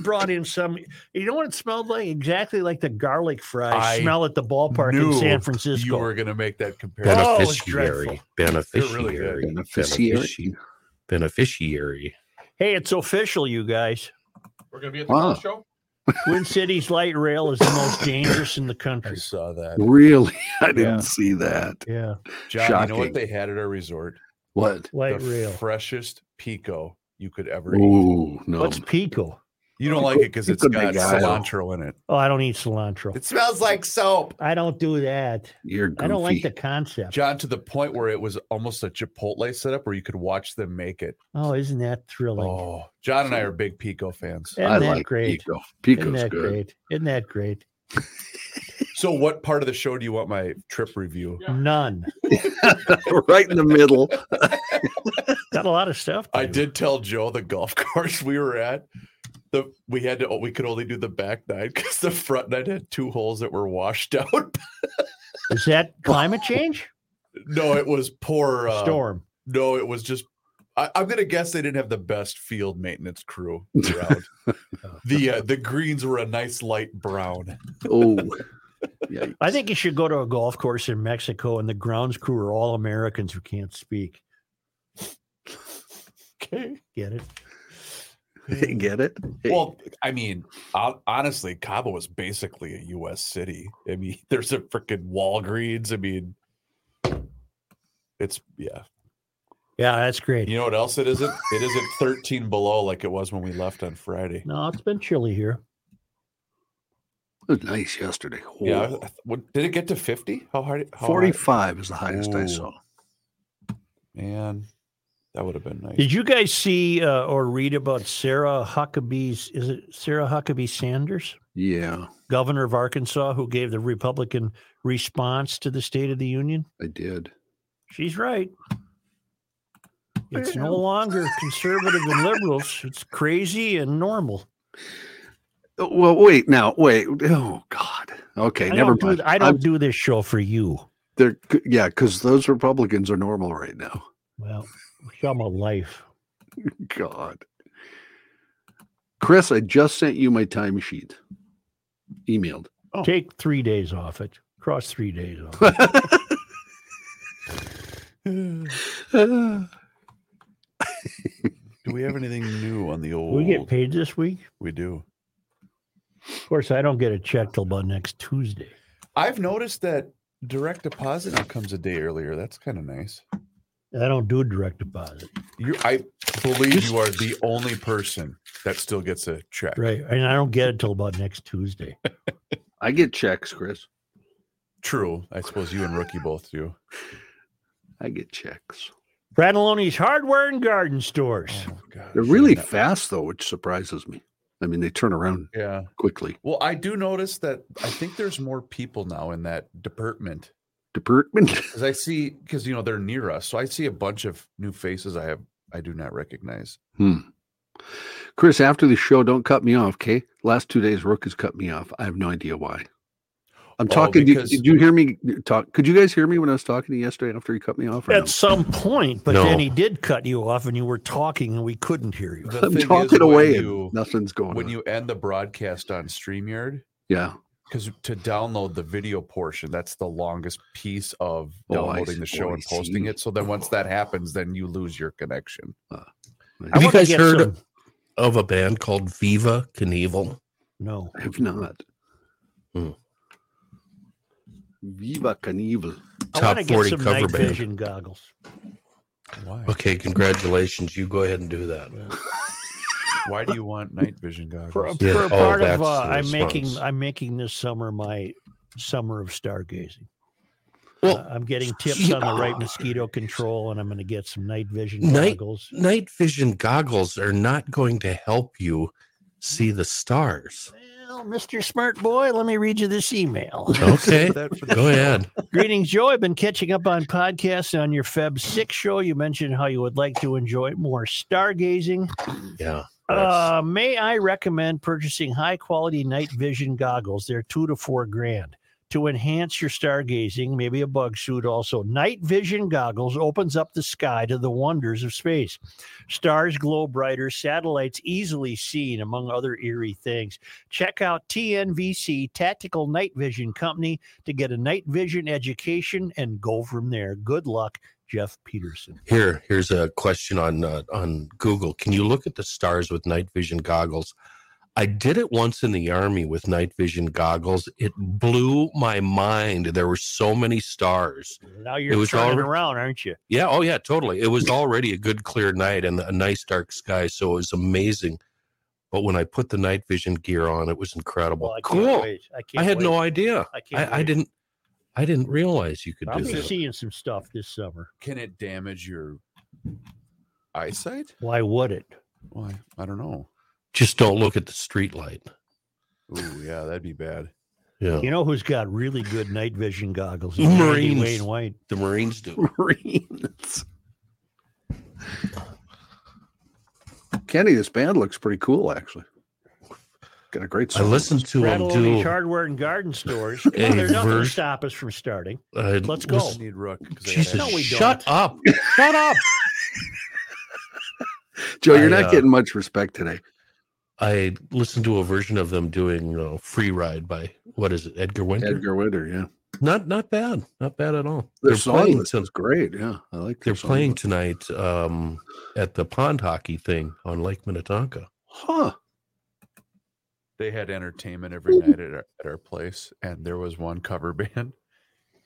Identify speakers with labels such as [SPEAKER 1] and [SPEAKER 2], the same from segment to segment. [SPEAKER 1] brought in some. You know what it smelled like? Exactly like the garlic fry
[SPEAKER 2] I
[SPEAKER 1] smell at the ballpark in
[SPEAKER 2] Knew
[SPEAKER 1] San
[SPEAKER 2] You
[SPEAKER 1] Francisco.
[SPEAKER 2] were going to make that comparison.
[SPEAKER 1] Oh, it's
[SPEAKER 3] beneficiary,
[SPEAKER 1] dreadful.
[SPEAKER 3] beneficiary,
[SPEAKER 2] They're really
[SPEAKER 3] beneficiary, beneficiary.
[SPEAKER 1] hey, it's official, you guys.
[SPEAKER 2] We're going to be at the
[SPEAKER 4] Wow.
[SPEAKER 2] show.
[SPEAKER 1] Twin Cities light rail is the most dangerous in the
[SPEAKER 2] I
[SPEAKER 1] country.
[SPEAKER 2] saw that.
[SPEAKER 4] Really? I didn't
[SPEAKER 1] Yeah.
[SPEAKER 4] see that.
[SPEAKER 1] Yeah,
[SPEAKER 2] John, you know
[SPEAKER 4] Shocking.
[SPEAKER 2] what they had at our resort?
[SPEAKER 4] What?
[SPEAKER 1] light
[SPEAKER 2] the
[SPEAKER 1] rail.
[SPEAKER 2] freshest pico you could ever eat.
[SPEAKER 4] Ooh, no.
[SPEAKER 1] What's pico?
[SPEAKER 2] You don't like it because it's
[SPEAKER 4] Pico de
[SPEAKER 2] got
[SPEAKER 4] gallo.
[SPEAKER 2] cilantro in it.
[SPEAKER 1] Oh, I don't eat cilantro.
[SPEAKER 2] It smells like soap.
[SPEAKER 1] I don't do that.
[SPEAKER 4] You're goofy.
[SPEAKER 1] I don't like the concept.
[SPEAKER 2] John, to the point where it was almost a Chipotle setup where you could watch them make it.
[SPEAKER 1] Oh, isn't that thrilling?
[SPEAKER 2] Oh, John and I are big pico fans.
[SPEAKER 1] Isn't
[SPEAKER 4] I
[SPEAKER 1] that
[SPEAKER 4] like
[SPEAKER 1] great?
[SPEAKER 4] Pico.
[SPEAKER 1] Isn't
[SPEAKER 4] Pico's
[SPEAKER 1] that
[SPEAKER 4] good.
[SPEAKER 1] great? Isn't that great?
[SPEAKER 2] So, what part of the show do you want my trip review?
[SPEAKER 1] None.
[SPEAKER 4] right in the middle.
[SPEAKER 1] Got a lot of stuff. to
[SPEAKER 2] I
[SPEAKER 1] do.
[SPEAKER 2] did tell Joe the golf course we were at. The we had to we could only do the back nine because the front nine had two holes that were washed out.
[SPEAKER 1] Is that climate change?
[SPEAKER 2] no, it was poor uh,
[SPEAKER 1] Storm.
[SPEAKER 2] No, it was just. I, I'm gonna guess they didn't have the best field maintenance crew around. the uh, the greens were a nice light brown.
[SPEAKER 4] Oh, yeah.
[SPEAKER 1] I think you should go to a golf course in Mexico and the grounds crew are all Americans who can't speak.
[SPEAKER 2] Okay.
[SPEAKER 1] Get it?
[SPEAKER 4] Get it?
[SPEAKER 2] Well, I mean, hon- honestly, Cabo is basically a U.S. city. I mean, there's a freaking Walgreens. I mean, it's yeah.
[SPEAKER 1] Yeah, that's great.
[SPEAKER 2] You know what else it isn't? It isn't 13 below like it was when we left on Friday.
[SPEAKER 1] No, it's been chilly here.
[SPEAKER 4] it was nice yesterday.
[SPEAKER 2] Yeah. I- I
[SPEAKER 4] Whoa.
[SPEAKER 1] oh,
[SPEAKER 2] th- what- did it get to 50? How hard? How hard-
[SPEAKER 4] 45 is the highest I
[SPEAKER 2] Ooh.
[SPEAKER 4] saw.
[SPEAKER 2] Man, that would have been nice.
[SPEAKER 1] Did you guys see uh, or read about Sarah Huckabee's? Is it Sarah Huckabee Sanders,
[SPEAKER 4] Yeah,
[SPEAKER 1] governor of Arkansas, who gave the Republican response to the State of the Union?
[SPEAKER 4] I did.
[SPEAKER 1] She's right. It's no longer conservative and liberals. It's crazy and normal.
[SPEAKER 4] Oh, Well, wait now, wait. Oh God. Okay,
[SPEAKER 1] I
[SPEAKER 4] never
[SPEAKER 1] don't,
[SPEAKER 4] mind.
[SPEAKER 1] do, I
[SPEAKER 4] I'm-
[SPEAKER 1] don't do this show for you.
[SPEAKER 4] They're c- yeah, because those Republicans are normal right now.
[SPEAKER 1] Well, some of life.
[SPEAKER 4] God. Chris, I just sent you my timesheet. Emailed.
[SPEAKER 1] Take three days off it. Cross three days off. it.
[SPEAKER 4] Ah,
[SPEAKER 2] Do we have anything new on the old?
[SPEAKER 1] we get paid this week.
[SPEAKER 2] We do.
[SPEAKER 1] Of course, I don't get a check till about next Tuesday.
[SPEAKER 2] I've noticed that direct deposit now comes a day earlier. That's kind of nice.
[SPEAKER 1] I don't do direct deposit.
[SPEAKER 2] You, I believe you are the only person that still gets a check.
[SPEAKER 1] Right. And I don't get it till about next Tuesday.
[SPEAKER 4] I get checks, Chris.
[SPEAKER 2] True. I suppose you and Rookie both do.
[SPEAKER 4] I get checks.
[SPEAKER 1] Fratelloni's Hardware and Garden Stores.
[SPEAKER 3] Oh,
[SPEAKER 2] God,
[SPEAKER 4] They're really fast though, which surprises me. I mean, they turn around
[SPEAKER 2] Yeah.
[SPEAKER 4] quickly.
[SPEAKER 2] Well, I do notice that I think there's more people now in that department
[SPEAKER 4] Department.
[SPEAKER 2] because I see because you know they're near us, so I see a bunch of new faces I have I do not recognize.
[SPEAKER 4] Chris, after the show, don't cut me off, okay? Last two days, Rook has cut me off. I have no idea why. I'm
[SPEAKER 2] Oh,
[SPEAKER 4] talking. to you
[SPEAKER 2] because-
[SPEAKER 4] did you hear me talk? Could you guys hear me when I was talking to you yesterday after he cut me off? Or no?
[SPEAKER 1] At some point, but then
[SPEAKER 3] No.
[SPEAKER 1] he did cut you off and you were talking and we couldn't hear you.
[SPEAKER 2] The
[SPEAKER 4] I'm
[SPEAKER 2] thing is,
[SPEAKER 4] talking
[SPEAKER 2] when
[SPEAKER 4] away
[SPEAKER 2] you-
[SPEAKER 4] and nothing's going
[SPEAKER 2] when
[SPEAKER 4] on.
[SPEAKER 2] you end the broadcast on StreamYard,
[SPEAKER 4] yeah.
[SPEAKER 2] because to download the video portion, that's the longest piece of
[SPEAKER 4] Oh, I
[SPEAKER 2] downloading
[SPEAKER 4] see.
[SPEAKER 2] the show
[SPEAKER 4] Oh, I
[SPEAKER 2] and posting
[SPEAKER 4] see.
[SPEAKER 2] it. So then once that happens, then you lose your connection.
[SPEAKER 1] I
[SPEAKER 3] Have you
[SPEAKER 1] wanna
[SPEAKER 3] guys
[SPEAKER 1] get
[SPEAKER 3] heard
[SPEAKER 1] some-
[SPEAKER 3] of a band called Viva Knievel?
[SPEAKER 1] No.
[SPEAKER 4] I have not.
[SPEAKER 3] Hmm.
[SPEAKER 4] Viva Knievel.
[SPEAKER 1] I
[SPEAKER 3] Top
[SPEAKER 1] want to get
[SPEAKER 3] 40
[SPEAKER 1] some
[SPEAKER 3] cover
[SPEAKER 1] night
[SPEAKER 3] band.
[SPEAKER 1] vision goggles.
[SPEAKER 2] Why?
[SPEAKER 3] Okay, congratulations. You go ahead and do that.
[SPEAKER 2] Why do you want night vision goggles?
[SPEAKER 1] for,
[SPEAKER 3] Yeah.
[SPEAKER 1] for a
[SPEAKER 3] Oh,
[SPEAKER 1] part of
[SPEAKER 3] that's
[SPEAKER 1] uh,
[SPEAKER 3] the
[SPEAKER 1] I'm making
[SPEAKER 3] response.
[SPEAKER 1] I'm making this summer my summer of stargazing.
[SPEAKER 3] Well,
[SPEAKER 1] Uh, I'm getting tips on the right mosquito control, and I'm going to get some night vision
[SPEAKER 3] Night-
[SPEAKER 1] goggles.
[SPEAKER 3] Night vision goggles are not going to help you see the stars.
[SPEAKER 1] Well, Mr. Smart Boy, let me read you this email.
[SPEAKER 3] Okay, go ahead.
[SPEAKER 1] Greetings, Joe. I've been catching up on podcasts and on your Feb 6 show. You mentioned how you would like to enjoy more stargazing.
[SPEAKER 3] Yeah. that's-
[SPEAKER 1] Uh, may I recommend purchasing high quality night vision goggles? They're two to four grand. to enhance your stargazing, maybe a bug suit also. Night vision goggles opens up the sky to the wonders of space. Stars glow brighter, satellites easily seen, among other eerie things. Check out TNVC Tactical Night Vision Company to get a night vision education and go from there. Good luck, Jeff Peterson.
[SPEAKER 3] Here, here's a question on uh, on Google. Can you look at the stars with night vision goggles? I did it once in the army with night vision goggles. It blew my mind. There were so many stars.
[SPEAKER 1] Now you're
[SPEAKER 3] It was
[SPEAKER 1] turning
[SPEAKER 3] already-
[SPEAKER 1] around, aren't you?
[SPEAKER 3] Yeah, oh yeah, totally. It was already a good clear night and a nice dark sky, so it was amazing. But when I put the night vision gear on, it was incredible.
[SPEAKER 1] Well, I can't
[SPEAKER 3] cool.
[SPEAKER 1] wait. I, can't
[SPEAKER 3] I had
[SPEAKER 1] wait.
[SPEAKER 3] no idea.
[SPEAKER 1] I can't.
[SPEAKER 3] I, I
[SPEAKER 1] wait.
[SPEAKER 3] didn't. I didn't realize you could
[SPEAKER 1] I'll
[SPEAKER 3] do
[SPEAKER 1] be
[SPEAKER 3] that.
[SPEAKER 1] seeing some stuff this summer.
[SPEAKER 2] Can it damage your eyesight?
[SPEAKER 1] Why would it?
[SPEAKER 2] Why? I don't know.
[SPEAKER 3] Just don't look at the street light.
[SPEAKER 2] Ooh, yeah, that'd be bad.
[SPEAKER 3] Yeah,
[SPEAKER 1] You know who's got really good night vision goggles? Is Randy
[SPEAKER 3] Marines.
[SPEAKER 1] Wayne White.
[SPEAKER 3] the Marines do.
[SPEAKER 4] Marines. Kenny, this band looks pretty cool, actually. Got a great
[SPEAKER 3] I
[SPEAKER 4] song.
[SPEAKER 3] listened to them
[SPEAKER 1] Rattle over these
[SPEAKER 3] do.
[SPEAKER 1] hardware and garden stores. Come on,
[SPEAKER 3] Hey,
[SPEAKER 1] there's nothing to
[SPEAKER 3] Vers-
[SPEAKER 1] stop us from starting.
[SPEAKER 3] I
[SPEAKER 1] Let's
[SPEAKER 2] I
[SPEAKER 1] go.
[SPEAKER 3] listened-
[SPEAKER 2] need Rook. 'cause I gotta
[SPEAKER 3] Jesus,
[SPEAKER 1] No, we don't.
[SPEAKER 3] shut up! Shut up!
[SPEAKER 4] Joe, you're
[SPEAKER 3] I,
[SPEAKER 4] not
[SPEAKER 3] uh,
[SPEAKER 4] getting much respect today.
[SPEAKER 3] I listened to a version of them doing uh, "Free Ride" by what is it, Edgar Winter?
[SPEAKER 4] Edgar Winter, yeah.
[SPEAKER 3] Not not bad, not bad at all.
[SPEAKER 4] Their
[SPEAKER 3] They're
[SPEAKER 4] song
[SPEAKER 3] playing
[SPEAKER 4] list
[SPEAKER 3] to,
[SPEAKER 4] is great. Yeah, I like. their
[SPEAKER 3] they're
[SPEAKER 4] song
[SPEAKER 3] playing
[SPEAKER 4] list.
[SPEAKER 3] tonight um, at the pond hockey thing on Lake Minnetonka.
[SPEAKER 4] Huh?
[SPEAKER 2] they had entertainment every night at our, at our place and there was one cover band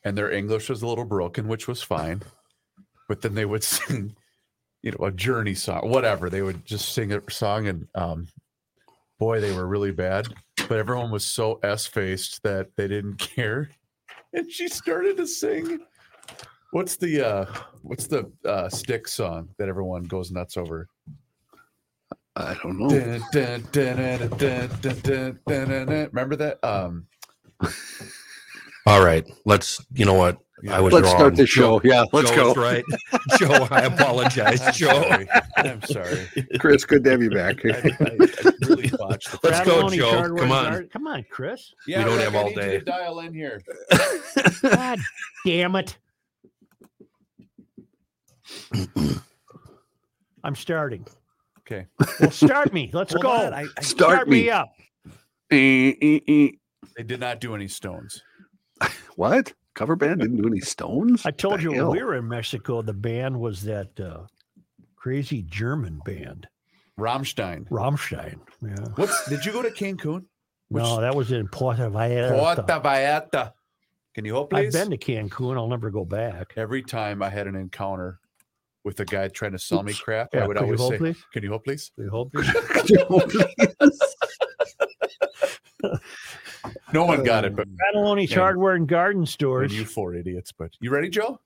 [SPEAKER 2] and their english was a little broken which was fine but then they would sing you know a journey song whatever they would just sing a song and um boy they were really bad but everyone was so s-faced that they didn't care and she started to sing what's the uh what's the uh stick song that everyone goes nuts over
[SPEAKER 4] I don't know.
[SPEAKER 2] Dun, dun, dun, dun, dun, dun, dun, dun, dun, dun. Remember that? Um,
[SPEAKER 3] All right, let's. You know what?
[SPEAKER 2] yeah,
[SPEAKER 3] I was
[SPEAKER 4] Let's
[SPEAKER 3] wrong.
[SPEAKER 4] start the show. Yeah, let's
[SPEAKER 3] Joe
[SPEAKER 4] go.
[SPEAKER 3] was right, Joe. I apologize,
[SPEAKER 2] I'm
[SPEAKER 3] Joe.
[SPEAKER 2] sorry. I'm sorry.
[SPEAKER 4] Chris, good to have you back.
[SPEAKER 2] I, I- I really botched. the-
[SPEAKER 3] Let's
[SPEAKER 1] Rattle
[SPEAKER 3] go,
[SPEAKER 1] over these
[SPEAKER 3] Joe.
[SPEAKER 1] hardware
[SPEAKER 3] Come
[SPEAKER 1] and
[SPEAKER 3] on.
[SPEAKER 1] gar- Come on, Chris.
[SPEAKER 2] Yeah,
[SPEAKER 3] don't
[SPEAKER 2] Rick,
[SPEAKER 3] have
[SPEAKER 2] I
[SPEAKER 3] all
[SPEAKER 2] need you
[SPEAKER 3] day.
[SPEAKER 2] to dial in here.
[SPEAKER 1] God damn it. I'm starting.
[SPEAKER 2] Okay.
[SPEAKER 1] Well, start me. Let's
[SPEAKER 2] Hold
[SPEAKER 1] go.
[SPEAKER 2] on, I- I-
[SPEAKER 4] Start, me.
[SPEAKER 1] up.
[SPEAKER 4] Eh, eh, eh.
[SPEAKER 2] they did not do any stones.
[SPEAKER 4] What cover band didn't do any Stones?
[SPEAKER 1] I told
[SPEAKER 4] The
[SPEAKER 1] you when
[SPEAKER 4] hell?
[SPEAKER 1] we were in Mexico, the band was that uh, crazy German band,
[SPEAKER 2] Rammstein.
[SPEAKER 1] Rammstein. Yeah.
[SPEAKER 2] What's? Did you go to Cancun? Which-
[SPEAKER 1] no, that was in Puerto Vallarta.
[SPEAKER 2] Puerto Vallarta. Can you help,
[SPEAKER 1] I've
[SPEAKER 2] please?
[SPEAKER 1] been to Cancun. I'll never go back.
[SPEAKER 2] Every time I had an encounter with a guy trying to sell me crap, I would
[SPEAKER 1] Uh, could you
[SPEAKER 2] always
[SPEAKER 1] hold,
[SPEAKER 2] say,
[SPEAKER 1] please?
[SPEAKER 2] "Can you help, please?"
[SPEAKER 1] Could you hold, please?
[SPEAKER 2] No one got it, but
[SPEAKER 1] Cataloni's
[SPEAKER 2] Yeah.
[SPEAKER 1] Hardware and Garden
[SPEAKER 2] and
[SPEAKER 1] Stores.
[SPEAKER 2] you four idiots. But you ready, Joe?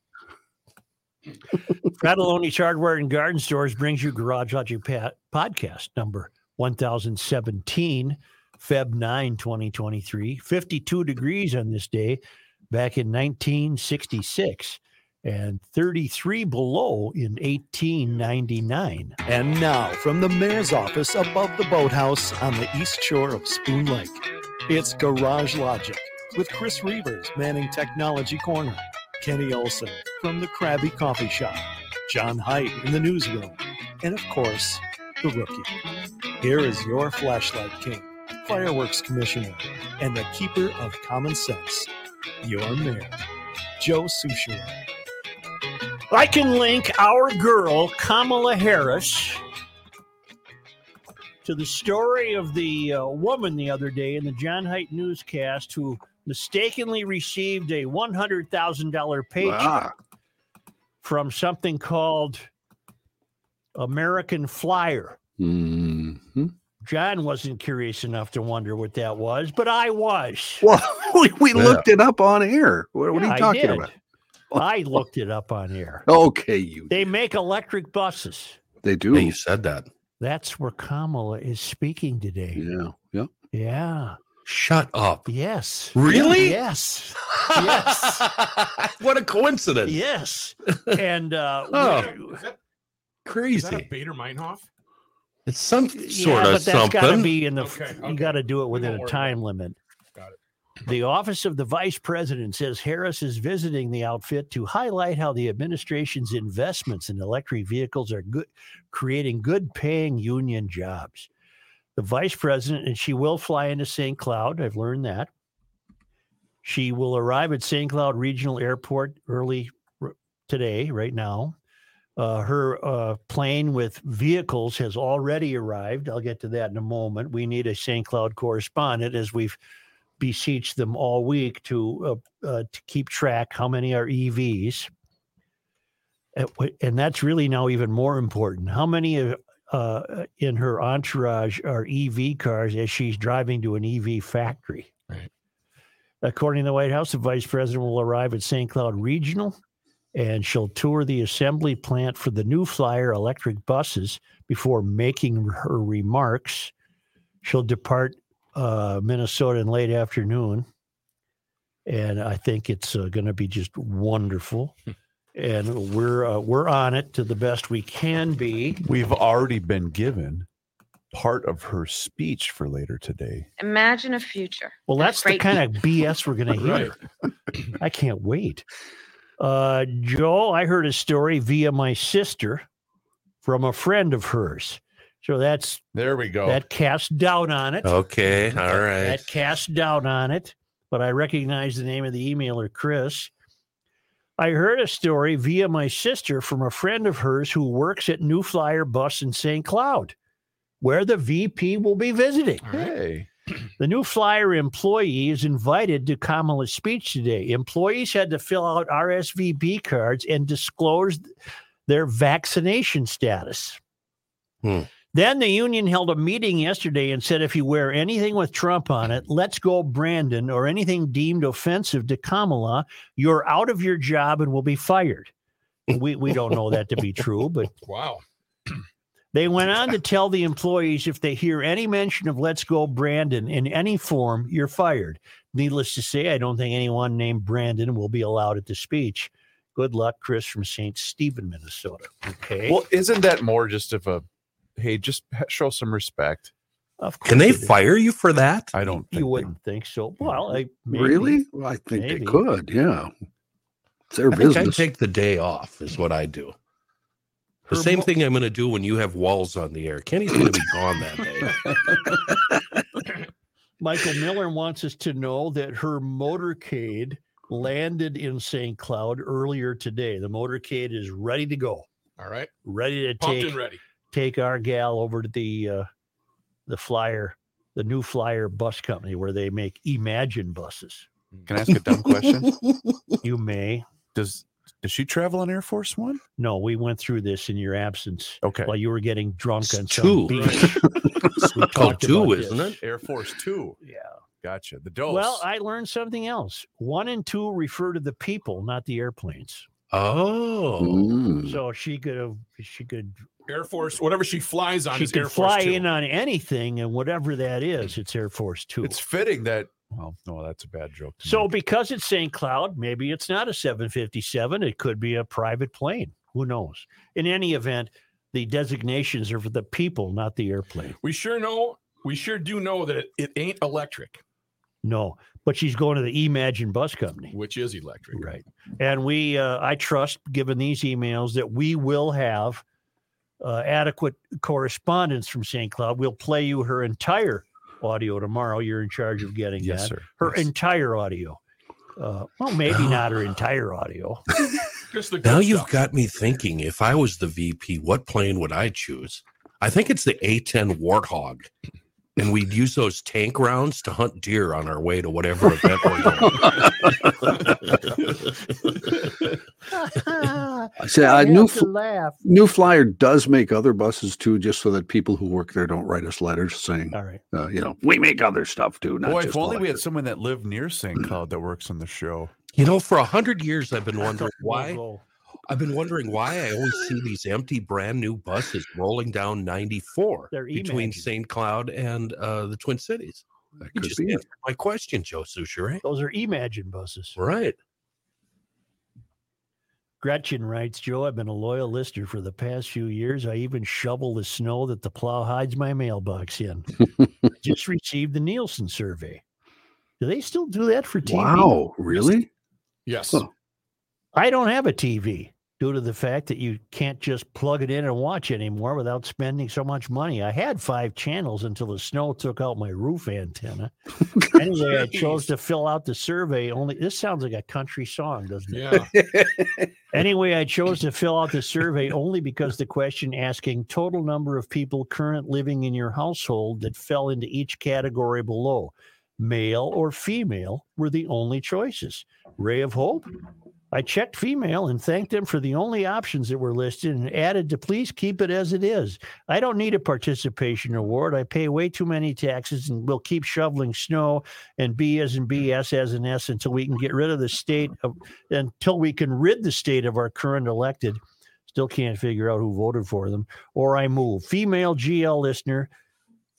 [SPEAKER 1] Cataloni's Hardware and Garden Stores brings you Garage Logic pa- Podcast number 1017, Feb 9, 2023. 52 degrees on this day back in 1966 and 33 below in 1899.
[SPEAKER 5] And now, from the mayor's office above the boathouse on the east shore of Spoon Lake, it's Garage Logic with Chris Reavers manning Technology Corner, Kenny Olson from the Krabby Coffee Shop, John Haidt in the newsroom, and of course, the rookie. Here is your flashlight king, fireworks commissioner, and the keeper of common sense, your mayor, Joe Sushiro.
[SPEAKER 1] I can link our girl, Kamala Harris, to the story of the uh, woman the other day in the John Haidt newscast who mistakenly received a $100,000 paycheck
[SPEAKER 4] Ah,
[SPEAKER 1] from something called American Flyer.
[SPEAKER 6] Mm-hmm.
[SPEAKER 4] mhm.
[SPEAKER 1] John wasn't curious enough to wonder what that was, but I was.
[SPEAKER 4] Well, we, we
[SPEAKER 3] Yeah.
[SPEAKER 4] looked it up on air. What, what are
[SPEAKER 1] Yeah,
[SPEAKER 4] you
[SPEAKER 1] I
[SPEAKER 4] talking
[SPEAKER 1] did.
[SPEAKER 4] about?
[SPEAKER 1] I looked it up on air.
[SPEAKER 4] Okay, you.
[SPEAKER 1] They make electric buses.
[SPEAKER 4] They do.
[SPEAKER 3] Hey, you said that.
[SPEAKER 1] That's where Kamala is speaking today.
[SPEAKER 4] yeah. Yeah.
[SPEAKER 1] Yeah.
[SPEAKER 3] Shut up.
[SPEAKER 1] Yes.
[SPEAKER 3] Really?
[SPEAKER 1] Yes. Yes.
[SPEAKER 3] what a coincidence.
[SPEAKER 1] Yes. And uh,
[SPEAKER 3] Oh,
[SPEAKER 1] we-
[SPEAKER 7] Is that a
[SPEAKER 3] Crazy.
[SPEAKER 7] Bader Meinhof?
[SPEAKER 3] It's some
[SPEAKER 1] yeah,
[SPEAKER 3] sort
[SPEAKER 1] but
[SPEAKER 3] of
[SPEAKER 1] that's got to
[SPEAKER 3] something.
[SPEAKER 1] be in the. f-
[SPEAKER 7] Okay,
[SPEAKER 1] You
[SPEAKER 7] okay.
[SPEAKER 1] got to do it
[SPEAKER 7] We
[SPEAKER 1] within
[SPEAKER 7] won't
[SPEAKER 1] a
[SPEAKER 7] worry
[SPEAKER 1] time limit.
[SPEAKER 7] Got it.
[SPEAKER 1] The office of the vice president says Harris is visiting the outfit to highlight how the administration's investments in electric vehicles are good, creating good paying union jobs. The vice president, and she will fly into St. Cloud. I've learned that. She will arrive at St. Cloud Regional Airport early r- today, right now. Uh, her uh, plane with vehicles has already arrived. I'll get to that in a moment. We need a St. Cloud correspondent as we've beseeched them all week to uh, uh, to keep track how many are E EVs. And wh- And that's really now even more important. How many uh, uh, in her entourage are EV cars as she's driving to an EV factory?
[SPEAKER 3] Right.
[SPEAKER 1] According to the White House, the vice president will arrive at St. Cloud Regional and she'll tour the assembly plant for the new Flyer electric buses before making her remarks. She'll depart uh, Minnesota in late afternoon, and I think it's uh, going to be just wonderful. and we're uh, we're on it to the best we can be.
[SPEAKER 2] We've already been given part of her speech for later today.
[SPEAKER 8] Imagine a future.
[SPEAKER 1] Well, that's the
[SPEAKER 8] Great.
[SPEAKER 1] kind of BS we're going to hear. I can't wait. Uh, Joel, I heard a story via my sister from a friend of hers. So that's
[SPEAKER 2] There we go.
[SPEAKER 1] that casts doubt on it.
[SPEAKER 3] Okay. Oh. All right.
[SPEAKER 1] That cast doubt on it, but I recognize the name of the emailer, Chris. I heard a story via my sister from a friend of hers who works at New Flyer Bus in St. Cloud, where the VP will be visiting.
[SPEAKER 2] hey,
[SPEAKER 1] The new flyer employee is invited to Kamala's speech today. Employees had to fill out RSVP cards and disclose their vaccination status.
[SPEAKER 3] Hmm.
[SPEAKER 1] Then the union held a meeting yesterday and said if you wear anything with Trump on it, let's go Brandon, or anything deemed offensive to Kamala, you're out of your job and will be fired. We, we don't know that to be true, but
[SPEAKER 9] Wow.
[SPEAKER 1] they went on to tell the employees if they hear any mention of Let's Go Brandon in any form, you're fired. Needless to say, I don't think anyone named Brandon will be allowed at the speech. Good luck, Chris from St. Stephen, Minnesota. Okay.
[SPEAKER 2] well, isn't that more just of a hey? Just ha- show some respect.
[SPEAKER 1] of course
[SPEAKER 3] Can they
[SPEAKER 1] it is.
[SPEAKER 3] fire you for that?
[SPEAKER 2] I don't. Think
[SPEAKER 1] You
[SPEAKER 2] they-
[SPEAKER 1] wouldn't think so. Well, I, maybe.
[SPEAKER 6] Really? Well, I think
[SPEAKER 1] Maybe.
[SPEAKER 6] they could. Yeah. It's their
[SPEAKER 3] I think I
[SPEAKER 6] business.
[SPEAKER 3] take the day off is what I do. The same thing I'm going to do when you have walls on the air. Kenny's going to be gone that day.
[SPEAKER 1] Michael Miller wants us to know that her motorcade landed in St. Cloud earlier today. The motorcade is ready to go,
[SPEAKER 9] All right.
[SPEAKER 1] ready to
[SPEAKER 9] Pumped
[SPEAKER 1] take
[SPEAKER 9] and ready.
[SPEAKER 1] take our gal over to the uh, the flyer, the new flyer bus company where they make Imagine buses.
[SPEAKER 2] Can I ask a dumb question?
[SPEAKER 1] You may.
[SPEAKER 2] Does does she travel on Air Force One?
[SPEAKER 1] No, we went through this in your absence
[SPEAKER 2] Okay.
[SPEAKER 1] while you were getting drunk on
[SPEAKER 3] It's
[SPEAKER 1] some
[SPEAKER 3] two.
[SPEAKER 1] beach. We
[SPEAKER 3] Oh,
[SPEAKER 1] talked
[SPEAKER 3] two,
[SPEAKER 1] about
[SPEAKER 3] isn't
[SPEAKER 1] this.
[SPEAKER 3] it?
[SPEAKER 2] Air Force Two.
[SPEAKER 1] Yeah.
[SPEAKER 2] Gotcha. The
[SPEAKER 9] Oh,
[SPEAKER 2] dose.
[SPEAKER 1] Well, I learned something else. One and two refer to the people, not the airplanes.
[SPEAKER 3] Oh,
[SPEAKER 6] Mm.
[SPEAKER 1] So she could have, she could,
[SPEAKER 9] Air Force, whatever she flies on
[SPEAKER 1] she
[SPEAKER 9] is Air
[SPEAKER 1] could
[SPEAKER 9] Force.
[SPEAKER 1] fly
[SPEAKER 9] Two.
[SPEAKER 1] in on anything, and whatever that is, it's Air Force Two.
[SPEAKER 2] it's fitting that. Well, no, that's a bad joke. to
[SPEAKER 1] So
[SPEAKER 2] make.
[SPEAKER 1] because it's St. Cloud, maybe it's not a 757. It could be a private plane. Who knows? In any event, the designations are for the people, not the airplane.
[SPEAKER 9] we sure know, we sure do know that it, it ain't electric,
[SPEAKER 1] No, but she's going to the Imagine Bus Company.
[SPEAKER 9] which is electric.
[SPEAKER 1] Right. And we, uh, I trust, given these emails, that we will have uh, adequate correspondence from St. Cloud. We'll play you her entire audio tomorrow. You're in charge of getting that.
[SPEAKER 2] yes, sir.
[SPEAKER 1] Her
[SPEAKER 2] Yes.
[SPEAKER 1] entire audio. Uh, well, maybe not her entire audio.
[SPEAKER 9] Just the good
[SPEAKER 3] now you've
[SPEAKER 9] stuff.
[SPEAKER 3] got me thinking. If I was the VP, what plane would I choose? I think it's the A10 Warthog, and we'd use those tank rounds to hunt deer on our way to whatever event we're going.
[SPEAKER 6] I say I knew New Flyer does make other buses too, just so that people who work there don't write us letters saying,
[SPEAKER 1] All right.
[SPEAKER 6] uh, you know, we make other stuff too. Not
[SPEAKER 2] Boy,
[SPEAKER 6] just
[SPEAKER 2] if only we had
[SPEAKER 6] electric."
[SPEAKER 2] someone that lived near St. Cloud that works on the show.
[SPEAKER 3] You know, for a hundred years, I've been wondering why.
[SPEAKER 1] We'll go.
[SPEAKER 3] I've been wondering why I always see these empty, brand new buses rolling down 94
[SPEAKER 1] They're
[SPEAKER 3] between
[SPEAKER 1] Imagine.
[SPEAKER 3] St. Cloud and uh, the Twin Cities.
[SPEAKER 6] That
[SPEAKER 3] You
[SPEAKER 6] could
[SPEAKER 3] just
[SPEAKER 6] be it.
[SPEAKER 3] answered my question, Joe Souchere.
[SPEAKER 1] Those are Imagine buses.
[SPEAKER 3] Right.
[SPEAKER 1] Gretchen writes, Joe, I've been a loyal listener for the past few years. I even shovel the snow that the plow hides my mailbox in. Just received the Nielsen survey. Do they still do that for TV?
[SPEAKER 4] Wow, really?
[SPEAKER 9] Yes.
[SPEAKER 4] Huh.
[SPEAKER 1] I don't have a TV due to the fact that you can't just plug it in and watch anymore without spending so much money. I had five channels until the snow took out my roof antenna. anyway, I chose to fill out the survey only. This sounds like a country song, doesn't it?
[SPEAKER 9] Yeah.
[SPEAKER 1] Anyway, I chose to fill out the survey only because the question asking total number of people current living in your household that fell into each category below, male or female, were the only choices. Ray of Hope? I checked female and thanked them for the only options that were listed and added to please keep it as it is. I don't need a participation award. I pay way too many taxes and will keep shoveling snow and B as in B, S as in S until we can get rid of the state of until we can rid the state of our current elected. Still can't figure out who voted for them. Or I move. Female GL listener,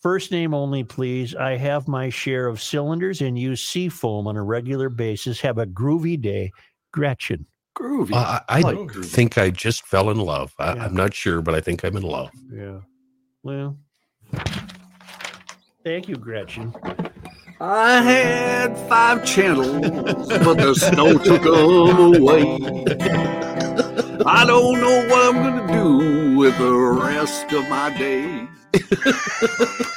[SPEAKER 1] first name only, please. I have my share of cylinders and use sea foam on a regular basis. Have a groovy day, Gretchen.
[SPEAKER 4] Groovy.
[SPEAKER 3] Uh, I, I
[SPEAKER 4] Like-
[SPEAKER 3] I think I just fell in love. I,
[SPEAKER 1] Yeah.
[SPEAKER 3] I'm not sure, but I think I'm in love.
[SPEAKER 1] Yeah.
[SPEAKER 9] Mm.
[SPEAKER 1] Well, thank you, Gretchen.
[SPEAKER 4] I had five channels, but the snow took them away. I don't know what I'm going to do with the rest of my days.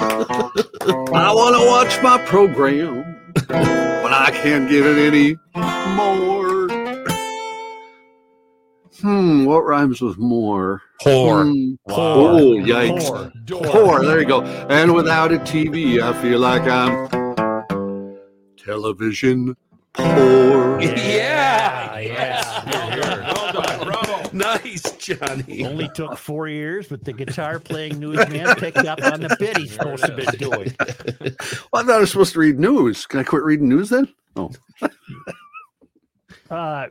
[SPEAKER 4] I want to watch my program, but I can't get it any more. Hmm, what rhymes with more?
[SPEAKER 3] Whore.
[SPEAKER 4] Hmm.
[SPEAKER 2] Wow.
[SPEAKER 4] Oh, yikes.
[SPEAKER 1] Four.
[SPEAKER 9] Door.
[SPEAKER 4] Four, there you go. And without a TV, I feel like I'm television poor.
[SPEAKER 3] Yeah.
[SPEAKER 9] Well done. Bravo.
[SPEAKER 3] Nice, Johnny.
[SPEAKER 1] Only took four years, but the guitar playing newsman picked up on the bit he's supposed to be doing.
[SPEAKER 4] Well, I thought I was supposed to read news. Can I quit reading news then?
[SPEAKER 1] Uh,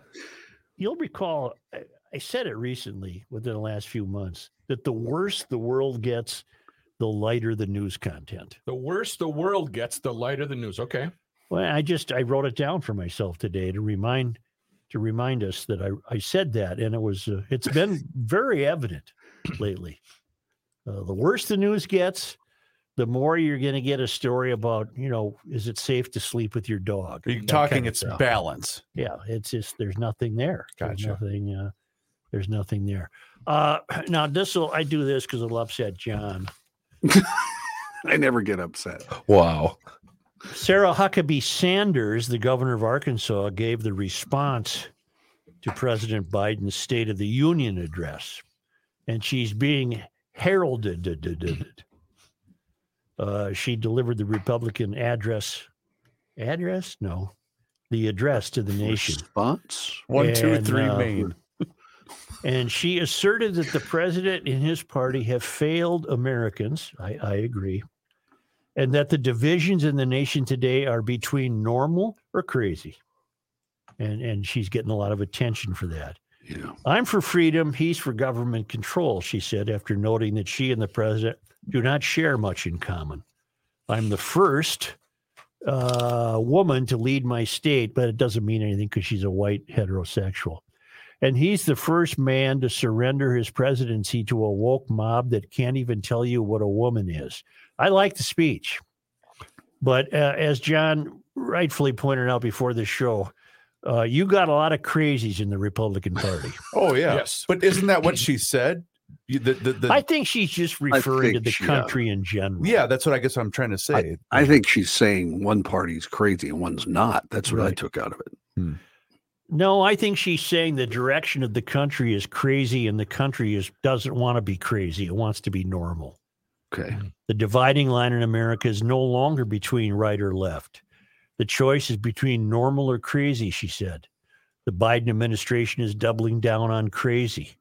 [SPEAKER 1] you'll recall, I, I said it recently within the last few months that the worse the world gets, the lighter the news content.
[SPEAKER 9] The worse the world gets, the lighter the news. Okay.
[SPEAKER 1] Well, I just I wrote it down for myself today to remind to remind us that I I said that, and it was uh, it's been very evident lately. Uh, the worse the news gets, the more you're going to get a story about you know is it safe to sleep with your dog?
[SPEAKER 2] You're
[SPEAKER 1] That
[SPEAKER 2] talking
[SPEAKER 1] kind of
[SPEAKER 2] it's
[SPEAKER 1] stuff.
[SPEAKER 2] balance.
[SPEAKER 1] Yeah, it's just there's nothing there. There's
[SPEAKER 2] Gotcha.
[SPEAKER 1] nothing. Uh, there's nothing there. Uh, now this will I do this because it'll upset John.
[SPEAKER 4] I never get upset.
[SPEAKER 3] Wow.
[SPEAKER 1] Sarah Huckabee Sanders, the governor of Arkansas, gave the response to President Biden's State of the Union address, and she's being heralded. Uh, she delivered the Republican address. Address? No, the address to the nation.
[SPEAKER 4] Response?
[SPEAKER 2] One, two,
[SPEAKER 1] And,
[SPEAKER 2] three,
[SPEAKER 1] uh,
[SPEAKER 2] main.
[SPEAKER 1] And she asserted that the president and his party have failed Americans. I, I agree. And that the divisions in the nation today are between normal or crazy. And, and she's getting a lot of attention for that.
[SPEAKER 4] Yeah.
[SPEAKER 1] I'm for freedom. He's for government control, she said, after noting that she and the president do not share much in common. I'm the first uh, woman to lead my state, but it doesn't mean anything because she's a white heterosexual. And he's the first man to surrender his presidency to a woke mob that can't even tell you what a woman is. I like the speech. But uh, as John rightfully pointed out before the show, uh, you got a lot of crazies in the Republican Party.
[SPEAKER 2] Oh yeah.
[SPEAKER 9] Yes.
[SPEAKER 2] But isn't that what she said? You- The, the, the,
[SPEAKER 1] I think she's just referring to
[SPEAKER 4] think
[SPEAKER 1] the
[SPEAKER 4] she-
[SPEAKER 1] country in general.
[SPEAKER 2] yeah, that's what I guess I'm trying to say.
[SPEAKER 4] I think she's saying one party's crazy and one's not. That's what I
[SPEAKER 1] Right.
[SPEAKER 4] took out of it.
[SPEAKER 1] No, I think she's saying the direction of the country is crazy, and the country is doesn't want to be crazy. It wants to be normal.
[SPEAKER 4] Okay.
[SPEAKER 1] The dividing line in America is no longer between right or left. The choice is between normal or crazy, she said. The Biden administration is doubling down on crazy.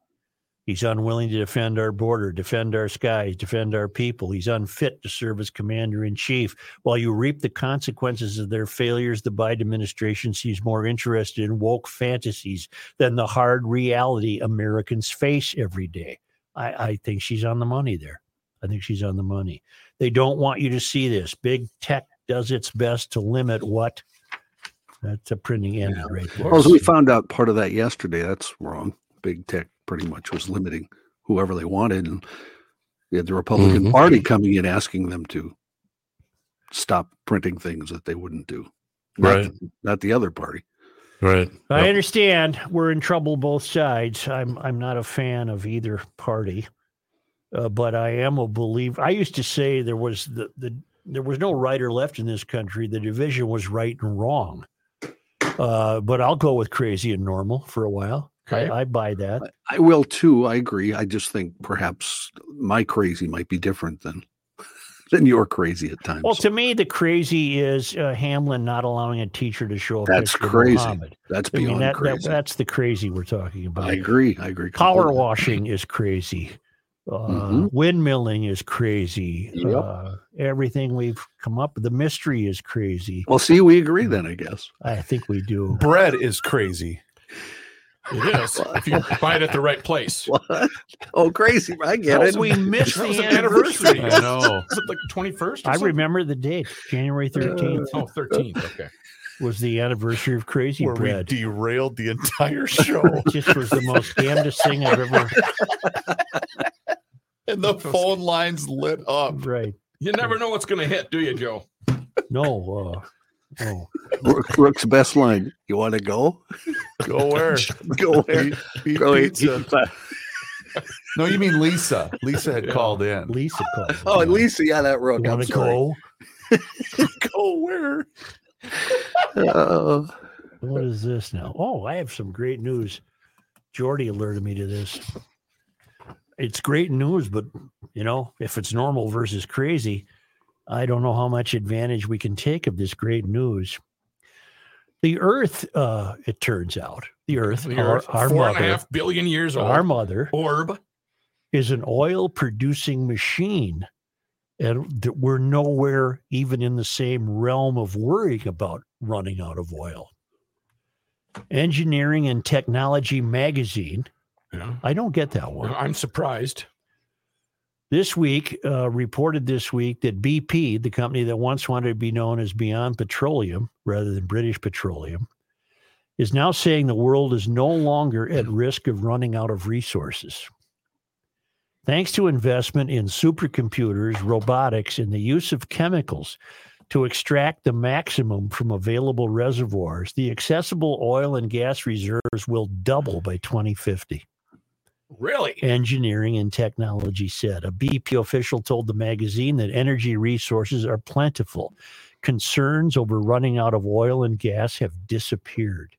[SPEAKER 1] He's unwilling to defend our border, defend our skies, defend our people. He's unfit to serve as commander in chief. While you reap the consequences of their failures, the Biden administration seems more interested in woke fantasies than the hard reality Americans face every day. I, I think she's on the money there. I think she's on the money. They don't want you to see this. Big tech does its best to limit what. That's a printing end right there.
[SPEAKER 4] Well, as we found out part of that yesterday, that's wrong. Big tech pretty much was limiting whoever they wanted. And you had the Republican
[SPEAKER 1] Mm-hmm.
[SPEAKER 3] Mhm.
[SPEAKER 4] Party coming in asking them to stop printing things that they wouldn't do.
[SPEAKER 6] not,
[SPEAKER 3] Right.
[SPEAKER 6] not the other party.
[SPEAKER 3] Right.
[SPEAKER 1] I
[SPEAKER 3] Yep.
[SPEAKER 1] understand we're in trouble both sides. I'm I'm not a fan of either party, uh, but I am a believer. I used to say there was the, the there was no right or left in this country. The division was right and wrong. Uh, but I'll go with crazy and normal for a while.
[SPEAKER 9] Okay.
[SPEAKER 1] I, I buy that.
[SPEAKER 6] I will too. I agree. I just think perhaps my crazy might be different than than your crazy at times.
[SPEAKER 1] Well, to me, the crazy is uh, Hamlin not allowing a teacher to show up.
[SPEAKER 6] That's
[SPEAKER 1] next to
[SPEAKER 6] crazy.
[SPEAKER 1] Muhammad.
[SPEAKER 6] That's
[SPEAKER 1] I
[SPEAKER 6] beyond
[SPEAKER 1] mean, that, that,
[SPEAKER 6] crazy.
[SPEAKER 1] that's the crazy we're talking about.
[SPEAKER 6] I agree. I agree.
[SPEAKER 1] collar
[SPEAKER 6] completely.
[SPEAKER 1] washing is crazy. Uh,
[SPEAKER 6] Mhm.
[SPEAKER 1] Windmilling is crazy.
[SPEAKER 6] Yep.
[SPEAKER 1] Uh, everything we've come up with, the mystery is crazy.
[SPEAKER 6] Well, see, we agree
[SPEAKER 1] Mm-hmm.
[SPEAKER 6] then, I guess.
[SPEAKER 1] I think we do.
[SPEAKER 2] Bread is crazy.
[SPEAKER 9] It is. if you buy it at the right place.
[SPEAKER 6] What? Oh, crazy. I get it.
[SPEAKER 1] we missed
[SPEAKER 9] That was
[SPEAKER 1] the
[SPEAKER 9] an anniversary.
[SPEAKER 1] anniversary.
[SPEAKER 2] I know.
[SPEAKER 9] Is it like the 21st? or
[SPEAKER 1] I
[SPEAKER 9] something?
[SPEAKER 1] remember the date. January 13th
[SPEAKER 9] Oh, 13th. Okay.
[SPEAKER 1] was the anniversary of Crazy
[SPEAKER 2] Where we
[SPEAKER 1] Bread.
[SPEAKER 2] derailed the entire show.
[SPEAKER 1] It just was the most damnedest thing I've ever
[SPEAKER 2] and the phone lines lit up.
[SPEAKER 1] Right.
[SPEAKER 9] You never know what's going to hit, do you, Joe?
[SPEAKER 1] No. Uh, no.
[SPEAKER 6] Rook- Rook's best line. You want to go?
[SPEAKER 2] Go where?
[SPEAKER 6] Go there.
[SPEAKER 2] Eat- eat
[SPEAKER 6] Go eat
[SPEAKER 2] pizza.
[SPEAKER 6] pizza.
[SPEAKER 2] No, you mean Lisa. Lisa had
[SPEAKER 9] Yeah.
[SPEAKER 2] called in.
[SPEAKER 1] Lisa called.
[SPEAKER 6] Oh, at least yeah, that Rook.
[SPEAKER 1] You
[SPEAKER 6] I'm
[SPEAKER 1] want to
[SPEAKER 6] sorry.
[SPEAKER 1] go?
[SPEAKER 2] Go where?
[SPEAKER 6] Uh,
[SPEAKER 1] What is this now? Oh, I have some great news. Jordy alerted me to this. It's great news, but you know, if it's normal versus crazy, I don't know how much advantage we can take of this great news. The Earth, uh, it turns out, the Earth,
[SPEAKER 9] The
[SPEAKER 1] our,
[SPEAKER 9] Earth,
[SPEAKER 1] our
[SPEAKER 9] four and
[SPEAKER 1] mother,
[SPEAKER 9] a half billion years old.
[SPEAKER 1] our mother,
[SPEAKER 9] orb.
[SPEAKER 1] is an oil-producing machine, and that we're nowhere even in the same realm of worrying about running out of oil. Engineering and Technology magazine.
[SPEAKER 9] Yeah.
[SPEAKER 1] I don't get that
[SPEAKER 9] Well,
[SPEAKER 1] one.
[SPEAKER 9] I'm surprised.
[SPEAKER 1] This week, uh, reported this week that BP, the company that once wanted to be known as Beyond Petroleum rather than British Petroleum, is now saying the world is no longer at risk of running out of resources. Thanks to investment in supercomputers, robotics, and the use of chemicals to extract the maximum from available reservoirs, the accessible oil and gas reserves will double by 2050
[SPEAKER 9] Really?
[SPEAKER 1] engineering and technology said. A BP official told the magazine that energy resources are plentiful. Concerns over running out of oil and gas have disappeared.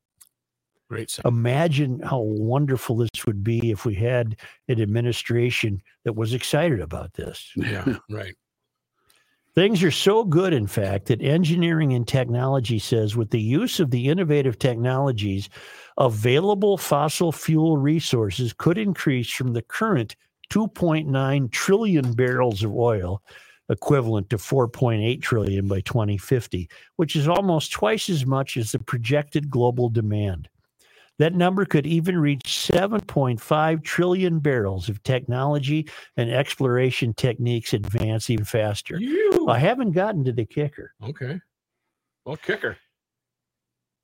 [SPEAKER 9] Great. sound.
[SPEAKER 1] Imagine how wonderful this would be if we had an administration that was excited about this.
[SPEAKER 9] Yeah. Right.
[SPEAKER 1] Things are so good, in fact, that engineering and technology says with the use of the innovative technologies, available fossil fuel resources could increase from the current 2.9 trillion barrels of oil, equivalent to 4.8 trillion by 2050, which is almost twice as much as the projected global demand. That number could even reach 7.5 trillion barrels if technology and exploration techniques advance even faster.
[SPEAKER 9] You.
[SPEAKER 1] I haven't gotten to the kicker.
[SPEAKER 9] Okay. Well, kicker.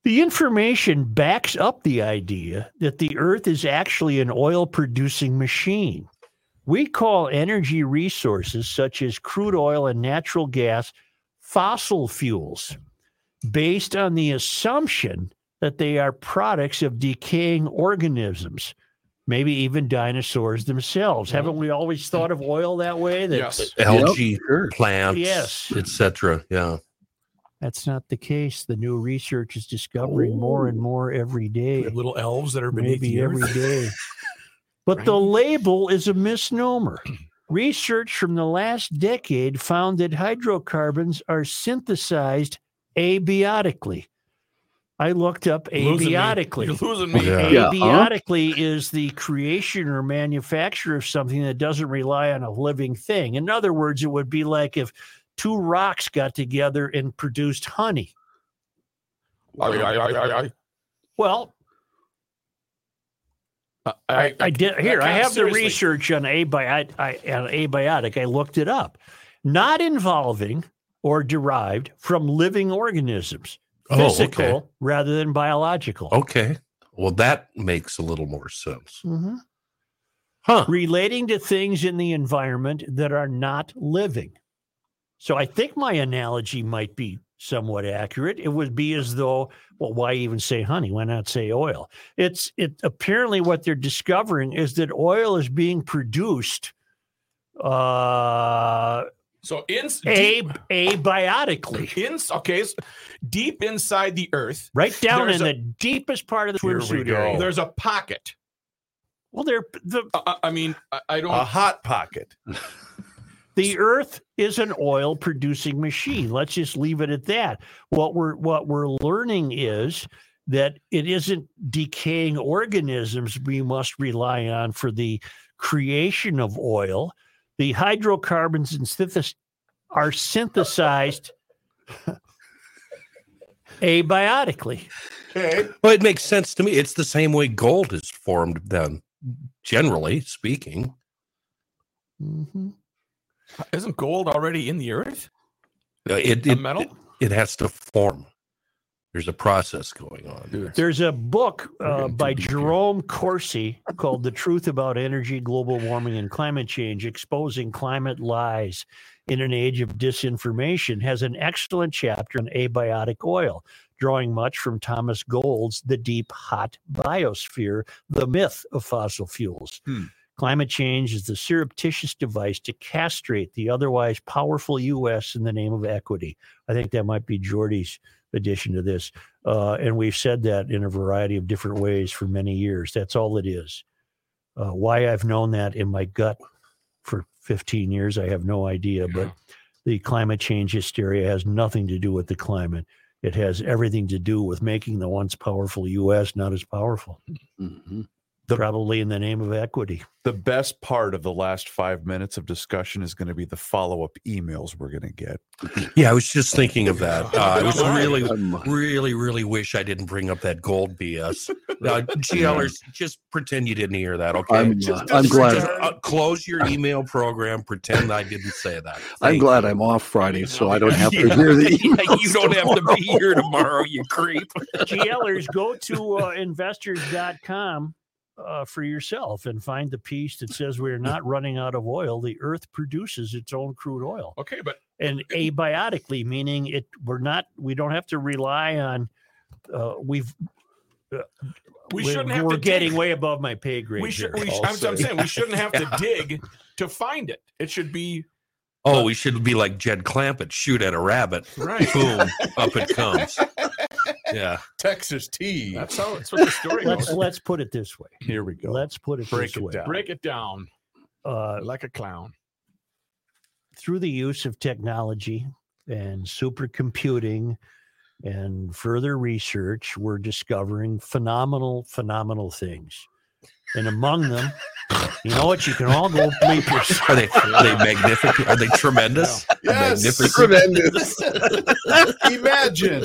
[SPEAKER 1] The information backs up the idea that the Earth is actually an oil producing machine. We call energy resources such as crude oil and natural gas fossil fuels based on the assumption that they are products of decaying organisms, maybe even dinosaurs themselves. Haven't we always thought of oil that way? That
[SPEAKER 9] Yes.
[SPEAKER 3] Algae
[SPEAKER 6] sure.
[SPEAKER 3] plants,
[SPEAKER 1] Yes.
[SPEAKER 3] etc. Yeah.
[SPEAKER 1] That's not the case. The new research is discovering more
[SPEAKER 9] Oh.
[SPEAKER 1] and more every
[SPEAKER 9] We
[SPEAKER 1] day,
[SPEAKER 9] have little elves that are beneath
[SPEAKER 1] maybe
[SPEAKER 9] the earth.
[SPEAKER 1] every day. But the label is a misnomer. Research from the last decade found that hydrocarbons are synthesized abiotically. I looked up
[SPEAKER 9] Losing me.
[SPEAKER 1] abiotically.
[SPEAKER 9] You're losing me.
[SPEAKER 3] Yeah.
[SPEAKER 6] Yeah, huh?
[SPEAKER 1] Abiotically is the creation or manufacture of something that doesn't rely on a living thing. In other words, it would be like if two rocks got together and produced honey.
[SPEAKER 9] I, I, I,
[SPEAKER 1] Well,
[SPEAKER 9] I, I,
[SPEAKER 1] I did here. I
[SPEAKER 9] kinda
[SPEAKER 1] have the
[SPEAKER 9] seriously-
[SPEAKER 1] research on abiotic. I, on abiotic. I looked it up. Not involving or derived from living organisms,
[SPEAKER 3] Oh,
[SPEAKER 1] physical
[SPEAKER 3] okay. Oh.
[SPEAKER 1] rather than biological.
[SPEAKER 3] Okay. Well, that makes a little more sense.
[SPEAKER 1] Mhm.
[SPEAKER 3] Huh.
[SPEAKER 1] relating to things in the environment that are not living. So I think my analogy might be somewhat accurate, it would be as though, well, why even say honey? Why not say oil? It's it apparently what they're discovering is that oil is being produced uh
[SPEAKER 9] So in deep,
[SPEAKER 1] ab- abiotically.
[SPEAKER 9] in okay, so deep inside the earth,
[SPEAKER 1] Right down
[SPEAKER 9] There's
[SPEAKER 1] in
[SPEAKER 9] a-
[SPEAKER 1] the deepest part of the
[SPEAKER 2] Here we
[SPEAKER 1] swimsuit
[SPEAKER 2] go.
[SPEAKER 1] area.
[SPEAKER 9] there's a pocket.
[SPEAKER 1] Well, they're the
[SPEAKER 9] I- I, I mean, I, I don't.
[SPEAKER 2] A hot pocket.
[SPEAKER 1] The Earth is an oil producing machine. Let's just leave it at that. What we're what we're learning is that it isn't decaying organisms we must rely on for the creation of oil. The hydrocarbons and synthesis are synthesized abiotically.
[SPEAKER 2] Okay.
[SPEAKER 3] Well, it makes sense to me. It's the same way gold is formed, then, generally speaking.
[SPEAKER 1] Mhm.
[SPEAKER 9] isn't gold already in the earth?
[SPEAKER 3] Uh, It,
[SPEAKER 9] A
[SPEAKER 3] it,
[SPEAKER 9] metal?
[SPEAKER 3] it, it has to form. There's a process going on. there.
[SPEAKER 1] There's a book
[SPEAKER 2] We're
[SPEAKER 1] uh,
[SPEAKER 2] getting too
[SPEAKER 1] by
[SPEAKER 2] deep here.
[SPEAKER 1] Jerome Corsi called The Truth About Energy, Global Warming, and Climate Change Exposing Climate Lies in an Age of Disinformation, has an excellent chapter on abiotic oil, drawing much from Thomas Gold's The Deep Hot Biosphere, The Myth of Fossil Fuels.
[SPEAKER 2] Hmm.
[SPEAKER 1] Climate change is the surreptitious device to castrate the otherwise powerful U.S. in the name of equity. I think that might be Jordy's addition to this. Uh, and we've said that in a variety of different ways for many years. That's all it is. Uh, why I've known that in my gut for 15 years, I have no idea. But the climate change hysteria has nothing to do with the climate. It has everything to do with making the once powerful U.S. not as powerful,
[SPEAKER 6] Mhm.
[SPEAKER 2] The-
[SPEAKER 1] probably in the name of equity.
[SPEAKER 2] The best part of the last five minutes of discussion is going to be the follow up emails we're going to get.
[SPEAKER 3] Yeah, I was just thinking of that. Uh, I was
[SPEAKER 9] All right.
[SPEAKER 3] really,
[SPEAKER 6] Um,
[SPEAKER 3] really, really wish I didn't bring up that gold BS. Uh, GLers, just pretend you didn't hear that, okay?
[SPEAKER 6] I'm, uh,
[SPEAKER 3] Just-
[SPEAKER 6] I'm
[SPEAKER 3] just-
[SPEAKER 6] glad-
[SPEAKER 3] just, uh, close your email program. Pretend I didn't say that.
[SPEAKER 6] I'm
[SPEAKER 3] Thank
[SPEAKER 6] glad
[SPEAKER 3] you.
[SPEAKER 6] I'm off Friday, so I don't have to hear the emails.
[SPEAKER 3] you don't have to be here tomorrow, you creep.
[SPEAKER 1] GLers, go to uh, investors.com uh, for yourself and find the piece that says we're not running out of oil. The earth produces its own crude oil.
[SPEAKER 9] Okay, but
[SPEAKER 1] and abiotically meaning it we're not we don't have to rely on uh, we've uh,
[SPEAKER 9] we
[SPEAKER 1] we're-
[SPEAKER 9] shouldn't have
[SPEAKER 1] we're
[SPEAKER 9] to
[SPEAKER 1] getting
[SPEAKER 9] dig.
[SPEAKER 1] way above my pay grade
[SPEAKER 9] We should.
[SPEAKER 1] here,
[SPEAKER 9] We
[SPEAKER 1] I'll
[SPEAKER 9] sh- I'm, I'm
[SPEAKER 1] say.
[SPEAKER 9] saying we shouldn't have to dig to find it. It should be
[SPEAKER 3] Oh, we should be like Jed Clampett, shoot at a rabbit,
[SPEAKER 9] right.
[SPEAKER 3] boom, up it comes. Yeah.
[SPEAKER 2] Texas tea.
[SPEAKER 9] That's how. That's what the story
[SPEAKER 1] let's
[SPEAKER 9] goes.
[SPEAKER 1] let's put it this way
[SPEAKER 2] Here we go.
[SPEAKER 1] let's put it
[SPEAKER 2] Break
[SPEAKER 1] this
[SPEAKER 2] it
[SPEAKER 1] way
[SPEAKER 2] down.
[SPEAKER 9] Break it down
[SPEAKER 1] Uh,
[SPEAKER 9] like a clown.
[SPEAKER 1] through the use of technology and supercomputing and further research we're discovering phenomenal phenomenal things and among them you know what you can all go bleep yourself
[SPEAKER 3] Are they, are they magnificent? Are they tremendous? Magnificent.
[SPEAKER 6] Tremendous.
[SPEAKER 2] Imagine.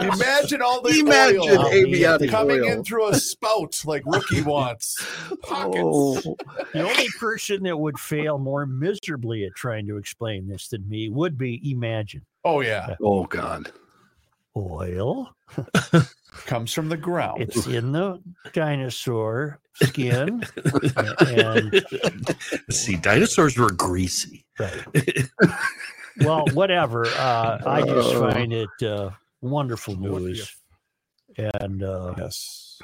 [SPEAKER 2] Imagine all the
[SPEAKER 6] Imagine
[SPEAKER 2] oil
[SPEAKER 6] abiotic
[SPEAKER 2] coming
[SPEAKER 6] oil.
[SPEAKER 2] in through a spout like Rookie wants. Pockets.
[SPEAKER 6] Oh,
[SPEAKER 1] The only person that would fail more miserably at trying to explain this than me would be imagine
[SPEAKER 2] Oh, yeah.
[SPEAKER 6] oh God.
[SPEAKER 1] oil.
[SPEAKER 2] Comes from the ground.
[SPEAKER 1] It's in the dinosaur skin. and
[SPEAKER 3] See, dinosaurs were greasy.
[SPEAKER 1] well, whatever. Uh, I just
[SPEAKER 6] Oh.
[SPEAKER 1] find it uh, wonderful
[SPEAKER 9] What the
[SPEAKER 1] news. And uh,
[SPEAKER 2] yes.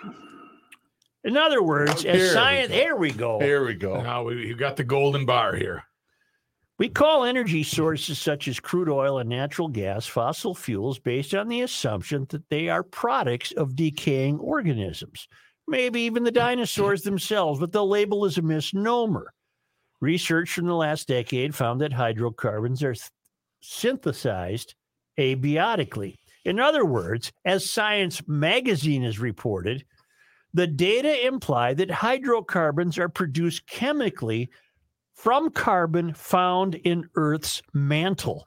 [SPEAKER 1] in other words,
[SPEAKER 2] Here Oh, we
[SPEAKER 1] as science,
[SPEAKER 2] go.
[SPEAKER 1] here we go.
[SPEAKER 2] Here we go.
[SPEAKER 9] Now we, you got the golden bar here.
[SPEAKER 1] We call energy sources such as crude oil and natural gas fossil fuels based on the assumption that they are products of decaying organisms, maybe even the dinosaurs themselves, but the label is a misnomer. Research from the last decade found that hydrocarbons are th- synthesized abiotically. In other words, as Science magazine has reported, the data imply that hydrocarbons are produced chemically from carbon found in Earth's mantle.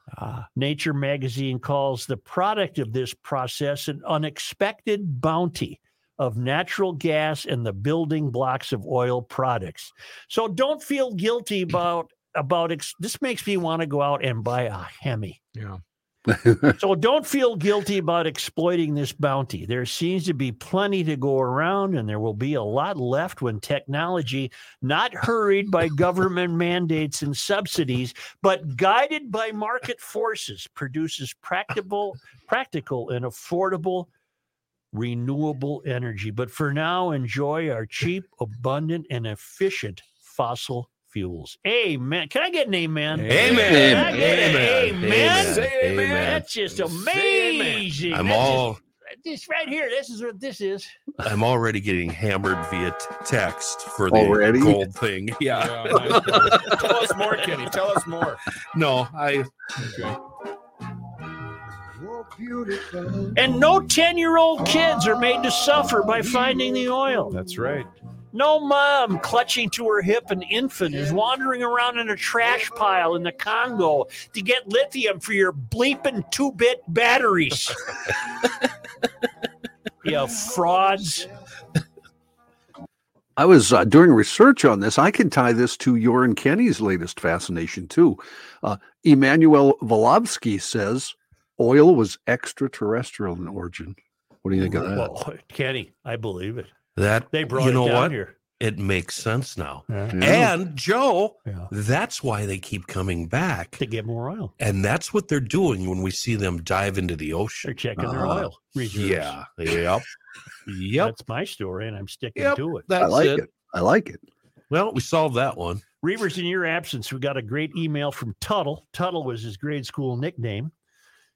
[SPEAKER 1] Nature magazine calls the product of this process an unexpected bounty of natural gas and the building blocks of oil products. So don't feel guilty about about ex- this makes me want to go out and buy a Hemi.
[SPEAKER 9] Yeah.
[SPEAKER 1] So don't feel guilty about exploiting this bounty. There seems to be plenty to go around, and there will be a lot left when technology, not hurried by government mandates and subsidies, but guided by market forces, produces practical, practical and affordable renewable energy. But for now, enjoy our cheap, abundant, and efficient fossil fuels. Amen. Can I get an amen?
[SPEAKER 3] Amen.
[SPEAKER 1] Can I get an
[SPEAKER 3] Amen.
[SPEAKER 1] amen?
[SPEAKER 9] Say amen.
[SPEAKER 1] That's just
[SPEAKER 9] Say amen.
[SPEAKER 1] amazing.
[SPEAKER 3] I'm
[SPEAKER 1] That's
[SPEAKER 3] all
[SPEAKER 1] just, this right here. This is what this is.
[SPEAKER 3] I'm already getting hammered via t- text for the
[SPEAKER 6] Already?
[SPEAKER 3] gold thing. Yeah.
[SPEAKER 9] Yeah, nice. Tell us more, Kenny. Tell us more.
[SPEAKER 3] No, I
[SPEAKER 1] And no 10 year old kids are made to suffer by finding the oil.
[SPEAKER 2] That's right.
[SPEAKER 1] No mom clutching to her hip an infant is wandering around in a trash pile in the Congo to get lithium for your bleeping two bit batteries. you frauds.
[SPEAKER 6] I was uh, doing research on this. I can tie this to your and Kenny's latest fascination, too. Uh, Emmanuel Volovsky says oil was extraterrestrial in origin. What do you think of that?
[SPEAKER 1] Well, Kenny, I believe it.
[SPEAKER 3] that
[SPEAKER 1] They brought
[SPEAKER 3] you know
[SPEAKER 1] it down
[SPEAKER 3] what?
[SPEAKER 1] here.
[SPEAKER 3] It makes sense now.
[SPEAKER 6] Yeah.
[SPEAKER 3] And Joe,
[SPEAKER 1] Yeah.
[SPEAKER 3] that's why they keep coming back.
[SPEAKER 1] To get more oil.
[SPEAKER 3] And that's what they're doing when we see them dive into the
[SPEAKER 1] They're
[SPEAKER 3] ocean.
[SPEAKER 1] checking their
[SPEAKER 6] Uh-huh.
[SPEAKER 1] oil reserves.
[SPEAKER 3] Yeah. Yep. Yep.
[SPEAKER 1] That's my story, and I'm sticking
[SPEAKER 3] Yep.
[SPEAKER 1] to it.
[SPEAKER 3] That's
[SPEAKER 6] I like
[SPEAKER 3] it.
[SPEAKER 6] it. I like it.
[SPEAKER 3] Well, we solved that one.
[SPEAKER 1] Reavers, in your absence, we got a great email from Tuttle. Tuttle was his grade school nickname.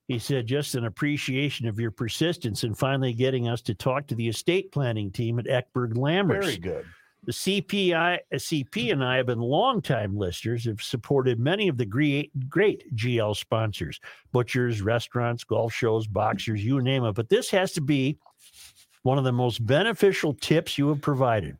[SPEAKER 1] He said, just an appreciation of your persistence in finally getting us to talk to the estate planning team at Eckberg Lammers.
[SPEAKER 9] Very good.
[SPEAKER 1] The CPI, uh, CP and I have been longtime listeners, have supported many of the great, great GL sponsors butchers, restaurants, golf shows, boxers, you name it. But this has to be one of the most beneficial tips you have provided.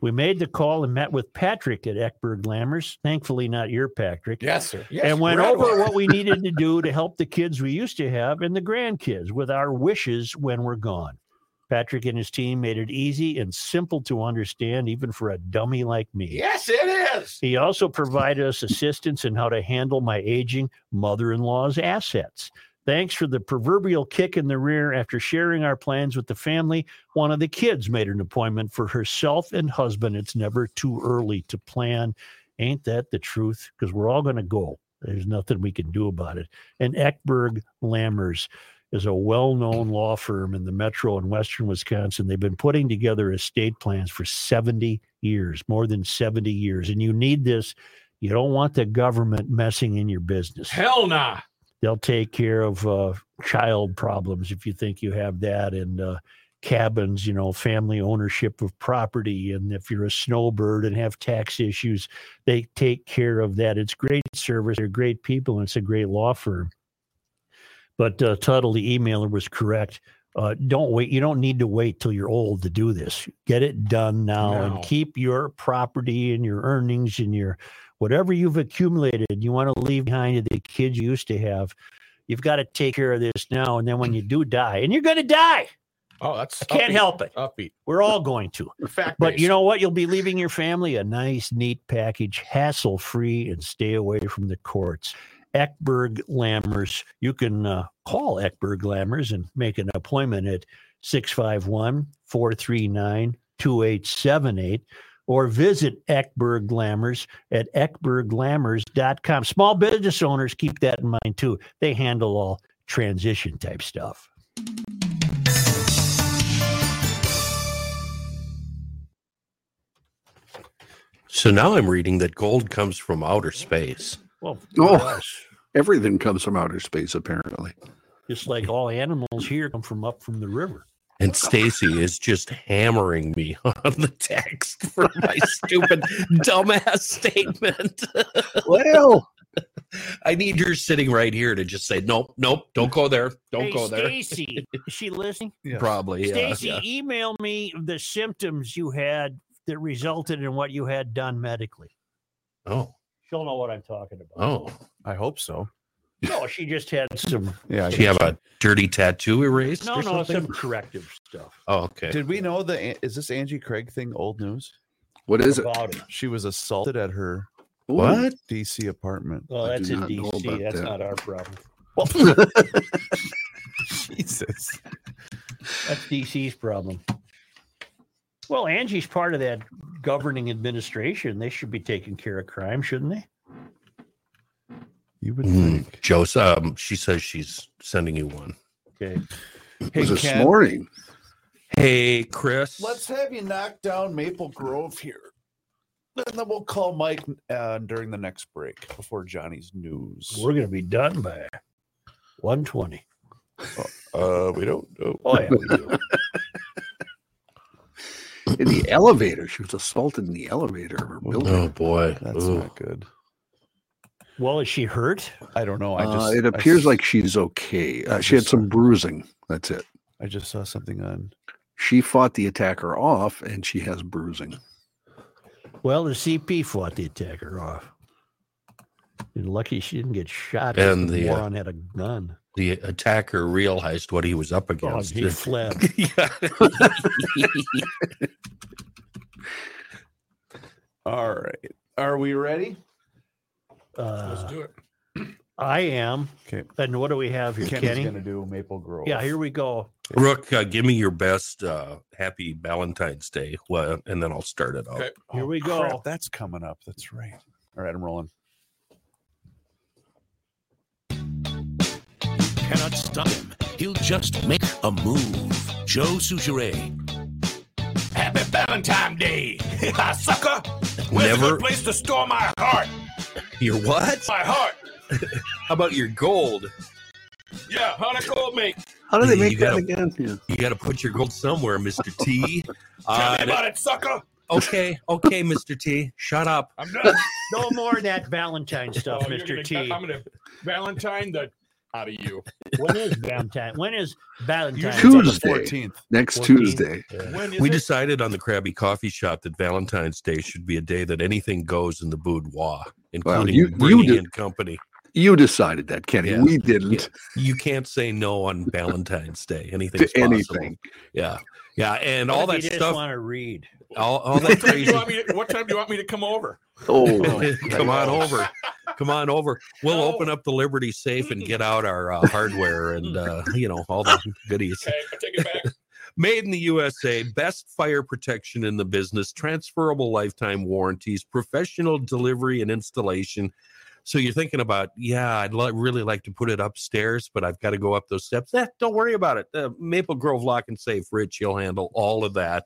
[SPEAKER 1] We made the call and met with Patrick at Eckberg Lammers, thankfully, not your Patrick
[SPEAKER 9] Yes, sir. Yes,
[SPEAKER 1] and went
[SPEAKER 9] right
[SPEAKER 1] over
[SPEAKER 9] away.
[SPEAKER 1] what we needed to do to help the kids we used to have and the grandkids with our wishes when we're gone. Patrick and his team made it easy and simple to understand, even for a dummy like me.
[SPEAKER 9] Yes, it is.
[SPEAKER 1] He also provided us assistance in how to handle my aging mother in law's assets. Thanks for the proverbial kick in the rear after sharing our plans with the family. One of the kids made an appointment for herself and husband. It's never too early to plan. Ain't that the truth? Because we're all going to go. There's nothing we can do about it. And Eckberg Lammers is a well known law firm in the metro and western Wisconsin. They've been putting together estate plans for 70 years, more than 70 years. And you need this. You don't want the government messing in your business.
[SPEAKER 9] Hell nah.
[SPEAKER 1] They'll take care of uh, child problems if you think you have that, and uh, cabins, you know, family ownership of property. And if you're a snowbird and have tax issues, they take care of that. It's great service. They're great people, and it's a great law firm. But uh, Tuttle, the emailer, was correct. Uh, don't wait. You don't need to wait till you're old to do this. Get it done now
[SPEAKER 9] Now.
[SPEAKER 1] and keep your property and your earnings and your whatever you've accumulated. You want to leave behind to the kids you used to have. You've got to take care of this now. And then when you do die, and you're going to die,
[SPEAKER 9] Oh, that's
[SPEAKER 1] I can't
[SPEAKER 9] upbeat.
[SPEAKER 1] help it.
[SPEAKER 9] Upbeat.
[SPEAKER 1] We're all going to.
[SPEAKER 9] Fact.
[SPEAKER 1] But you know what? You'll be leaving your family a nice, neat package, hassle free, and stay away from the courts. Eckberg Lammers. You can uh, call Eckberg Lammers and make an appointment at 651 439 2878 or visit Eckberg Lammers at eckberglammers.com. Small business owners, keep that in mind too. They handle all transition type stuff.
[SPEAKER 3] So now I'm reading that gold comes from outer space.
[SPEAKER 1] Well,
[SPEAKER 6] Oh.
[SPEAKER 1] gosh.
[SPEAKER 6] Everything comes from outer space, apparently.
[SPEAKER 1] just like all animals here come from up from the river.
[SPEAKER 3] And Stacy is just hammering me on the text for my stupid dumbass statement.
[SPEAKER 6] Well,
[SPEAKER 3] I need your sitting right here to just say, nope, nope, don't go there. Don't
[SPEAKER 1] hey,
[SPEAKER 3] go there.
[SPEAKER 1] Stacy, is she listening?
[SPEAKER 3] Probably. Yeah,
[SPEAKER 1] Stacy, email me the symptoms you had that resulted in what you had done medically.
[SPEAKER 3] yeah. Oh,
[SPEAKER 1] She'll know what I'm talking about.
[SPEAKER 3] oh.
[SPEAKER 2] I hope so.
[SPEAKER 6] Oh.
[SPEAKER 1] No, she just had some
[SPEAKER 2] Yeah.
[SPEAKER 3] Do you have a dirty tattoo erased?
[SPEAKER 1] no, no,
[SPEAKER 3] or something?
[SPEAKER 1] some corrective stuff
[SPEAKER 3] Oh, okay.
[SPEAKER 2] Did we know the is this Angie Craig thing old news?
[SPEAKER 6] what is it?
[SPEAKER 1] about it.
[SPEAKER 2] She was assaulted at her
[SPEAKER 6] Ooh,
[SPEAKER 3] What?
[SPEAKER 2] DC apartment.
[SPEAKER 1] Well,
[SPEAKER 6] I
[SPEAKER 1] that's
[SPEAKER 6] do
[SPEAKER 1] in
[SPEAKER 6] not know
[SPEAKER 1] DC.
[SPEAKER 6] about
[SPEAKER 1] That's
[SPEAKER 6] that.
[SPEAKER 1] not our problem. Well,
[SPEAKER 2] Jesus.
[SPEAKER 1] That's DC's problem. Well, Angie's part of that governing administration. They should be taking care of crime, shouldn't they?
[SPEAKER 2] You would
[SPEAKER 3] Mm,
[SPEAKER 2] think.
[SPEAKER 3] Joseph, um, she says she's sending you one.
[SPEAKER 1] Okay.
[SPEAKER 2] Hey,
[SPEAKER 6] was this
[SPEAKER 2] Ken,
[SPEAKER 6] morning.
[SPEAKER 3] Hey, Chris.
[SPEAKER 2] let's have you knock down Maple Grove here. And then we'll call Mike uh, during the next break before Johnny's news.
[SPEAKER 1] We're going to be done by 120.
[SPEAKER 2] Uh, we don't know.
[SPEAKER 1] Oh, yeah. we do.
[SPEAKER 6] in the elevator. She was assaulted in the elevator of her building.
[SPEAKER 3] Oh boy.
[SPEAKER 2] That's
[SPEAKER 3] Ooh.
[SPEAKER 2] not good.
[SPEAKER 1] well, is she hurt?
[SPEAKER 2] I don't know. I
[SPEAKER 6] Uh,
[SPEAKER 2] just
[SPEAKER 6] it
[SPEAKER 2] I
[SPEAKER 6] appears
[SPEAKER 2] s-
[SPEAKER 6] like she's okay. Uh,
[SPEAKER 2] I
[SPEAKER 6] she had
[SPEAKER 2] just-
[SPEAKER 6] some bruising. That's it.
[SPEAKER 2] I just saw something on.
[SPEAKER 6] She fought the attacker off, and she has bruising.
[SPEAKER 1] Well, the CP fought the attacker off. And lucky she didn't get shot.
[SPEAKER 3] And
[SPEAKER 1] because
[SPEAKER 3] the, uh,
[SPEAKER 1] moron had a gun.
[SPEAKER 3] The attacker realized what he was up
[SPEAKER 1] Oh,
[SPEAKER 3] against.
[SPEAKER 1] he fled.
[SPEAKER 2] All right. Are we ready?
[SPEAKER 9] Let's
[SPEAKER 1] Uh,
[SPEAKER 9] do it.
[SPEAKER 1] I am.
[SPEAKER 2] Okay.
[SPEAKER 1] And what do we have here,
[SPEAKER 2] Kenny's
[SPEAKER 1] Kenny?
[SPEAKER 2] gonna do Maple Grove.
[SPEAKER 1] Yeah, here we go.
[SPEAKER 3] Rook, uh, give me your best uh, happy Valentine's Day, well, and then I'll start it off.
[SPEAKER 9] Okay.
[SPEAKER 1] Here we
[SPEAKER 2] Oh, crap,
[SPEAKER 1] go.
[SPEAKER 2] that's coming up. That's right. All right, I'm rolling.
[SPEAKER 8] cannot stop him. He'll just make a move. Joe Sujere.
[SPEAKER 9] Happy Valentine's Day, Ah, sucker! Where's a
[SPEAKER 3] Never-
[SPEAKER 9] good place to store my heart?
[SPEAKER 3] Your what?
[SPEAKER 9] My heart.
[SPEAKER 3] How about your gold?
[SPEAKER 9] Yeah, honey, gold make.
[SPEAKER 6] How do they
[SPEAKER 3] You
[SPEAKER 6] make that
[SPEAKER 3] gotta-
[SPEAKER 6] again? Yeah.
[SPEAKER 3] You got to put your gold somewhere, Mister T.
[SPEAKER 9] Tell me
[SPEAKER 3] Uh,
[SPEAKER 9] about it, sucker.
[SPEAKER 3] okay, okay, Mister T. Shut up.
[SPEAKER 9] I'm done.
[SPEAKER 1] No more of that Valentine stuff,
[SPEAKER 9] Oh, you're
[SPEAKER 1] Mr. T.
[SPEAKER 9] gonna- I'm gonna Valentine the out of you.
[SPEAKER 1] When is Valentine? When is Valentine?
[SPEAKER 6] Usually
[SPEAKER 2] Usually it's
[SPEAKER 6] Tuesday.
[SPEAKER 2] on the 14th.
[SPEAKER 6] Next
[SPEAKER 1] 14th.
[SPEAKER 6] Tuesday.
[SPEAKER 9] When is
[SPEAKER 3] We
[SPEAKER 9] it?
[SPEAKER 3] decided on the Krabby Coffee Shop that Valentine's Day should be a day that anything goes in the boudoir, including
[SPEAKER 6] you- you
[SPEAKER 3] bringing
[SPEAKER 6] did-
[SPEAKER 3] in company.
[SPEAKER 6] You decided that, Kenny.
[SPEAKER 3] Yeah.
[SPEAKER 6] We didn't
[SPEAKER 3] You can't say no on Valentine's Day. Anything's
[SPEAKER 6] to
[SPEAKER 3] possible.
[SPEAKER 6] anything.
[SPEAKER 3] Yeah, yeah, and all that
[SPEAKER 1] you just
[SPEAKER 3] stuff,
[SPEAKER 1] want to read.
[SPEAKER 3] all, all that
[SPEAKER 9] What time do you
[SPEAKER 3] crazy.
[SPEAKER 9] want me to- what time do you want me to come over?
[SPEAKER 6] Oh,
[SPEAKER 3] Come on over. Come on over. We'll
[SPEAKER 9] No.
[SPEAKER 3] open up the Liberty safe and get out our uh, hardware and uh, you know all the goodies.
[SPEAKER 9] Okay, I take it back.
[SPEAKER 3] Made in the USA, best fire protection in the business, transferable lifetime warranties, professional delivery and installation. So you're thinking about, yeah, I'd li- really like to put it upstairs, but I've got to go up those steps. Eh, don't worry about it. Uh, Maple Grove Lock and Safe, Rich, he'll handle all of that.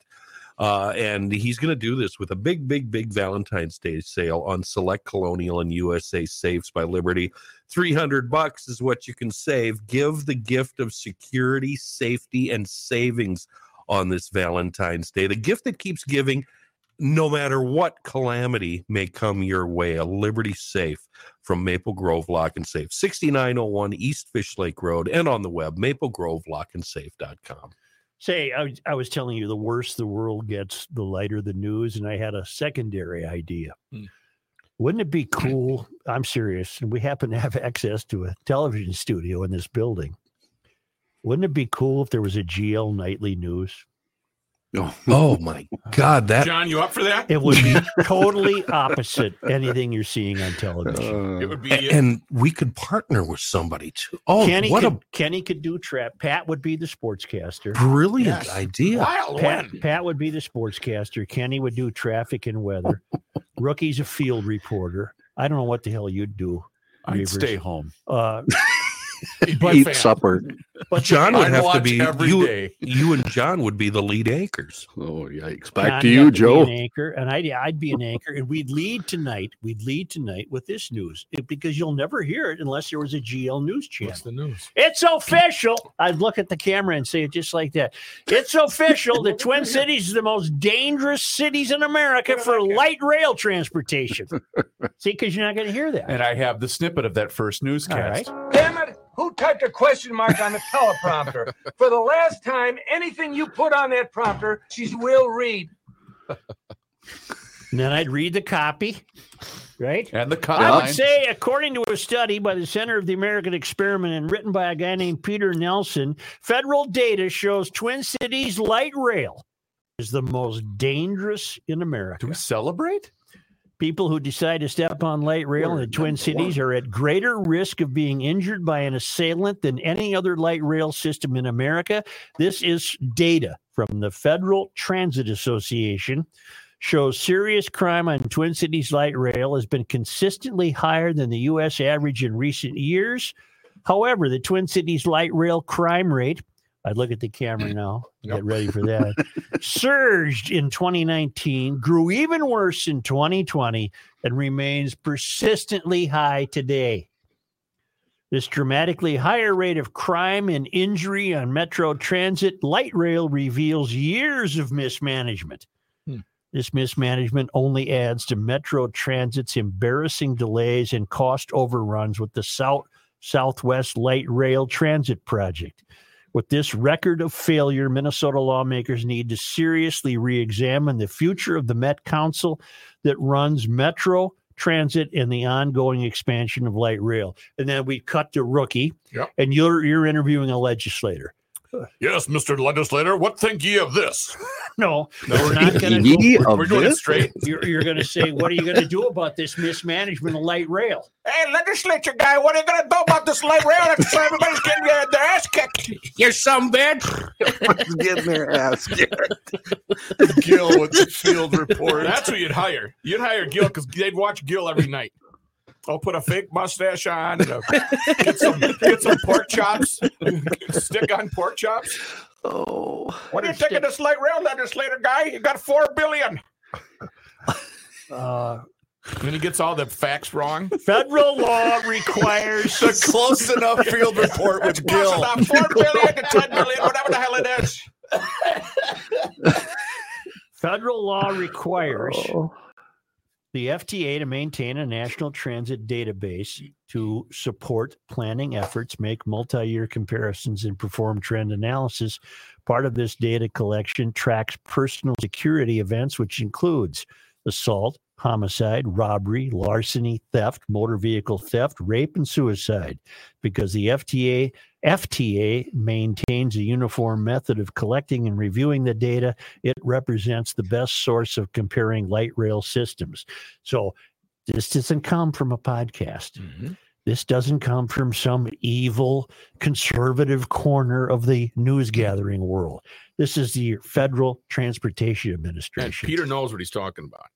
[SPEAKER 3] Uh, and he's going to do this with a big, big, big Valentine's Day sale on select Colonial and USA safes by Liberty. 300 bucks is what you can save. Give the gift of security, safety, and savings on this Valentine's Day. The gift that keeps giving no matter what calamity may come your way. A Liberty Safe from Maple Grove Lock and Safe, 6901 East Fish Lake Road, and on the web, maplegrovelockandsafe.com.
[SPEAKER 1] Say, I, was- I was telling you, the worse the world gets, the lighter the news. And I had a secondary idea.
[SPEAKER 9] Hmm.
[SPEAKER 1] Wouldn't it be cool? I'm serious. And we happen to have access to a television studio in this building. Wouldn't it be cool if there was a GL nightly news?
[SPEAKER 3] Oh my God, that
[SPEAKER 9] John, you up for that?
[SPEAKER 1] It would be totally opposite anything you're seeing on television.
[SPEAKER 9] It
[SPEAKER 6] Uh,
[SPEAKER 9] would
[SPEAKER 3] A-
[SPEAKER 9] be
[SPEAKER 3] and we could partner with somebody too. Oh,
[SPEAKER 1] Kenny,
[SPEAKER 3] what
[SPEAKER 1] could,
[SPEAKER 3] a
[SPEAKER 1] Kenny could do trap. Pat would be the sportscaster.
[SPEAKER 3] brilliant
[SPEAKER 9] Yes.
[SPEAKER 3] idea!
[SPEAKER 9] wild
[SPEAKER 1] Pat,
[SPEAKER 9] one.
[SPEAKER 1] Pat would be the sportscaster. Kenny would do traffic and weather. Rookie's a field reporter. I don't know what the hell you'd do.
[SPEAKER 2] I'd
[SPEAKER 1] Reavers.
[SPEAKER 2] stay home.
[SPEAKER 1] Uh,
[SPEAKER 9] He'd be a
[SPEAKER 6] eat
[SPEAKER 9] fan.
[SPEAKER 6] supper.
[SPEAKER 1] but
[SPEAKER 3] John would
[SPEAKER 9] I'd
[SPEAKER 3] have to
[SPEAKER 9] watch
[SPEAKER 3] be
[SPEAKER 9] every
[SPEAKER 3] you.
[SPEAKER 9] day.
[SPEAKER 3] You and John would be the lead anchors.
[SPEAKER 6] Oh, yikes.
[SPEAKER 1] and
[SPEAKER 6] Back
[SPEAKER 1] I'd
[SPEAKER 6] to
[SPEAKER 1] have
[SPEAKER 6] you,
[SPEAKER 1] be
[SPEAKER 6] Joe.
[SPEAKER 1] an anchor, and I'd, I'd be an anchor, and we'd lead tonight. We'd lead tonight with this news it, because you'll never hear it unless there was a GL news channel.
[SPEAKER 9] What's the news?
[SPEAKER 1] It's official. I'd look at the camera and say it just like that. It's official. The Twin Cities is the most dangerous cities in America for light rail transportation. See, because you're not going to hear that.
[SPEAKER 2] And I have the snippet of that first newscast.
[SPEAKER 10] Damn it! Who typed a question mark on the teleprompter? For the last time, anything you put on that prompter, she will read.
[SPEAKER 1] And then I'd read the copy, right?
[SPEAKER 2] And the cut
[SPEAKER 1] I
[SPEAKER 2] line.
[SPEAKER 1] would say, according to a study by the Center of the American Experiment and written by a guy named Peter Nelson, federal data shows Twin Cities light rail is the most dangerous in America.
[SPEAKER 2] do we celebrate?
[SPEAKER 1] People who decide to step on light rail in the Twin Cities are at greater risk of being injured by an assailant than any other light rail system in America. This is data from the Federal Transit Association shows serious crime on Twin Cities light rail has been consistently higher than the US average in recent years. However, the Twin Cities light rail crime rate I look at the camera now. Get ready for that. Surged in 2019, grew even worse in 2020, and remains persistently high today. This dramatically higher rate of crime and injury on Metro Transit light rail reveals years of mismanagement.
[SPEAKER 11] Hmm.
[SPEAKER 1] This mismanagement only adds to Metro Transit's embarrassing delays and cost overruns with the South Southwest Light Rail Transit Project. With this record of failure, Minnesota lawmakers need to seriously re examine the future of the Met Council that runs Metro Transit and the ongoing expansion of light rail. And then we cut to rookie,
[SPEAKER 9] Yep.
[SPEAKER 1] and you're, you're interviewing a legislator.
[SPEAKER 9] Yes, Mr. Legislator, what think ye of this?
[SPEAKER 1] No, we're not going to.
[SPEAKER 3] Ye of
[SPEAKER 9] We're doing it
[SPEAKER 3] this?
[SPEAKER 9] straight.
[SPEAKER 1] You're, you're going to say, what are you going to do about this mismanagement of light rail?
[SPEAKER 10] Hey, legislature guy, what are you gonna do about this light rail? That's why everybody's getting their, their ass kicked.
[SPEAKER 3] You're some bitch.
[SPEAKER 6] Getting their ass kicked.
[SPEAKER 2] Gil with the field report.
[SPEAKER 9] That's who you'd hire. You'd hire Gil because they'd watch Gil every night. I'll put a fake mustache on, and a, get, some, get some pork chops, stick on pork chops.
[SPEAKER 6] Oh,
[SPEAKER 10] What are you thinking of this light rail, legislator guy? You got four billion.
[SPEAKER 1] Uh,
[SPEAKER 9] And then he gets all the facts wrong.
[SPEAKER 1] federal law requires.
[SPEAKER 2] the close enough field report with
[SPEAKER 10] Close
[SPEAKER 2] Gil.
[SPEAKER 10] enough. Four billion to ten billion, whatever the hell it is.
[SPEAKER 1] Federal law requires the FTA to maintain a national transit database to support planning efforts, make multi year comparisons, and perform trend analysis. Part of this data collection tracks personal security events, which includes assault, homicide, robbery, larceny, theft, motor vehicle theft, rape, and suicide, because the FTA. FTA maintains a uniform method of collecting and reviewing the data it represents the best source of comparing light rail systems. So this doesn't come from a podcast.
[SPEAKER 2] Mm-hmm.
[SPEAKER 1] This doesn't come from some evil conservative corner of the news gathering world. This is the Federal Transportation
[SPEAKER 9] And
[SPEAKER 1] Administration.
[SPEAKER 9] Peter knows what he's talking about.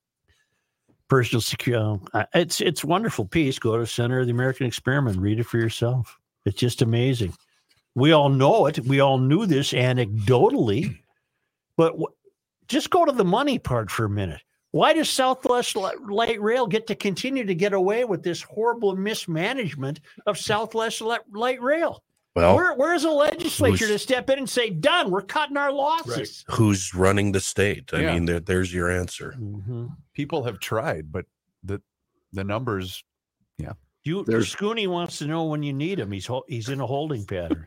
[SPEAKER 1] Personal security. It's it's wonderful piece. Go to Center of the American Experiment. Read it for yourself. It's just amazing. We all know it. We all knew this anecdotally, but w- just go to the money part for a minute. Why does Southwest Li- Light Rail get to continue to get away with this horrible mismanagement of Southwest Li- Light Rail?
[SPEAKER 2] Oh.
[SPEAKER 3] Well,
[SPEAKER 1] Where, where's the legislature
[SPEAKER 3] Who's-
[SPEAKER 1] to step in and say, "Done. We're cutting our losses."
[SPEAKER 3] who's running the state? I
[SPEAKER 2] Yeah.
[SPEAKER 3] mean, there, there's your answer.
[SPEAKER 1] Mhm.
[SPEAKER 2] People have tried, but the the numbers.
[SPEAKER 1] You,
[SPEAKER 6] There's-
[SPEAKER 1] Scooney wants to know when you need him. He's hol- he's in a holding pattern.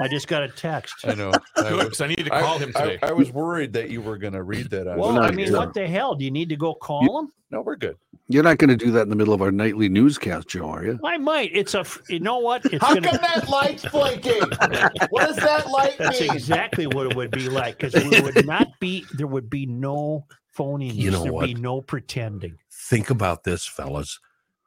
[SPEAKER 1] I just got a text.
[SPEAKER 2] I know. I
[SPEAKER 9] Good,
[SPEAKER 2] was,
[SPEAKER 9] 'cause I need to
[SPEAKER 2] I-
[SPEAKER 9] call him
[SPEAKER 2] I-
[SPEAKER 9] today.
[SPEAKER 2] I was worried that you were going to read that. out.
[SPEAKER 1] Well,
[SPEAKER 6] not
[SPEAKER 1] I mean,
[SPEAKER 6] sure.
[SPEAKER 1] what the hell? Do you need to go call him?
[SPEAKER 2] no, we're good.
[SPEAKER 6] You're not going to do that in the middle of our nightly newscast, Joe, are you?
[SPEAKER 1] I might. It's a. f- You know what? It's
[SPEAKER 12] How
[SPEAKER 1] gonna.
[SPEAKER 12] come that light's blinking? what does that light
[SPEAKER 1] that's
[SPEAKER 12] mean?
[SPEAKER 1] exactly what it would be like because we would not be. There would be no phoniness.
[SPEAKER 3] You know
[SPEAKER 1] There'd be
[SPEAKER 3] what?
[SPEAKER 1] no pretending.
[SPEAKER 3] Think about this, fellas.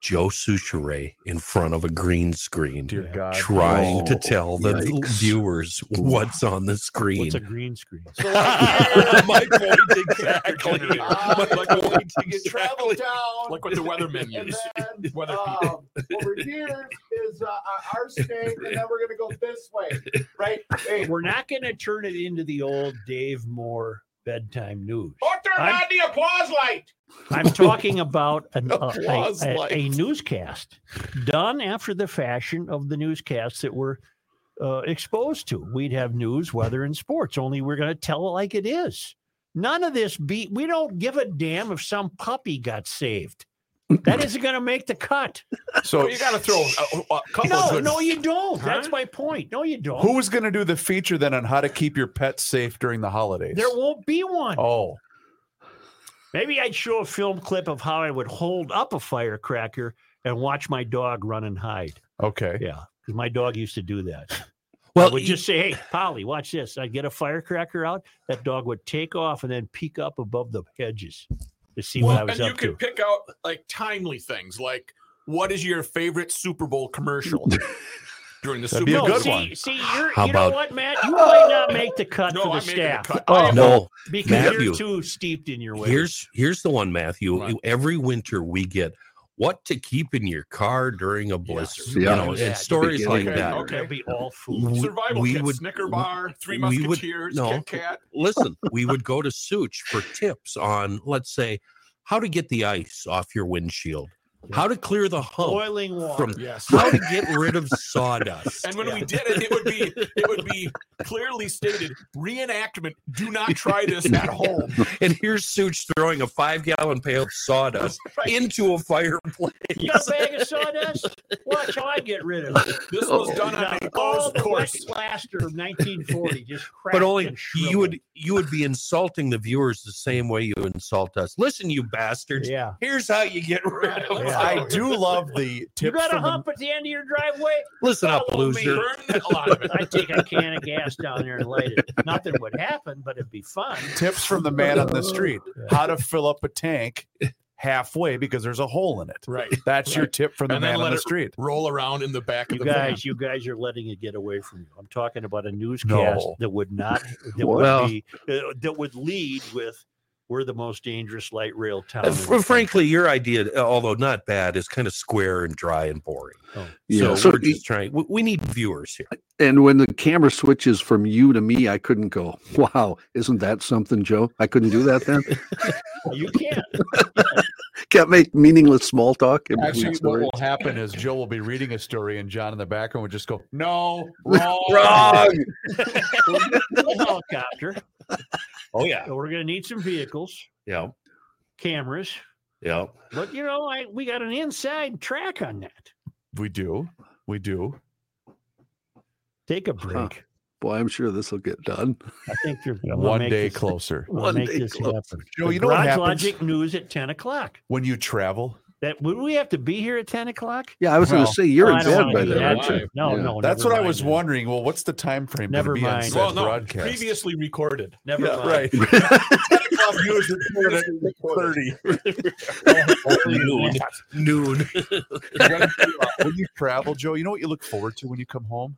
[SPEAKER 3] Joe Souchere in front of a green screen,
[SPEAKER 2] Dear
[SPEAKER 1] Yeah.
[SPEAKER 2] God.
[SPEAKER 3] trying to
[SPEAKER 6] Oh,
[SPEAKER 3] tell the
[SPEAKER 6] yikes.
[SPEAKER 3] viewers what's on the screen.
[SPEAKER 1] What's a green screen?
[SPEAKER 3] My point exactly.
[SPEAKER 12] Ah,
[SPEAKER 3] My
[SPEAKER 12] it's like
[SPEAKER 3] point
[SPEAKER 12] you travel
[SPEAKER 3] exactly.
[SPEAKER 12] down.
[SPEAKER 9] Look what the weatherman
[SPEAKER 12] and
[SPEAKER 9] used.
[SPEAKER 12] then
[SPEAKER 9] Weather
[SPEAKER 10] Uh,
[SPEAKER 9] people.
[SPEAKER 12] um, over here is uh, our- our state, and then we're gonna go this way, right? Hey,
[SPEAKER 1] We're not going to turn it into the old Dave Moore bedtime news.
[SPEAKER 12] or turn
[SPEAKER 1] I'm-
[SPEAKER 12] on the applause light.
[SPEAKER 1] I'm talking about an, uh, a,
[SPEAKER 2] Applause
[SPEAKER 1] a-
[SPEAKER 2] lights.
[SPEAKER 1] a newscast done after the fashion of the newscasts that we're uh, exposed to. We'd have news, weather, and sports, only we're going to tell it like it is. None of this beat. We don't give a damn if some puppy got saved. That isn't going to make the cut.
[SPEAKER 2] Oh,
[SPEAKER 9] So
[SPEAKER 2] So
[SPEAKER 9] you got to throw a, a couple of
[SPEAKER 1] No,
[SPEAKER 9] good-
[SPEAKER 1] no, you don't. That's
[SPEAKER 9] Huh?
[SPEAKER 1] my point. No, you don't.
[SPEAKER 2] who was going to do the feature then on how to keep your pets safe during the holidays?
[SPEAKER 1] there won't be one.
[SPEAKER 2] oh,
[SPEAKER 1] Maybe I'd show a film clip of how I would hold up a firecracker and watch my dog run and hide.
[SPEAKER 2] okay.
[SPEAKER 1] Yeah, because my dog used to do that. I
[SPEAKER 3] Well,
[SPEAKER 1] would just say, "Hey, Polly, watch this." I'd get a firecracker out. That dog would take off and then peek up above the hedges. to see
[SPEAKER 9] Well,
[SPEAKER 1] what I was
[SPEAKER 9] and you
[SPEAKER 1] up to.
[SPEAKER 9] could pick out like timely things, like what is your favorite Super Bowl commercial during the
[SPEAKER 2] That'd
[SPEAKER 9] Super
[SPEAKER 2] be a
[SPEAKER 9] Bowl?
[SPEAKER 2] good
[SPEAKER 1] see,
[SPEAKER 2] one.
[SPEAKER 1] See, you're,
[SPEAKER 3] How
[SPEAKER 1] you
[SPEAKER 3] about-
[SPEAKER 1] know what, Matt? You might not make the cut
[SPEAKER 9] No,
[SPEAKER 1] for the
[SPEAKER 9] I'm making the
[SPEAKER 1] staff
[SPEAKER 9] cut.
[SPEAKER 1] Oh,
[SPEAKER 9] I am-
[SPEAKER 3] No,
[SPEAKER 1] because
[SPEAKER 3] Matthew.
[SPEAKER 1] you're too steeped in your ways.
[SPEAKER 3] here's here's the one, Matthew.
[SPEAKER 9] What?
[SPEAKER 3] Every winter we get what to keep in your car during a blizzard. You
[SPEAKER 6] Yeah.
[SPEAKER 3] know,
[SPEAKER 1] Yeah,
[SPEAKER 3] and stories like
[SPEAKER 9] okay,
[SPEAKER 3] that.
[SPEAKER 9] okay.
[SPEAKER 1] That'll be all food.
[SPEAKER 3] We-
[SPEAKER 9] Survival
[SPEAKER 3] we
[SPEAKER 9] kit,
[SPEAKER 3] would-
[SPEAKER 9] Snicker bar, Three
[SPEAKER 3] we would-
[SPEAKER 9] Musketeers,
[SPEAKER 3] no.
[SPEAKER 9] Kit Kat.
[SPEAKER 3] Listen, we would go to Such for tips on, let's say, how to get the ice off your windshield, how to clear the hump,
[SPEAKER 1] Boiling water.
[SPEAKER 3] from
[SPEAKER 9] Yes.
[SPEAKER 3] how to get rid of sawdust.
[SPEAKER 9] And when we did it, it would be it would be clearly stated reenactment. Do not try this at home.
[SPEAKER 3] and here's Such throwing a five gallon pail of sawdust into a fireplace.
[SPEAKER 1] You got a bag of sawdust? Watch how I get rid of it.
[SPEAKER 9] This was done on
[SPEAKER 1] all
[SPEAKER 9] a closed
[SPEAKER 1] the wet
[SPEAKER 9] course.
[SPEAKER 1] plaster of 1940 just cracked
[SPEAKER 3] but only
[SPEAKER 1] and
[SPEAKER 3] you
[SPEAKER 1] shriveled.
[SPEAKER 3] would you would be insulting the viewers the same way you insult us. Listen, you bastards.
[SPEAKER 1] Yeah.
[SPEAKER 3] Here's how you get rid of.
[SPEAKER 1] Yeah.
[SPEAKER 2] I do love the
[SPEAKER 1] You
[SPEAKER 2] tips
[SPEAKER 1] got a
[SPEAKER 2] from the,
[SPEAKER 1] hump at the end of your driveway?
[SPEAKER 3] Listen up,
[SPEAKER 1] Follow me.
[SPEAKER 3] loser.
[SPEAKER 9] Burn a lot of it.
[SPEAKER 1] I'd take a can of gas down there and light it. Nothing would happen, but it'd be fun.
[SPEAKER 2] tips from the man on the street.
[SPEAKER 1] Yeah.
[SPEAKER 2] How to fill up a tank halfway because there's a hole in it.
[SPEAKER 9] Right.
[SPEAKER 2] That's your tip from the
[SPEAKER 9] And then
[SPEAKER 2] man on
[SPEAKER 9] let
[SPEAKER 2] the
[SPEAKER 9] it
[SPEAKER 2] street.
[SPEAKER 9] Roll around in the back of
[SPEAKER 1] You
[SPEAKER 9] the van.
[SPEAKER 1] guys, you guys are letting it get away from you. I'm talking about a newscast
[SPEAKER 2] No.
[SPEAKER 1] that would not, that would
[SPEAKER 3] Well-
[SPEAKER 1] be, uh, that would lead with, "We're the most dangerous light rail town."
[SPEAKER 3] Uh,
[SPEAKER 1] in the
[SPEAKER 3] fr-
[SPEAKER 1] country."
[SPEAKER 3] frankly, your idea, uh, although not bad, is kind of square and dry and boring.
[SPEAKER 1] Oh.
[SPEAKER 3] So,
[SPEAKER 6] Yeah. So
[SPEAKER 3] we're
[SPEAKER 6] the-
[SPEAKER 3] just trying. We, we need viewers here.
[SPEAKER 6] And when the camera switches from you to me, I couldn't go, wow, isn't that something, Joe? I couldn't do that then.
[SPEAKER 1] you can't.
[SPEAKER 6] Can't make meaningless small talk. in between
[SPEAKER 2] Actually, what
[SPEAKER 6] stories.
[SPEAKER 2] will happen is Joe will be reading a story, and John in the background would just go, "No, wrong."
[SPEAKER 1] helicopter.
[SPEAKER 3] Oh yeah,
[SPEAKER 1] We're going to need some vehicles,
[SPEAKER 3] yeah,
[SPEAKER 1] cameras,
[SPEAKER 3] yeah.
[SPEAKER 1] but you know, I we got an inside track on that.
[SPEAKER 2] We do, we do.
[SPEAKER 1] Take a break.
[SPEAKER 6] Boy, I'm sure this will get done.
[SPEAKER 1] I think you're we'll
[SPEAKER 2] One
[SPEAKER 1] make
[SPEAKER 2] day
[SPEAKER 1] this-
[SPEAKER 2] closer.
[SPEAKER 1] We'll
[SPEAKER 6] One
[SPEAKER 1] make
[SPEAKER 6] day
[SPEAKER 1] this
[SPEAKER 6] closer.
[SPEAKER 1] happen.
[SPEAKER 2] Joe,
[SPEAKER 1] The
[SPEAKER 2] you know what
[SPEAKER 1] Garage
[SPEAKER 2] happens?
[SPEAKER 1] Logic news at ten o'clock.
[SPEAKER 2] When you travel,
[SPEAKER 1] That would we have to be here at ten o'clock?
[SPEAKER 6] Yeah, I was
[SPEAKER 2] Well,
[SPEAKER 6] going to say you're
[SPEAKER 1] Oh, I
[SPEAKER 6] in
[SPEAKER 1] don't
[SPEAKER 6] bed
[SPEAKER 1] wanna
[SPEAKER 6] by
[SPEAKER 1] do
[SPEAKER 6] then,
[SPEAKER 1] that.
[SPEAKER 6] aren't you?
[SPEAKER 1] No,
[SPEAKER 6] Yeah.
[SPEAKER 1] no.
[SPEAKER 2] that's
[SPEAKER 1] never
[SPEAKER 2] what I
[SPEAKER 1] mind
[SPEAKER 2] was
[SPEAKER 1] then.
[SPEAKER 2] wondering. Well, what's the time frame
[SPEAKER 1] Never
[SPEAKER 2] to be on
[SPEAKER 1] mind.
[SPEAKER 2] said
[SPEAKER 9] well, no,
[SPEAKER 2] broadcast?
[SPEAKER 9] previously recorded.
[SPEAKER 1] Never
[SPEAKER 2] yeah,
[SPEAKER 1] mind.
[SPEAKER 2] right.
[SPEAKER 9] Thirty.
[SPEAKER 3] Noon, noon.
[SPEAKER 2] You gotta tell you what, when you travel, Joe, you know what you look forward to when you come home?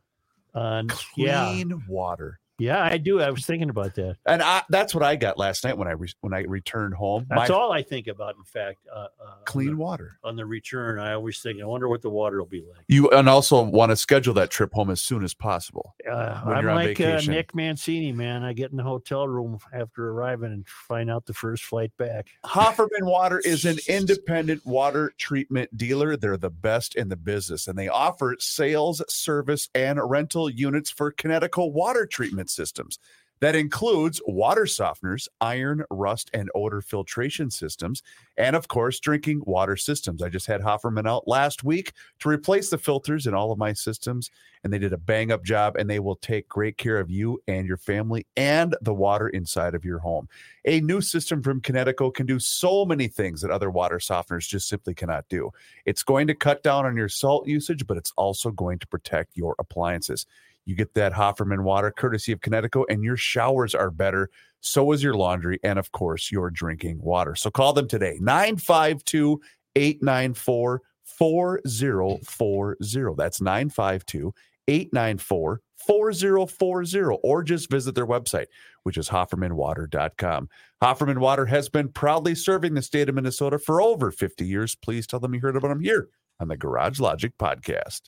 [SPEAKER 1] Uh, yeah,
[SPEAKER 2] Clean water.
[SPEAKER 1] yeah, I do. I was thinking about that.
[SPEAKER 2] And I, that's what I got last night when I re- when I returned home.
[SPEAKER 1] That's
[SPEAKER 2] my
[SPEAKER 1] all I think about. In fact, uh, uh,
[SPEAKER 2] clean
[SPEAKER 1] on
[SPEAKER 2] water.
[SPEAKER 1] the, on the return, I always think, I wonder what the water will be like.
[SPEAKER 2] You and also want to schedule that trip home as soon as possible.
[SPEAKER 1] Uh,
[SPEAKER 2] When
[SPEAKER 1] I'm
[SPEAKER 2] you're on
[SPEAKER 1] like uh,
[SPEAKER 2] vacation.
[SPEAKER 1] Nick Mancini, man. I get in the hotel room after arriving and find out the first flight back.
[SPEAKER 2] Hofferman Water is an independent water treatment dealer. They're the best in the business, and they offer sales, service, and rental units for Connecticut water treatment systems. That includes water softeners, iron, rust, and odor filtration systems, and of course, drinking water systems. I just had Hofferman out last week to replace the filters in all of my systems, and they did a bang up job, and they will take great care of you and your family and the water inside of your home. A new system from Kinetico can do so many things that other water softeners just simply cannot do. It's going to cut down on your salt usage, but it's also going to protect your appliances. You get that Hofferman water courtesy of Kinetico, and your showers are better. So is your laundry, and of course, your drinking water. So call them today 952 894 4040. That's 952 894 4040, or just visit their website which is HoffermanWater.com. Hofferman Water has been proudly serving the state of Minnesota for over 50 years. Please tell them you heard about them here on the Garage Logic Podcast.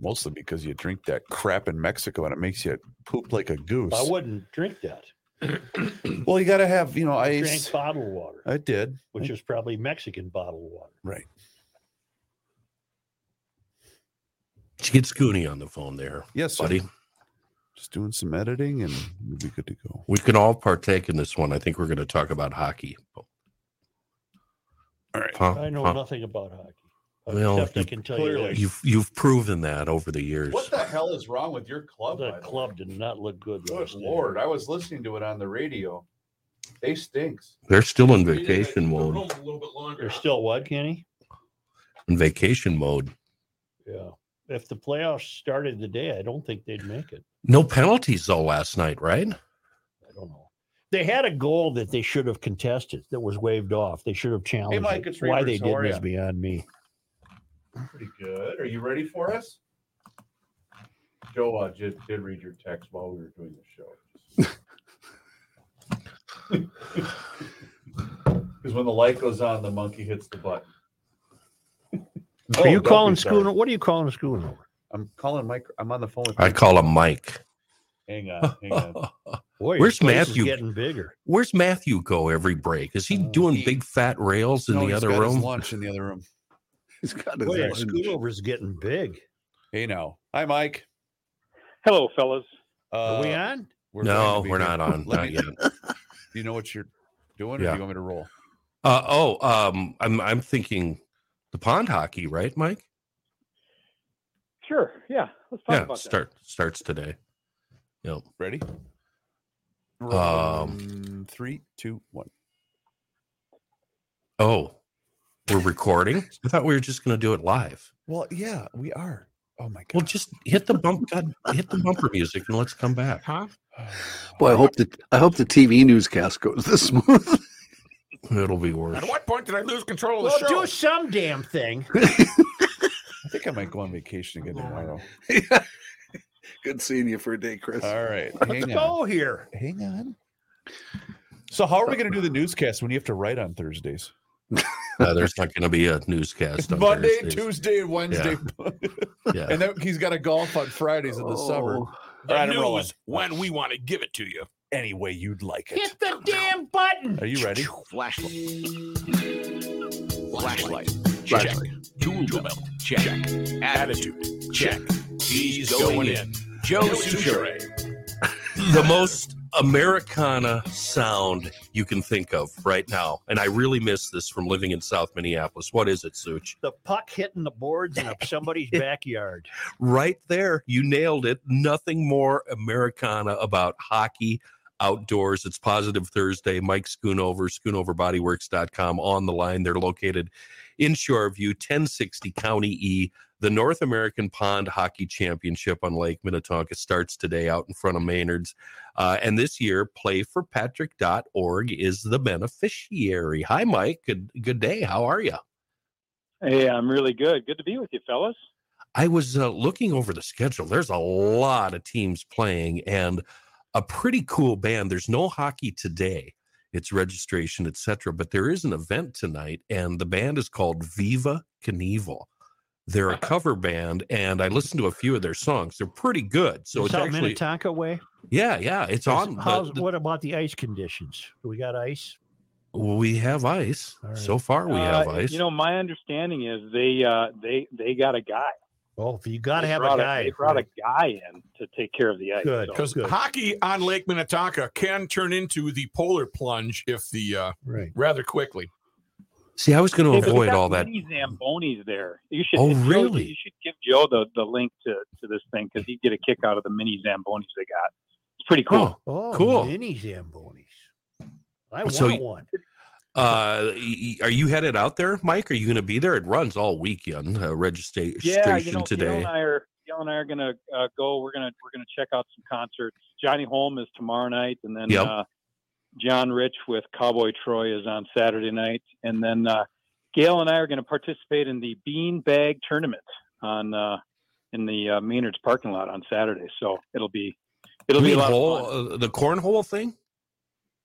[SPEAKER 2] Mostly because you drink that crap in Mexico and it makes you poop like a goose.
[SPEAKER 1] I wouldn't drink that.
[SPEAKER 2] Well, you got to have, you know,
[SPEAKER 1] I
[SPEAKER 2] ice.
[SPEAKER 1] drank bottled water,
[SPEAKER 2] I did.
[SPEAKER 1] which is probably Mexican bottled water.
[SPEAKER 2] Right.
[SPEAKER 3] She gets Cooney on the phone there,
[SPEAKER 2] Yes, sir.
[SPEAKER 3] buddy.
[SPEAKER 2] Just doing some editing and we'll be good to go.
[SPEAKER 3] We can all partake in this one. I think we're going to talk about hockey. All
[SPEAKER 2] right.
[SPEAKER 1] I know nothing about hockey. uh,
[SPEAKER 3] Well,
[SPEAKER 1] Except I
[SPEAKER 3] you-
[SPEAKER 1] can tell you
[SPEAKER 2] clearly.
[SPEAKER 1] that
[SPEAKER 3] You've you've proven that over the years.
[SPEAKER 2] What the hell is wrong with your club? by
[SPEAKER 1] the
[SPEAKER 2] the way?
[SPEAKER 1] club did not look good.
[SPEAKER 2] Good
[SPEAKER 1] last night.
[SPEAKER 2] lord, I was listening to it on the radio. They stinks.
[SPEAKER 3] They're still in
[SPEAKER 9] We need to keep the
[SPEAKER 3] vacation
[SPEAKER 9] room
[SPEAKER 3] mode.
[SPEAKER 9] A little bit longer.
[SPEAKER 1] They're still what, Kenny?
[SPEAKER 3] In vacation mode.
[SPEAKER 1] Yeah. If the playoffs started today, I don't think they'd make it.
[SPEAKER 3] No penalties though last night, right?
[SPEAKER 1] I don't know. They had a goal that they should have contested that was waved off. They should have challenged.
[SPEAKER 2] Mike,
[SPEAKER 1] it.
[SPEAKER 2] it's
[SPEAKER 1] Why
[SPEAKER 2] Reavers.
[SPEAKER 1] they
[SPEAKER 2] How
[SPEAKER 1] didn't
[SPEAKER 2] are
[SPEAKER 1] is
[SPEAKER 2] ya?
[SPEAKER 1] beyond me.
[SPEAKER 12] Pretty good. Are you ready for us? Joe uh, did, did read your text while we were doing the show. Because when the light goes on, the monkey hits the button.
[SPEAKER 3] Oh,
[SPEAKER 1] are
[SPEAKER 2] Oh,
[SPEAKER 1] you calling
[SPEAKER 2] school?
[SPEAKER 1] Schooner? What are you calling Schooner? over?
[SPEAKER 2] I'm calling Mike. I'm on the phone with
[SPEAKER 3] I call him Mike.
[SPEAKER 12] Hang on, hang on.
[SPEAKER 1] Boy, your
[SPEAKER 3] Where's
[SPEAKER 1] place is
[SPEAKER 3] Matthew?
[SPEAKER 1] Getting bigger.
[SPEAKER 3] Where's Matthew go every break? Is he doing
[SPEAKER 2] Uh, he-
[SPEAKER 3] big fat rails in
[SPEAKER 2] No,
[SPEAKER 3] the
[SPEAKER 2] he's
[SPEAKER 3] other
[SPEAKER 2] got his
[SPEAKER 3] room?
[SPEAKER 2] Lunch in the other room.
[SPEAKER 6] He's got his
[SPEAKER 1] Boy, your
[SPEAKER 6] lunch.
[SPEAKER 1] Schoonover's getting big.
[SPEAKER 2] Hey now, hi Mike.
[SPEAKER 5] Hello, fellas.
[SPEAKER 2] Uh,
[SPEAKER 1] Are we on?
[SPEAKER 2] we're going to
[SPEAKER 3] No,
[SPEAKER 2] be
[SPEAKER 3] we're
[SPEAKER 2] here.
[SPEAKER 3] not on.
[SPEAKER 2] Let
[SPEAKER 3] Not
[SPEAKER 2] me-
[SPEAKER 3] yet.
[SPEAKER 2] Do you know what you're doing, or do
[SPEAKER 3] Yeah.
[SPEAKER 2] you want me to roll?
[SPEAKER 3] Uh, oh, um, I'm I'm thinking the pond hockey, right, Mike?
[SPEAKER 5] Sure. Yeah. Let's talk
[SPEAKER 3] Yeah,
[SPEAKER 5] about
[SPEAKER 3] start starts today. Yep.
[SPEAKER 2] Ready? Roll
[SPEAKER 3] Um,
[SPEAKER 2] in three, two, one.
[SPEAKER 3] Oh, we're recording. I thought we were just going to do it live.
[SPEAKER 2] Well, yeah, we are. Oh my
[SPEAKER 3] Well,
[SPEAKER 2] god.
[SPEAKER 3] just hit the bump, God, hit the bumper music, and let's come back.
[SPEAKER 9] Huh?
[SPEAKER 6] Boy, I hope the I hope the TV newscast goes this smooth.
[SPEAKER 3] It'll be worse.
[SPEAKER 9] At what point did I lose control of
[SPEAKER 1] Well,
[SPEAKER 9] the show?
[SPEAKER 1] do some damn thing.
[SPEAKER 2] I think I might go on vacation again tomorrow.
[SPEAKER 6] Good seeing you for a day, Chris.
[SPEAKER 2] All right,
[SPEAKER 1] Let's
[SPEAKER 2] hang on.
[SPEAKER 1] go here.
[SPEAKER 2] Hang on. So, how are we going to do the newscast when you have to write on Thursdays?
[SPEAKER 3] Uh, there's not going to be a newscast on
[SPEAKER 2] Monday,
[SPEAKER 3] Thursdays.
[SPEAKER 2] Tuesday, and Wednesday.
[SPEAKER 3] Yeah.
[SPEAKER 2] and then he's got a golf on Fridays in the summer. All
[SPEAKER 9] The
[SPEAKER 2] right, I'm rolling.
[SPEAKER 9] news when we want to give it to you.
[SPEAKER 2] Any way you'd like it.
[SPEAKER 1] Hit the damn button.
[SPEAKER 2] Are you ready?
[SPEAKER 8] Flashlight. Flashlight. Check. Tool belt. Check. Attitude. Check. He's going in. Joe Suchere.
[SPEAKER 3] the most Americana sound you can think of right now, and I really miss this from living in South Minneapolis. What is it, Such?
[SPEAKER 1] The puck hitting the boards in somebody's backyard.
[SPEAKER 3] Right there, you nailed it. Nothing more Americana about hockey outdoors. It's Positive Thursday. Mike Schoonover, SchoonoverBodyWorks.com on the line. They're located in Shoreview, 1060 County E. The North American Pond Hockey Championship on Lake Minnetonka starts today out in front of Maynard's. Uh, and this year, playforpatrick.org is the beneficiary. Hi, Mike. Good, good day. How are you?
[SPEAKER 5] that. Hey, I'm really good. Good to be with you, fellas.
[SPEAKER 3] I was uh, looking over the schedule. There's a lot of teams playing and a pretty cool band. There's no hockey today. It's registration, etc. But there is an event tonight, and the band is called Viva Knievel. They're a cover band, and I listened to a few of their songs. They're pretty good. So it's
[SPEAKER 1] South
[SPEAKER 3] actually,
[SPEAKER 1] Minnetonka way.
[SPEAKER 3] yeah, yeah, it's on. the-
[SPEAKER 1] How's,
[SPEAKER 3] the-
[SPEAKER 1] what about the ice conditions? Do we got ice?
[SPEAKER 3] we have ice.
[SPEAKER 1] All right.
[SPEAKER 3] So far, we
[SPEAKER 5] Uh,
[SPEAKER 3] have ice.
[SPEAKER 5] You know, my understanding is they uh, they they got a guy.
[SPEAKER 1] Oh, you got to
[SPEAKER 5] They
[SPEAKER 1] have a
[SPEAKER 5] brought
[SPEAKER 1] guy.
[SPEAKER 5] they brought a guy in to take care of the ice.
[SPEAKER 1] Good.
[SPEAKER 5] so-
[SPEAKER 9] Because hockey on Lake Minnetonka can turn into the polar plunge if the uh,
[SPEAKER 1] right.
[SPEAKER 9] rather quickly.
[SPEAKER 3] See, I was going
[SPEAKER 5] Hey,
[SPEAKER 3] to
[SPEAKER 5] but we
[SPEAKER 3] avoid
[SPEAKER 5] got
[SPEAKER 3] all that.
[SPEAKER 5] Many Zambonis there. You should.
[SPEAKER 3] Oh,
[SPEAKER 5] Joe,
[SPEAKER 3] really?
[SPEAKER 5] You should give Joe the, the link to, to this thing because he'd get a kick out of the mini Zambonis they got. It's pretty cool.
[SPEAKER 3] Oh,
[SPEAKER 1] Oh,
[SPEAKER 3] Cool.
[SPEAKER 1] Mini Zambonis. I
[SPEAKER 3] So
[SPEAKER 1] want
[SPEAKER 3] you-
[SPEAKER 1] one.
[SPEAKER 3] Uh, y- y- are you headed out there, Mike? Are you going to be there? It runs all weekend. Uh, registration
[SPEAKER 5] yeah, you know, Gil
[SPEAKER 3] today.
[SPEAKER 5] and I are Gil and I are gonna uh, go. We're gonna we're gonna check out some concerts. Johnny Holm is tomorrow night, and then
[SPEAKER 3] Yep.
[SPEAKER 5] uh, John Rich with Cowboy Troy is on Saturday night, and then uh, Gail and I are gonna participate in the Bean Bag Tournament on uh, in the uh, Maynard's parking lot on Saturday. So it'll be it'll
[SPEAKER 3] You
[SPEAKER 5] be a
[SPEAKER 3] mean
[SPEAKER 5] lot
[SPEAKER 3] hole-
[SPEAKER 5] of fun.
[SPEAKER 3] uh, the cornhole thing.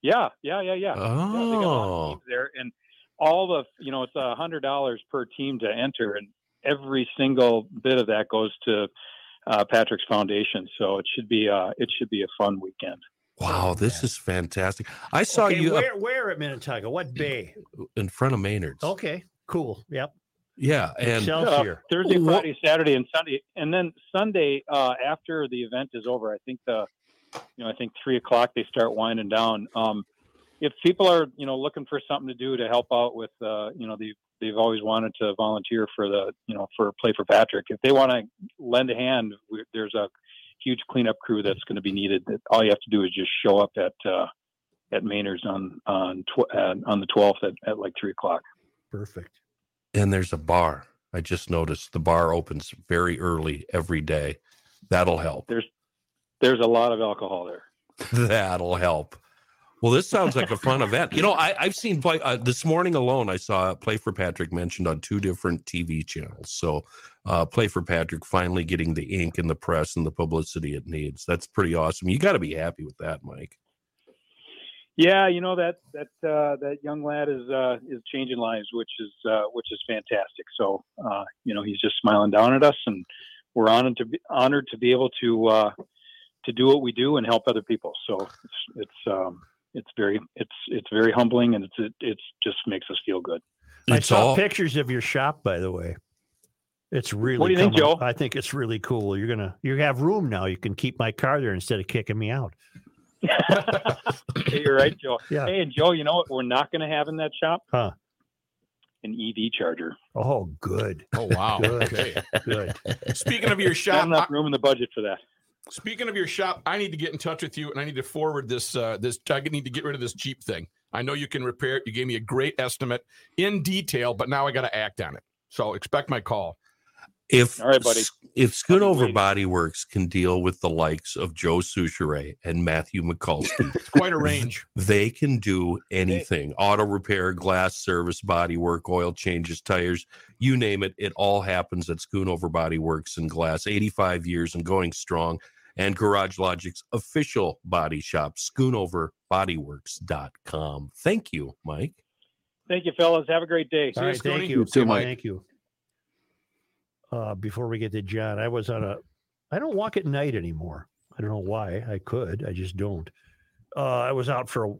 [SPEAKER 5] Yeah, yeah, yeah, yeah. Yeah, they got a lot of
[SPEAKER 3] Oh,
[SPEAKER 5] teams there, and all the you know it's a hundred dollars per team to enter, and every single bit of that goes to uh, Patrick's foundation. So it should be uh, it should be a fun weekend.
[SPEAKER 3] wow, this is fantastic. I saw
[SPEAKER 1] okay,
[SPEAKER 5] uh,
[SPEAKER 3] you up
[SPEAKER 1] where, where at Minnetonka? What bay?
[SPEAKER 3] in front of Maynard's.
[SPEAKER 5] Oh,
[SPEAKER 1] Okay, cool. Yep.
[SPEAKER 3] Yeah, and
[SPEAKER 1] Excelsior.
[SPEAKER 5] Thursday,
[SPEAKER 3] Wha-
[SPEAKER 5] Friday, Saturday, and Sunday, and then Sunday uh, after the event is over. I think the you know I think three o'clock they start winding down. Um, if people are you know looking for something to do to help out with uh, you know the they've always wanted to volunteer for the you know for play for Patrick. If they want to lend a hand, we, there's a huge cleanup crew that's going to be needed. That all you have to do is just show up at uh, at Maynard's on on tw- uh, on the 12th at, at like three o'clock.
[SPEAKER 1] Perfect.
[SPEAKER 3] and there's a bar. I just noticed the bar opens very early every day. That'll help.
[SPEAKER 5] there's a lot of alcohol there.
[SPEAKER 3] That'll help. Well, this sounds like a fun event. You know, I, I've seen play uh, this morning alone. I saw Play for Patrick mentioned on two different TV channels. So, uh, Play for Patrick finally getting the ink and the press and the publicity it needs. That's pretty awesome. You got to be happy with that, Mike.
[SPEAKER 5] Yeah, you know that that uh, that young lad is uh, is changing lives, which is uh, which is fantastic. So uh, you know he's just smiling down at us, and we're honored to be honored to be able to uh, to do what we do and help other people. So it's it's um, it's very it's it's very humbling, and it's it it's just makes us feel good.
[SPEAKER 1] I
[SPEAKER 3] It's
[SPEAKER 1] saw
[SPEAKER 3] all-
[SPEAKER 1] pictures of your shop, by the way. It's really.
[SPEAKER 5] do you think,
[SPEAKER 1] coming-
[SPEAKER 5] Joe?
[SPEAKER 1] I think it's really cool. You're gonna you have room now. You can keep my car there instead of kicking me out.
[SPEAKER 5] Hey, You're right, Joe.
[SPEAKER 1] Yeah.
[SPEAKER 5] Hey, and Joe, you know what? We're not going to
[SPEAKER 10] Mm-hmm.
[SPEAKER 5] have in that shop
[SPEAKER 1] Huh.
[SPEAKER 5] an EV charger.
[SPEAKER 1] Oh, good,
[SPEAKER 9] Oh wow.
[SPEAKER 1] Good.
[SPEAKER 9] Okay.
[SPEAKER 1] good.
[SPEAKER 9] Speaking of your
[SPEAKER 5] Not
[SPEAKER 9] shop,
[SPEAKER 5] enough room in the budget for that.
[SPEAKER 9] Speaking of your shop, I need to get in touch with you, and I need to forward this. Uh, this I need to get rid of this Jeep thing. I know you can repair it. You gave me a great estimate in detail, but now I got to act on it. So expect my call.
[SPEAKER 3] If
[SPEAKER 5] All right, buddy.
[SPEAKER 3] S- if Scoot
[SPEAKER 5] I'll be
[SPEAKER 3] Over
[SPEAKER 5] waiting.
[SPEAKER 3] Body Works can deal with the likes of Joe Souchere and Matthew McCulsky,
[SPEAKER 9] It's quite a range.
[SPEAKER 3] they can do anything: auto repair, glass service, body work, oil changes, tires, you name it. It all happens at Scoot Over Body Works and Glass. Eighty-five years and going strong. And Garage Logic's official body shop, schoonoverbodyworks.com. Thank you, Mike.
[SPEAKER 5] Thank you, fellas. Have a great day.
[SPEAKER 1] All right, thank
[SPEAKER 9] Stoney.
[SPEAKER 1] you.
[SPEAKER 9] You too, Mike.
[SPEAKER 1] Thank you. Uh, before we get to John, I was on a. I don't walk at night anymore. I don't know why. I could. I just don't. Uh, I was out for a,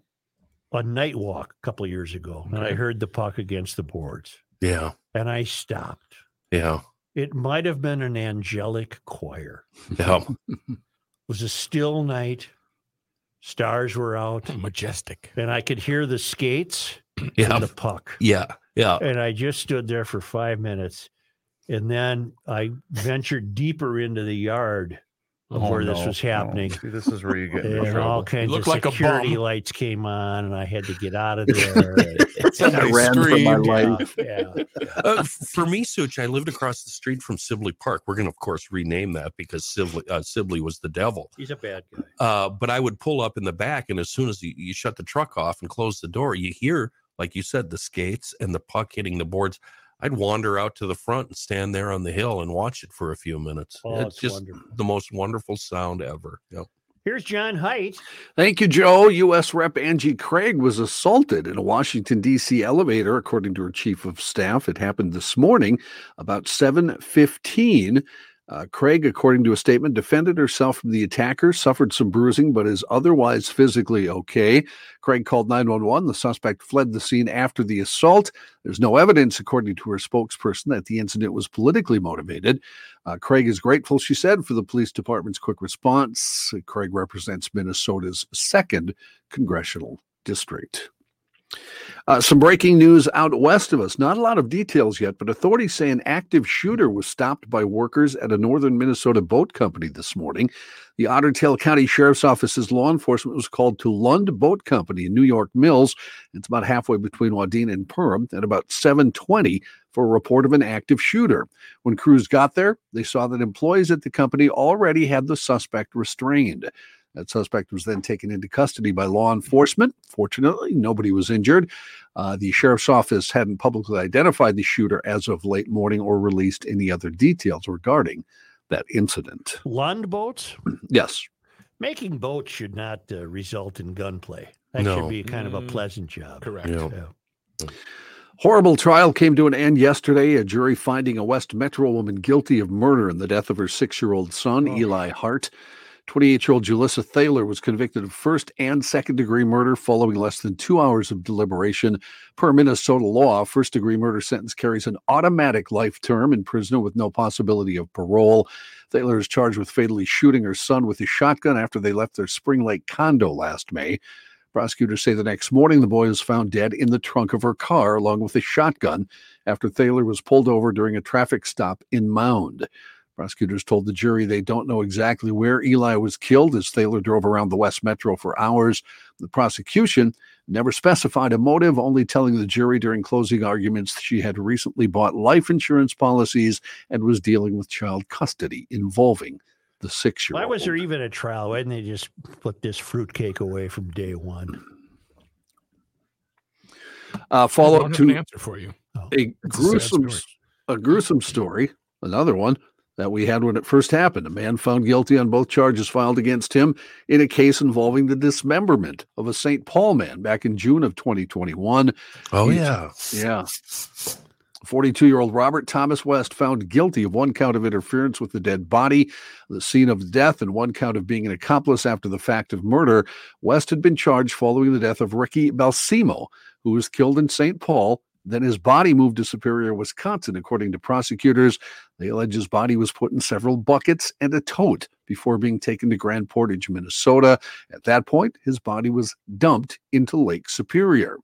[SPEAKER 1] a night walk a couple of years ago, and I heard the puck against the boards,
[SPEAKER 3] Yeah,
[SPEAKER 1] and I stopped.
[SPEAKER 3] yeah,
[SPEAKER 1] It might have been an angelic choir.
[SPEAKER 3] yeah.
[SPEAKER 1] It was a still night. Stars were out,
[SPEAKER 9] Majestic.
[SPEAKER 1] and I could hear the skates
[SPEAKER 3] Yeah.
[SPEAKER 1] and the puck.
[SPEAKER 3] Yeah. Yeah.
[SPEAKER 1] and I just stood there for five minutes. And then I ventured deeper into the yard
[SPEAKER 2] Oh,
[SPEAKER 1] of where this was happening.
[SPEAKER 2] See, this is where you get in
[SPEAKER 1] And all
[SPEAKER 2] trouble.
[SPEAKER 1] kinds of
[SPEAKER 9] looked like a
[SPEAKER 1] security
[SPEAKER 9] bum.
[SPEAKER 1] lights came on, and I had to get out of there. and-
[SPEAKER 2] Somebody
[SPEAKER 4] I ran for my
[SPEAKER 2] screamed.
[SPEAKER 4] life.
[SPEAKER 1] yeah, yeah.
[SPEAKER 3] Uh, f- for me, Such, I lived across the street from Sibley Park. We're going to, of course, rename that because Sibley, uh, Sibley was the devil.
[SPEAKER 1] He's a bad guy.
[SPEAKER 3] Uh, but I would pull up in the back, and as soon as you, you shut the truck off and close the door, you hear, like you said, the skates and the puck hitting the boards. I'd wander out to the front and stand there on the hill and watch it for a few minutes.
[SPEAKER 1] Oh,
[SPEAKER 3] it's,
[SPEAKER 1] it's
[SPEAKER 3] just
[SPEAKER 1] wonderful.
[SPEAKER 3] the most wonderful sound ever. Yep.
[SPEAKER 1] Here's John Height.
[SPEAKER 4] Thank you, Joe. U.S. Rep. Angie Craig was assaulted in a Washington D.C. elevator, according to her chief of staff. It happened this morning, about 7:15. Uh, Craig, according to a statement, defended herself from the attacker, suffered some bruising, but is otherwise physically okay. Craig called 911. The suspect fled the scene after the assault. There's no evidence, according to her spokesperson, that the incident was politically motivated. Uh, Craig is grateful, she said, for the police department's quick response. Craig represents Minnesota's second congressional district. Uh, some breaking news out west of us. Not a lot of details yet, but authorities say an active shooter was stopped by workers at a northern Minnesota boat company this morning. The Otter Tail County Sheriff's Office's law enforcement was called to Lund Boat Company in New York Mills. It's about halfway between Wadena and Perham at about 7:20 for a report of an active shooter. When crews got there, they saw that employees at the company already had the suspect restrained. That suspect was then taken into custody by law enforcement. Fortunately, nobody was injured. Uh, the sheriff's office hadn't publicly identified the shooter as of late morning or released any other details regarding that incident.
[SPEAKER 1] Lund boats.
[SPEAKER 4] Yes.
[SPEAKER 1] Making boats should not uh, result in gunplay. That
[SPEAKER 3] No.
[SPEAKER 1] should be kind of a
[SPEAKER 9] Mm.
[SPEAKER 1] pleasant job.
[SPEAKER 9] Correct.
[SPEAKER 3] Yeah.
[SPEAKER 1] Yeah.
[SPEAKER 4] Horrible trial came to an end yesterday. A jury finding a West Metro woman guilty of murder in the death of her six year old son, Eli Hart. 28 year old Julissa Thaler was convicted of first and second degree murder following less than two hours of deliberation. Per Minnesota law, first degree murder sentence carries an automatic life term in prison with no possibility of parole. Thaler is charged with fatally shooting her son with his shotgun after they left their Spring Lake condo last May. Prosecutors say the next morning the boy was found dead in the trunk of her car along with a shotgun after Thaler was pulled over during a traffic stop in Mound. Prosecutors told the jury they don't know exactly where Eli was killed as Thaler drove around the West Metro for hours. The prosecution never specified a motive, only telling the jury during closing arguments she had recently bought life insurance policies and was dealing with child custody involving
[SPEAKER 3] the six year
[SPEAKER 1] Why
[SPEAKER 3] old.
[SPEAKER 1] was there e- even a trial? Why didn't they just put this fruitcake away from day one?
[SPEAKER 4] Uh,
[SPEAKER 9] I
[SPEAKER 4] follow
[SPEAKER 9] don't
[SPEAKER 4] up
[SPEAKER 9] have
[SPEAKER 4] to
[SPEAKER 9] an answer for you.
[SPEAKER 4] a
[SPEAKER 9] a sad
[SPEAKER 4] gruesome,
[SPEAKER 9] story.
[SPEAKER 4] a gruesome story. Another one that we had when it first happened. A man found guilty on both charges filed against him in a case involving the dismemberment of a St. Paul man back in June of 2021.
[SPEAKER 3] oh
[SPEAKER 4] He's-
[SPEAKER 3] yeah,
[SPEAKER 4] Yeah. 42 year old Robert Thomas West found guilty of one count of interference with the dead body, the scene of death, and one count of being an accomplice after the fact of murder. West had been charged following the death of Ricky Balsimo, who was killed in St. Paul. Then his body moved to Superior, Wisconsin. According to prosecutors, they allege his body was put in several buckets and a tote before being taken to Grand Portage, Minnesota. At that point, his body was dumped into Lake Superior.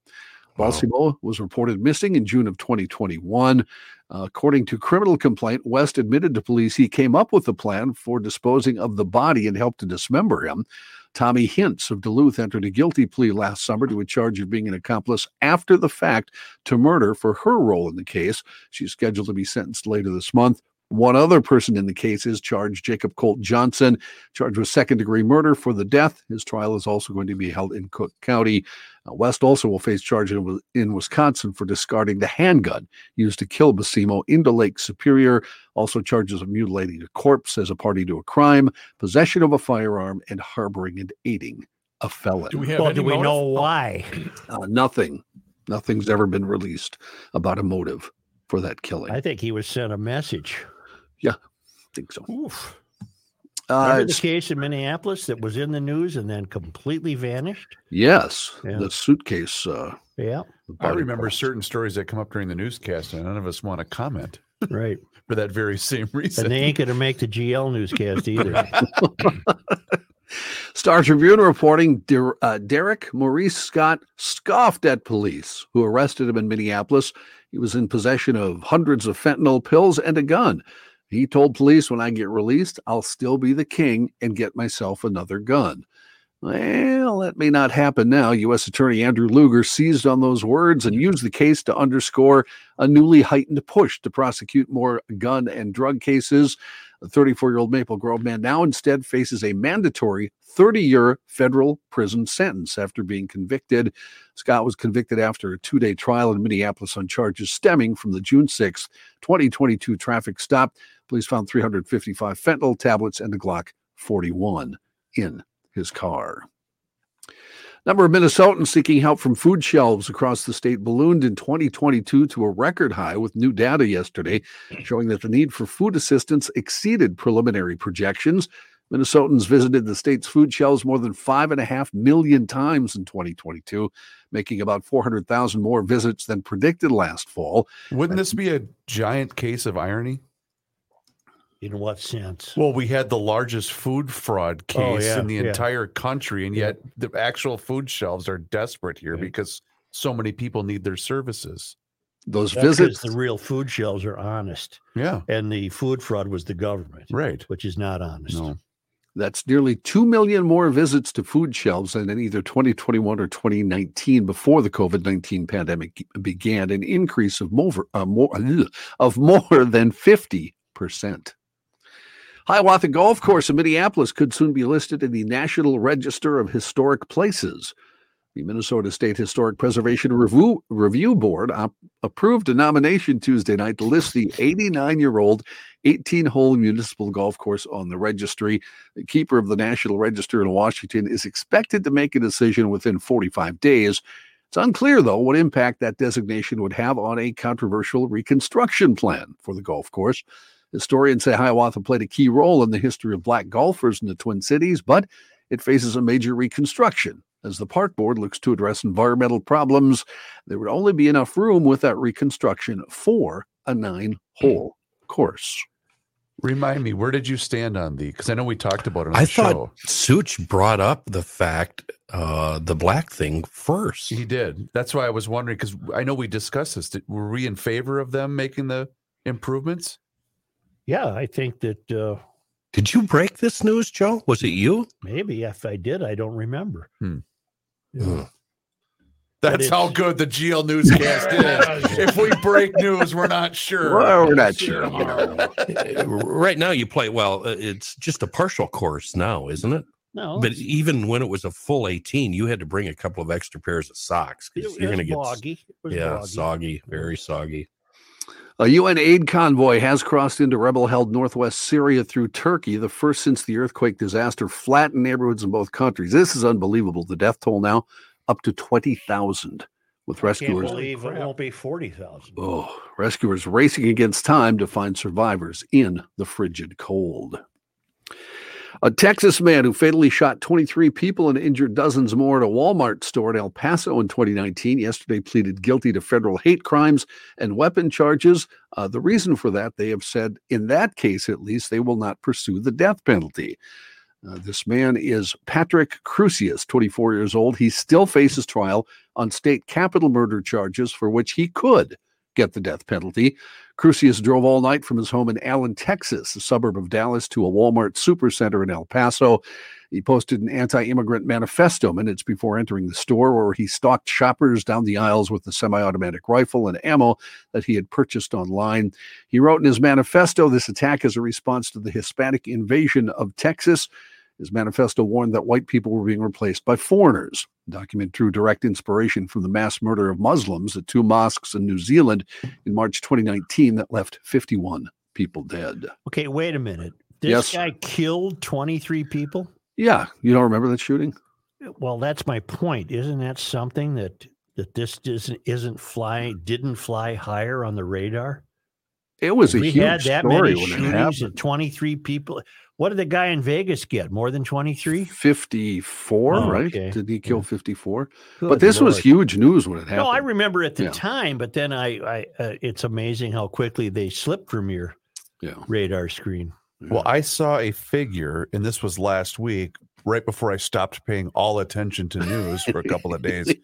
[SPEAKER 4] Balsamo was reported missing in June of 2021. Uh, according to criminal complaint, West admitted to police he came up with the plan for disposing of the body and helped to dismember him. Tommy Hintz of Duluth entered a guilty plea last summer to a charge of being an accomplice after the fact to murder for her role in the case. She's scheduled to be sentenced later this month. One other person in the case is charged, Jacob Colt Johnson, charged with second degree murder for the death. His trial is also going to be held in Cook County. Uh, West also will face charges in, Wi- in Wisconsin for discarding the handgun used to kill Basimo into Lake Superior. Also, charges of mutilating a corpse as a party to a crime, possession of a firearm, and harboring and aiding a felon.
[SPEAKER 9] Do we have
[SPEAKER 1] Well,
[SPEAKER 9] any
[SPEAKER 1] do we
[SPEAKER 9] motive?
[SPEAKER 1] know why?
[SPEAKER 4] Uh, nothing, nothing's ever been released about a motive for that killing. I
[SPEAKER 1] I think he was sent a message.
[SPEAKER 4] think so.
[SPEAKER 1] Oof.
[SPEAKER 4] Uh,
[SPEAKER 1] Remember the case in Minneapolis that was in the news and then completely vanished?
[SPEAKER 4] yes,
[SPEAKER 1] Yeah.
[SPEAKER 4] the suitcase. Uh,
[SPEAKER 1] Yeah,
[SPEAKER 4] the
[SPEAKER 2] I
[SPEAKER 4] body
[SPEAKER 2] remember
[SPEAKER 4] part.
[SPEAKER 2] certain stories that come up during the newscast, and none of us want to comment
[SPEAKER 1] right.
[SPEAKER 2] for that very same reason.
[SPEAKER 1] And they ain't going to make the GL newscast either.
[SPEAKER 4] Star Tribune reporting Der- uh, Derek Maurice Scott scoffed at police who arrested him in Minneapolis. He was in possession of hundreds of fentanyl pills and a gun. He told police, When I get released, I'll still be the king and get myself another gun. Well, that may not happen now. U.S. Attorney Andrew Luger seized on those words and used the case to underscore a newly heightened push to prosecute more gun and drug cases. The 34 year old Maple Grove man now instead faces a mandatory 30 year federal prison sentence after being convicted. Scott was convicted after a two day trial in Minneapolis on charges stemming from the June 6, 2022 traffic stop. Police found 355 fentanyl tablets and a Glock 41 in his car. Number of Minnesotans seeking help from food shelves across the state ballooned in 2022 to a record high with new data yesterday showing that the need for food assistance exceeded preliminary projections. Minnesotans visited the state's food shelves more than five and a half million times in 2022, making about 400,000 more visits than predicted last fall.
[SPEAKER 2] Wouldn't this be a giant case of irony?
[SPEAKER 1] in what sense?
[SPEAKER 2] Well, we had the largest food fraud case
[SPEAKER 1] Oh, yeah,
[SPEAKER 2] in the
[SPEAKER 1] yeah.
[SPEAKER 2] entire country, and yet the actual food shelves are desperate here because so many people need their services.
[SPEAKER 4] Those
[SPEAKER 1] That's 'cause
[SPEAKER 4] visits,
[SPEAKER 1] the real food shelves are honest,
[SPEAKER 2] Yeah,
[SPEAKER 1] and the food fraud was the government,
[SPEAKER 2] right.
[SPEAKER 1] which is not honest.
[SPEAKER 2] No,
[SPEAKER 4] That's nearly 2 million more visits to food shelves than in either 2021 or 2019 before the COVID 19 pandemic began, an increase of more, uh, more, ugh, of more than 50%. Hiawatha Golf Course in Minneapolis could soon be listed in the National Register of Historic Places. The Minnesota State Historic Preservation Review, Review Board op- approved a nomination Tuesday night to list the 89 year old 18 hole municipal golf course on the registry. The keeper of the National Register in Washington is expected to make a decision within 45 days. It's unclear, though, what impact that designation would have on a controversial reconstruction plan for the golf course. Historians say Hiawatha played a key role in the history of black golfers in the Twin Cities, but it faces a major reconstruction as the park board looks to address environmental problems. There would only be enough room with that reconstruction for a nine hole course.
[SPEAKER 2] Remind me, where did you stand on the? Because I know we talked about it on
[SPEAKER 3] I
[SPEAKER 2] the
[SPEAKER 3] thought
[SPEAKER 2] show.
[SPEAKER 3] Such brought up the fact uh, the black thing first.
[SPEAKER 1] Mm-hmm.
[SPEAKER 2] He did. That's why I was wondering because I know we discussed this. Did, were we in favor of them making the improvements?
[SPEAKER 1] Yeah, I think that uh,
[SPEAKER 3] Did you break this news, Joe? Was it you?
[SPEAKER 1] maybe if I did, I don't remember.
[SPEAKER 3] Hmm.
[SPEAKER 2] That's how good the GL newscast is. if we break news, we're not sure.
[SPEAKER 3] Well, we're not sure, you Eh, right now you play well uh, it's just a partial course now isn't it
[SPEAKER 1] No,
[SPEAKER 3] but even when it was a full 18 you had to bring a couple of extra pairs of socks because
[SPEAKER 1] It
[SPEAKER 3] you're
[SPEAKER 1] was
[SPEAKER 3] going to get s-
[SPEAKER 1] boggy. It was
[SPEAKER 3] yeah
[SPEAKER 1] boggy. Mm-hmm.
[SPEAKER 3] soggy very soggy
[SPEAKER 4] A UN aid convoy has crossed into rebel held northwest Syria through Turkey, the first since the earthquake disaster flattened neighborhoods in both countries. This is unbelievable. The death toll now up to 20,000 with
[SPEAKER 1] Can't
[SPEAKER 4] rescuers.
[SPEAKER 1] believe it won't be forty thousand.
[SPEAKER 4] Oh, rescuers racing against time to find survivors in the frigid cold. A Texas man who fatally shot 23 people and injured dozens more at a Walmart store in El Paso in 2019 yesterday pleaded guilty to federal hate crimes and weapon charges. Uh, the reason for that, they have said, in that case at least, they will not pursue the death penalty. Uh, this man is Patrick Crucius, 24 years old. He still faces trial on state capital murder charges for which he could get the death penalty. Crucius drove all night from his home in Allen, Texas, a suburb of Dallas, to a Walmart supercenter in El Paso. He posted an anti immigrant manifesto minutes before entering the store, where he stalked shoppers down the aisles with a semi automatic rifle and ammo that he had purchased online. He wrote in his manifesto this attack is a response to the Hispanic invasion of Texas. His manifesto warned that white people were being replaced by foreigners. The document drew direct inspiration from the mass murder of Muslims at two mosques in New Zealand in March 2019 that left 51 people dead.
[SPEAKER 1] Okay, wait a minute. This
[SPEAKER 4] Yes.
[SPEAKER 1] guy killed twenty three people.
[SPEAKER 4] Yeah, you don't remember that shooting?
[SPEAKER 1] Well, that's my point. Isn't that something that that this isn't isn't flying didn't fly higher on the radar?
[SPEAKER 4] It was a
[SPEAKER 1] we
[SPEAKER 4] huge
[SPEAKER 1] had that
[SPEAKER 4] story
[SPEAKER 1] many
[SPEAKER 4] when it
[SPEAKER 1] shootings
[SPEAKER 4] happened.
[SPEAKER 1] and twenty three people. What did the guy in Vegas get? More than twenty three?
[SPEAKER 4] 54,
[SPEAKER 1] Oh,
[SPEAKER 4] right?
[SPEAKER 1] okay.
[SPEAKER 4] Did he kill 54?
[SPEAKER 1] Good
[SPEAKER 4] but this was
[SPEAKER 1] Lord.
[SPEAKER 4] huge news when it happened.
[SPEAKER 1] No, I remember at the
[SPEAKER 4] Yeah.
[SPEAKER 1] time, but then I, I uh, it's amazing how quickly they slip from your
[SPEAKER 4] Yeah.
[SPEAKER 1] radar screen.
[SPEAKER 2] Well, I saw a figure, and this was last week, right before I stopped paying all attention to news for a couple of days.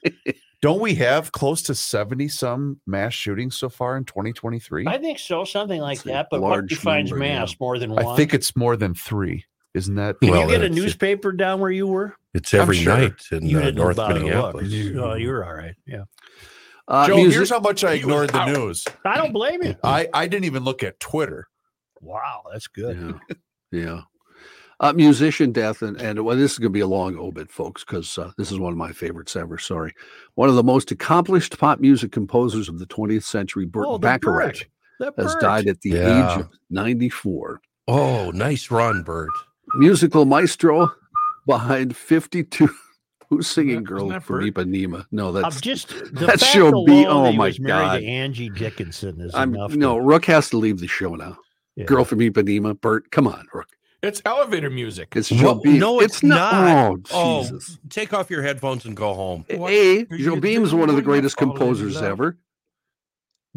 [SPEAKER 2] Don't we have close to 70 some mass shootings so far in 2023?
[SPEAKER 1] I think so, something like
[SPEAKER 4] It's a
[SPEAKER 1] that. But what
[SPEAKER 4] large
[SPEAKER 1] defines
[SPEAKER 4] number, yeah.
[SPEAKER 1] mass more than one?
[SPEAKER 2] I think it's more than three. Isn't that?
[SPEAKER 1] Did
[SPEAKER 3] Well,
[SPEAKER 1] you get a
[SPEAKER 3] that's it.
[SPEAKER 1] newspaper down where you were?
[SPEAKER 3] it's
[SPEAKER 2] I'm
[SPEAKER 3] every
[SPEAKER 2] sure
[SPEAKER 3] night in
[SPEAKER 1] You
[SPEAKER 3] uh,
[SPEAKER 1] didn't
[SPEAKER 3] north
[SPEAKER 1] bother to look.
[SPEAKER 3] minneapolis
[SPEAKER 1] Oh, you were all right. Yeah,
[SPEAKER 4] Uh,
[SPEAKER 2] Joe,
[SPEAKER 4] music-
[SPEAKER 2] here's how much I ignored the news.
[SPEAKER 1] I don't blame you.
[SPEAKER 2] I, I didn't even look at Twitter.
[SPEAKER 1] Wow, that's good.
[SPEAKER 4] Yeah. yeah. Uh, musician death, and, and well, this is going to be a long obit, folks, because uh, this is one of my favorites ever. Sorry. One of the most accomplished pop music composers of the 20th century, Burt
[SPEAKER 1] Oh, the
[SPEAKER 4] Bacharach,
[SPEAKER 1] That
[SPEAKER 4] has
[SPEAKER 1] bird.
[SPEAKER 4] died at the
[SPEAKER 3] Yeah.
[SPEAKER 4] age of 94.
[SPEAKER 3] oh nice run bert
[SPEAKER 4] musical maestro behind 52 who's singing girl from ipanema no
[SPEAKER 1] I'm
[SPEAKER 4] that's
[SPEAKER 1] just the
[SPEAKER 4] that
[SPEAKER 1] fact
[SPEAKER 4] show
[SPEAKER 1] alone
[SPEAKER 4] be-
[SPEAKER 1] that
[SPEAKER 4] oh
[SPEAKER 1] he
[SPEAKER 4] my
[SPEAKER 1] was married
[SPEAKER 4] God.
[SPEAKER 1] to Angie Dickinson is
[SPEAKER 4] i'm
[SPEAKER 1] enough.
[SPEAKER 4] no
[SPEAKER 1] to-
[SPEAKER 4] rook has to leave the show now
[SPEAKER 1] yeah.
[SPEAKER 4] girl from ipanema bert come on rook
[SPEAKER 9] It's elevator music.
[SPEAKER 4] it's Joe
[SPEAKER 3] No-
[SPEAKER 4] Beam.
[SPEAKER 3] no, it's not.
[SPEAKER 4] oh
[SPEAKER 3] Oh.
[SPEAKER 4] jesus
[SPEAKER 3] take off your headphones and go home
[SPEAKER 8] What
[SPEAKER 4] a
[SPEAKER 8] are
[SPEAKER 4] Joe
[SPEAKER 8] you
[SPEAKER 4] beam's one of the
[SPEAKER 8] doing?
[SPEAKER 4] greatest
[SPEAKER 8] Falling in
[SPEAKER 4] composers
[SPEAKER 8] love.
[SPEAKER 4] ever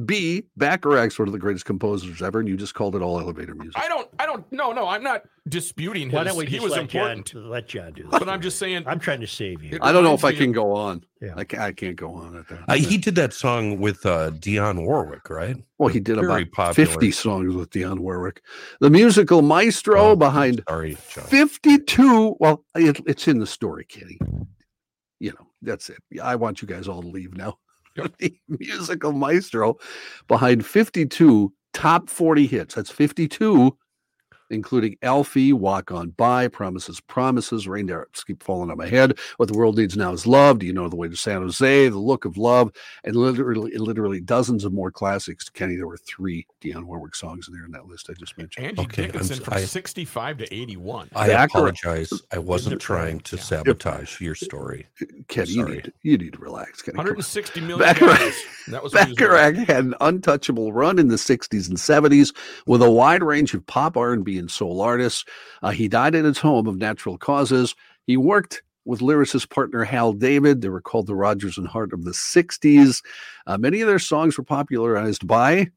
[SPEAKER 4] b bacharach's one of the greatest composers ever and you just called it all elevator music
[SPEAKER 9] I don't. I don't. No, no. I'm not disputing his.
[SPEAKER 1] Why don't we
[SPEAKER 9] he
[SPEAKER 1] just
[SPEAKER 9] was
[SPEAKER 1] let
[SPEAKER 9] important,
[SPEAKER 1] John let John do this?
[SPEAKER 9] but I'm just saying.
[SPEAKER 1] I'm trying to save you.
[SPEAKER 4] i don't know if i
[SPEAKER 9] reminds me
[SPEAKER 4] can go on
[SPEAKER 1] Yeah.
[SPEAKER 4] I, can't, I can't go on at that
[SPEAKER 3] Uh, he did that song with uh, Dionne Warwick, right?
[SPEAKER 4] Well, he did
[SPEAKER 3] Very
[SPEAKER 4] about
[SPEAKER 3] popular.
[SPEAKER 4] 50 songs with Dionne Warwick. The musical maestro
[SPEAKER 3] Oh,
[SPEAKER 4] behind
[SPEAKER 3] Sorry, John.
[SPEAKER 4] 52. Well, it, it's in the story, Kenny. You know, that's it. I want you guys all to leave now. The musical maestro behind 52 top 40 hits. That's 52, including Alfie, Walk On By, Promises, Promises, Reindeer Keep Falling on My Head, What the World Needs Now is Love, Do You Know the Way to San Jose, The Look of Love, and literally literally dozens of more classics. Kenny, there were three Dionne Warwick songs in there in that list I just mentioned.
[SPEAKER 9] Angie
[SPEAKER 3] Okay, I'm
[SPEAKER 9] Dickinson
[SPEAKER 3] s-
[SPEAKER 9] from
[SPEAKER 3] I-
[SPEAKER 9] 65 to 81.
[SPEAKER 3] I
[SPEAKER 4] Bacharach-
[SPEAKER 3] apologize. I wasn't
[SPEAKER 1] Isn't it right?
[SPEAKER 3] trying to sabotage your story.
[SPEAKER 4] Kenny, you
[SPEAKER 3] sorry.
[SPEAKER 4] need, you need to relax. Kenny, come on.
[SPEAKER 9] 160 million.
[SPEAKER 4] Bacharach-
[SPEAKER 9] dollars. That was what he was worth.
[SPEAKER 4] Bacharach had an untouchable run in the 60s and 70s with a wide range of pop R&B and soul artists. Uh, he died at his home of natural causes. He worked with lyricist partner Hal David. They were called the Rogers and Hart of the 60s. Uh, many of their songs were popularized by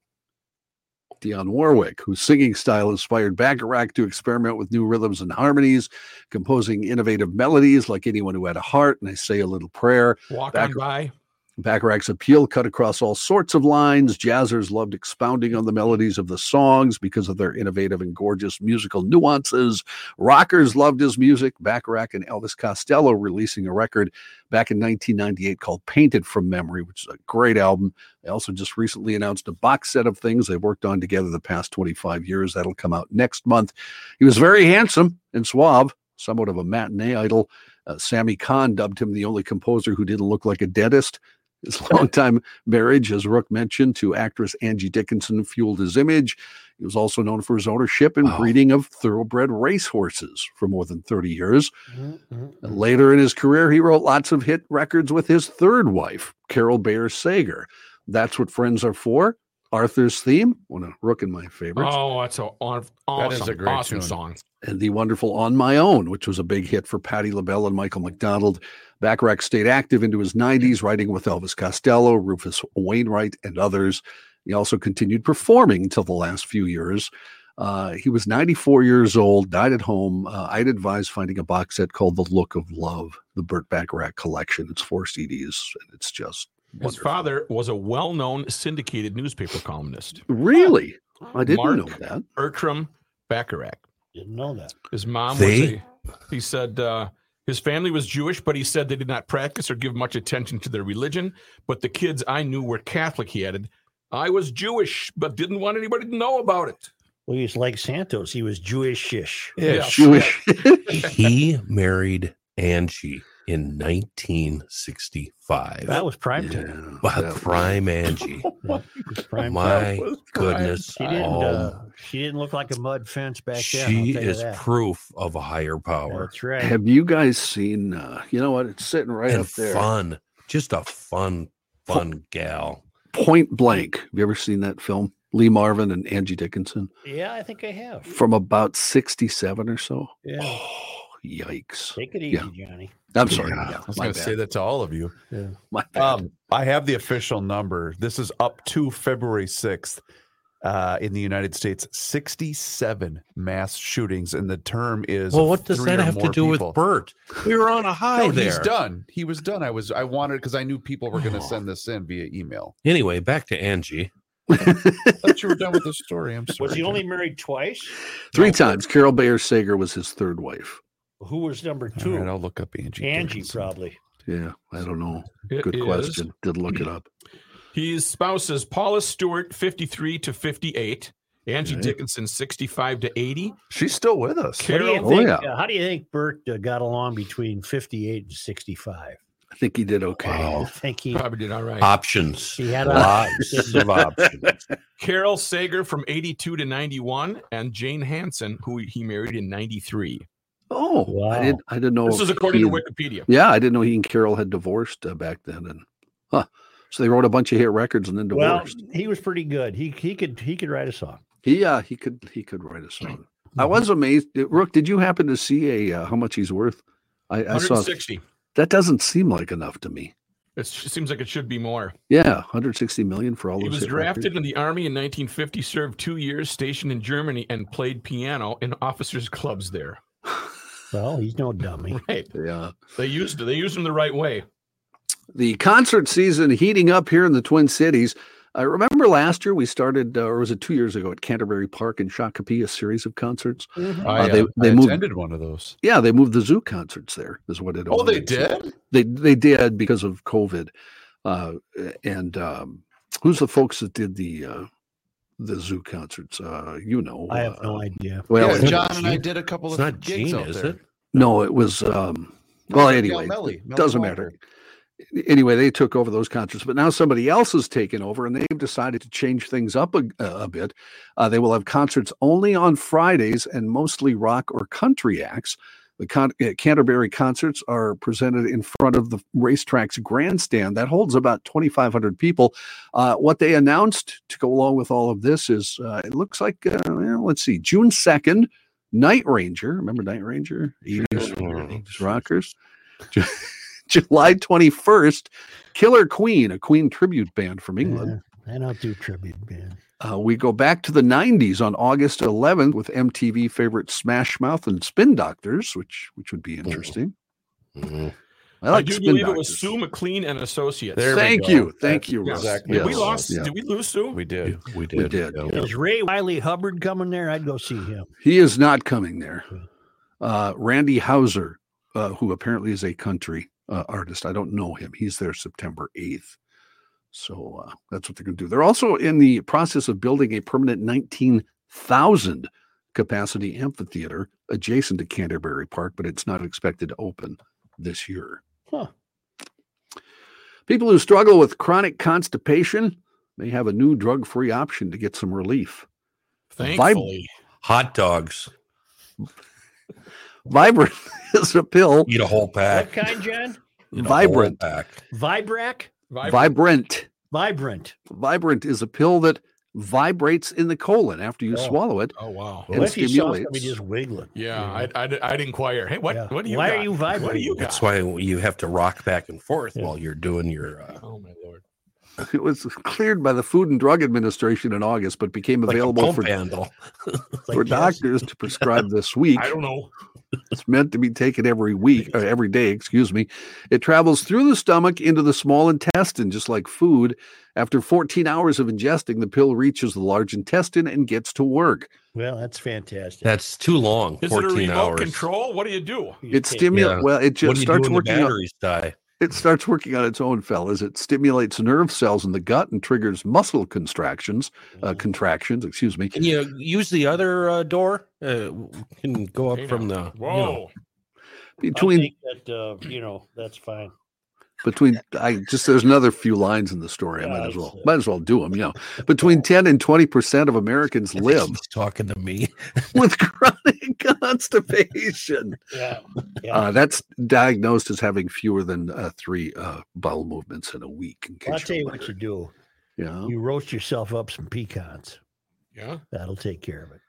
[SPEAKER 4] Dionne Warwick, whose singing style inspired Bacharach to experiment with new rhythms and harmonies, composing innovative melodies like Anyone Who Had a Heart and I Say a Little Prayer.
[SPEAKER 9] Walk
[SPEAKER 4] Bacharach-
[SPEAKER 9] on by.
[SPEAKER 4] Bacharach's appeal cut across all sorts of lines. Jazzers loved expounding on the melodies of the songs because of their innovative and gorgeous musical nuances. Rockers loved his music. Bacharach and Elvis Costello releasing a record back in 1998 called Painted from Memory, which is a great album. They also just recently announced a box set of things they worked on together the past 25 years. That'll come out next month. He was very handsome and suave, somewhat of a matinee idol. Uh, Sammy Kahn dubbed him the only composer who didn't look like a dentist. His longtime marriage, as Rook mentioned, to actress Angie Dickinson fueled his image. He was also known for his ownership and breeding of thoroughbred racehorses for more than 30 years. And later in his career, he wrote lots of hit records with his third wife, Carol Bayer Sager. That's what friends are for. Arthur's theme, one of Rook and my favorites.
[SPEAKER 9] Oh, that's a aw- awesome,
[SPEAKER 4] That is a great
[SPEAKER 9] awesome
[SPEAKER 4] tune.
[SPEAKER 9] song.
[SPEAKER 4] and the wonderful On My Own, which was a big hit for Patti LaBelle and Michael McDonald. Bacharach stayed active into his 90s, writing with Elvis Costello, Rufus Wainwright, and others. He also continued performing until the last few years. Uh, he was 94 years old, died at home. Uh, I'd advise finding a box set called The Look of Love, the Burt Bacharach collection. It's four CDs, and it's just
[SPEAKER 9] His father was a well-known syndicated newspaper columnist.
[SPEAKER 4] really, I didn't
[SPEAKER 9] Mark
[SPEAKER 4] know that.
[SPEAKER 9] Bertram Bacharach.
[SPEAKER 1] Didn't know that.
[SPEAKER 9] His mom was
[SPEAKER 4] They-
[SPEAKER 9] a, he said uh, his family was Jewish, but he said they did not practice or give much attention to their religion. But the kids I knew were Catholic, he added. I was Jewish, but didn't want anybody to know about it.
[SPEAKER 1] Well, he's like Santos. He was Jewishish.
[SPEAKER 9] Yeah.
[SPEAKER 3] Jewish. he married Angie in 1965.
[SPEAKER 1] That was prime time.
[SPEAKER 3] Wow, prime Angie.
[SPEAKER 1] prime
[SPEAKER 3] My
[SPEAKER 1] time.
[SPEAKER 3] goodness.
[SPEAKER 1] She didn't,
[SPEAKER 3] all-
[SPEAKER 1] uh, she didn't look like a mud fence back then.
[SPEAKER 3] she is
[SPEAKER 1] prime.
[SPEAKER 3] proof of a higher power.
[SPEAKER 1] That's right.
[SPEAKER 4] Have you guys seen, uh, you know what? It's sitting right
[SPEAKER 3] and
[SPEAKER 4] up there.
[SPEAKER 3] fun. Just a fun, fun gal.
[SPEAKER 4] Point Blank. Have you ever seen that film? Lee Marvin and Angie Dickinson
[SPEAKER 1] Yeah, I think I have.
[SPEAKER 4] from about 67 or so.
[SPEAKER 1] Yeah.
[SPEAKER 4] Yikes.
[SPEAKER 1] Take it easy,
[SPEAKER 4] Yeah.
[SPEAKER 1] Johnny.
[SPEAKER 4] I'm sorry.
[SPEAKER 2] Oh, Yeah,
[SPEAKER 4] Yeah,
[SPEAKER 2] I was
[SPEAKER 4] my
[SPEAKER 2] going to
[SPEAKER 4] bad.
[SPEAKER 2] say that to all of you.
[SPEAKER 1] Yeah.
[SPEAKER 4] My
[SPEAKER 2] Um, I have the official number. This is up to February 6th uh, in the United States 67 mass shootings. And the term is.
[SPEAKER 3] Well, what does
[SPEAKER 2] three
[SPEAKER 3] that
[SPEAKER 2] or
[SPEAKER 3] have to
[SPEAKER 2] more
[SPEAKER 3] do
[SPEAKER 2] people.
[SPEAKER 3] with Bert? We were on a high
[SPEAKER 2] No,
[SPEAKER 3] there. Oh.
[SPEAKER 2] He's done. He was done. I was, I wanted, because I knew people were going to send this in via email.
[SPEAKER 3] Anyway, back to Angie.
[SPEAKER 2] I thought you were done with the story. I'm sorry.
[SPEAKER 1] Was he only married twice?
[SPEAKER 4] Three times. Carol Bayer Sager was his third wife.
[SPEAKER 1] Who was number
[SPEAKER 2] All
[SPEAKER 1] two?
[SPEAKER 2] right, I'll look up Angie.
[SPEAKER 1] Angie,
[SPEAKER 2] Dickinson.
[SPEAKER 1] probably.
[SPEAKER 4] Yeah. I don't know.
[SPEAKER 9] It
[SPEAKER 4] Good
[SPEAKER 9] is-
[SPEAKER 4] question. Did look it up.
[SPEAKER 9] His spouse is Paula Stewart, 53 to 58. Angie
[SPEAKER 4] Okay.
[SPEAKER 9] Dickinson, 65 to 80.
[SPEAKER 2] She's still with us.
[SPEAKER 1] What do you
[SPEAKER 9] Carol,
[SPEAKER 4] Oh,
[SPEAKER 1] think,
[SPEAKER 4] yeah.
[SPEAKER 1] uh, how do you think Bert uh, got along between 58 and 65?
[SPEAKER 4] I think he did okay.
[SPEAKER 1] I
[SPEAKER 3] Wow.
[SPEAKER 1] think he,
[SPEAKER 9] probably did all right.
[SPEAKER 4] Uh,
[SPEAKER 3] Options.
[SPEAKER 1] he had a.
[SPEAKER 3] Lots of options.
[SPEAKER 9] Carol Sager from 82 to 91, and Jane Hansen, who he married in 93.
[SPEAKER 4] Oh, I
[SPEAKER 1] Wow.
[SPEAKER 4] didn't I didn't know.
[SPEAKER 9] This is according
[SPEAKER 4] he
[SPEAKER 9] to
[SPEAKER 4] and-
[SPEAKER 9] Wikipedia.
[SPEAKER 4] Yeah, I didn't know he and Carol had divorced uh, back then and huh. So they wrote a bunch of hit records and then
[SPEAKER 1] Well,
[SPEAKER 4] divorced.
[SPEAKER 1] he was pretty good. He he could he could write a song.
[SPEAKER 4] He uh, he could he could write a song. I
[SPEAKER 2] Mm-hmm.
[SPEAKER 4] was amazed. Uh, Rook, did you happen to see a uh, how much he's worth? I, I saw
[SPEAKER 9] 160.
[SPEAKER 4] that doesn't seem like enough to me.
[SPEAKER 9] It sh- seems like it should be more.
[SPEAKER 4] Yeah, 160 million for all
[SPEAKER 9] He
[SPEAKER 4] those.
[SPEAKER 9] was
[SPEAKER 4] hit records.
[SPEAKER 9] drafted in the Army in 1950, served two years stationed in Germany, and played piano in officers' clubs there.
[SPEAKER 1] Well, he's no dummy.
[SPEAKER 9] Right.
[SPEAKER 4] Yeah.
[SPEAKER 9] They used they used him the right way.
[SPEAKER 4] The concert season heating up here in the Twin Cities. I remember last year we started, uh, or was it two years ago at Canterbury Park in Shakopee, a series of concerts.
[SPEAKER 2] I,
[SPEAKER 4] they-
[SPEAKER 2] uh,
[SPEAKER 4] they
[SPEAKER 2] I
[SPEAKER 4] moved-
[SPEAKER 2] attended one of those.
[SPEAKER 4] Yeah, they moved the zoo concerts there. Is what it.
[SPEAKER 2] Oh, they
[SPEAKER 4] amounted to.
[SPEAKER 2] did?
[SPEAKER 4] They they did because of COVID. Uh, and um, who's the folks that did the uh, the zoo concerts? Uh, you know,
[SPEAKER 1] I have no
[SPEAKER 4] uh,
[SPEAKER 1] idea.
[SPEAKER 4] Well,
[SPEAKER 2] yeah,
[SPEAKER 4] it-
[SPEAKER 2] John and I did a couple
[SPEAKER 3] It's
[SPEAKER 2] of
[SPEAKER 3] not
[SPEAKER 2] gigs
[SPEAKER 3] Gene,
[SPEAKER 2] out
[SPEAKER 3] is
[SPEAKER 2] there.
[SPEAKER 3] it?
[SPEAKER 4] no, it was. Um, well, anyway,
[SPEAKER 2] Melly, Mel
[SPEAKER 4] doesn't
[SPEAKER 2] Walker.
[SPEAKER 4] matter. anyway, they took over those concerts, but now somebody else has taken over and they've decided to change things up a, a bit. Uh, they will have concerts only on Fridays and mostly rock or country acts. The Con- uh, Canterbury concerts are presented in front of the racetrack's grandstand that holds about 2,500 people. Uh, what they announced to go along with all of this is uh, it looks like, uh, well, let's see, June 2nd, Night Ranger. Remember Night Ranger? 80s,
[SPEAKER 3] Sure.
[SPEAKER 4] 80s rockers. Ju- July 21st, Killer Queen, a Queen tribute band from England.
[SPEAKER 1] Yeah, I don't do tribute band.
[SPEAKER 4] Uh, we go back to the 90s on August 11th with MTV favorite Smash Mouth and Spin Doctors, which which would be interesting.
[SPEAKER 3] Mhm.
[SPEAKER 4] I like
[SPEAKER 9] do
[SPEAKER 4] spin
[SPEAKER 9] believe it was Sue McLean and Associates.
[SPEAKER 4] There we Thank go. you. Thank That's you, Russ. exactly
[SPEAKER 9] Did
[SPEAKER 4] what
[SPEAKER 9] we
[SPEAKER 4] it
[SPEAKER 9] lost.
[SPEAKER 4] was. Yeah.
[SPEAKER 9] Did we lose Sue?
[SPEAKER 2] We did.
[SPEAKER 3] We
[SPEAKER 4] did. We did. yeah.
[SPEAKER 1] Is Ray Wiley Hubbard coming there? I'd go see him.
[SPEAKER 4] He is not coming there. Uh, Randy Hauser, uh, who apparently is a country uh, artist, I don't know him. He's there September 8th. So uh, that's what they're going to do. They're also in the process of building a permanent 19,000 capacity amphitheater adjacent to Canterbury Park, but it's not expected to open this year.
[SPEAKER 1] Huh.
[SPEAKER 4] People who struggle with chronic constipation may have a new drug free option to get some relief. Vib-
[SPEAKER 9] Thankfully.
[SPEAKER 3] Hot dogs.
[SPEAKER 4] Vibrant is a pill.
[SPEAKER 3] Eat a whole
[SPEAKER 1] What
[SPEAKER 3] pack.
[SPEAKER 1] kind, John?
[SPEAKER 3] Eat a whole
[SPEAKER 4] Vibrant.
[SPEAKER 3] pack.
[SPEAKER 1] Vibrac?
[SPEAKER 4] Vibrant.
[SPEAKER 1] Vibrant.
[SPEAKER 4] Vibrant is a pill that vibrates in the colon after you
[SPEAKER 1] Oh.
[SPEAKER 4] swallow it.
[SPEAKER 9] Oh wow.
[SPEAKER 4] It
[SPEAKER 1] What if you saw somebody
[SPEAKER 4] stimulates.
[SPEAKER 1] just wiggling?
[SPEAKER 9] Yeah, I'd, I'd, I'd inquire. Hey, what?
[SPEAKER 1] Yeah.
[SPEAKER 9] What do you?
[SPEAKER 1] Why
[SPEAKER 9] got?
[SPEAKER 1] are you
[SPEAKER 9] What do
[SPEAKER 1] vibrating?
[SPEAKER 9] you got?
[SPEAKER 3] That's why you have to rock back and forth
[SPEAKER 1] Yeah.
[SPEAKER 3] while you're doing your. Uh,
[SPEAKER 9] Oh my lord.
[SPEAKER 4] It was cleared by the Food and Drug Administration in August, but became
[SPEAKER 3] like a
[SPEAKER 4] available
[SPEAKER 3] pump
[SPEAKER 4] for,
[SPEAKER 3] handle.
[SPEAKER 4] for doctors to prescribe this week.
[SPEAKER 9] I don't know.
[SPEAKER 4] It's meant to be taken every week or every day, excuse me. It travels through the stomach into the small intestine, just like food. After 14 hours of ingesting, the pill reaches the large intestine and gets to work.
[SPEAKER 1] Well, that's fantastic.
[SPEAKER 3] That's too long.
[SPEAKER 9] Is it a
[SPEAKER 3] Fourteen
[SPEAKER 9] remote
[SPEAKER 3] hours.
[SPEAKER 9] control? What do you do?
[SPEAKER 1] You
[SPEAKER 4] It
[SPEAKER 1] can't-
[SPEAKER 4] stimulates
[SPEAKER 3] Yeah.
[SPEAKER 4] well, it
[SPEAKER 3] What
[SPEAKER 4] just
[SPEAKER 3] do you do
[SPEAKER 4] starts
[SPEAKER 3] when the
[SPEAKER 4] working on
[SPEAKER 3] batteries die?
[SPEAKER 4] it starts working on its own, fellas. It stimulates nerve cells in the gut and triggers muscle contractions, uh,
[SPEAKER 1] Mm-hmm.
[SPEAKER 4] contractions, excuse me.
[SPEAKER 3] Can you use the other uh, door? Uh, can go up
[SPEAKER 9] Hey,
[SPEAKER 3] from the. you
[SPEAKER 9] Whoa.
[SPEAKER 3] know.
[SPEAKER 1] I
[SPEAKER 4] Between
[SPEAKER 1] think that uh, you know that's fine.
[SPEAKER 4] between I just there's another few lines in the story. I
[SPEAKER 1] Yeah,
[SPEAKER 4] might as
[SPEAKER 1] it's,
[SPEAKER 4] well
[SPEAKER 1] uh,
[SPEAKER 4] might as well do them. You know, between ten and twenty percent of Americans
[SPEAKER 3] I think
[SPEAKER 4] live
[SPEAKER 3] He's talking to me.
[SPEAKER 4] with chronic constipation.
[SPEAKER 1] Yeah. yeah.
[SPEAKER 4] Uh, that's diagnosed as having fewer than uh, three uh, bowel movements in a week. In case
[SPEAKER 1] I'll tell
[SPEAKER 4] you're
[SPEAKER 1] you what you do.
[SPEAKER 4] wondering.
[SPEAKER 1] You roast yourself up some pecans.
[SPEAKER 9] Yeah.
[SPEAKER 1] That'll take care of it.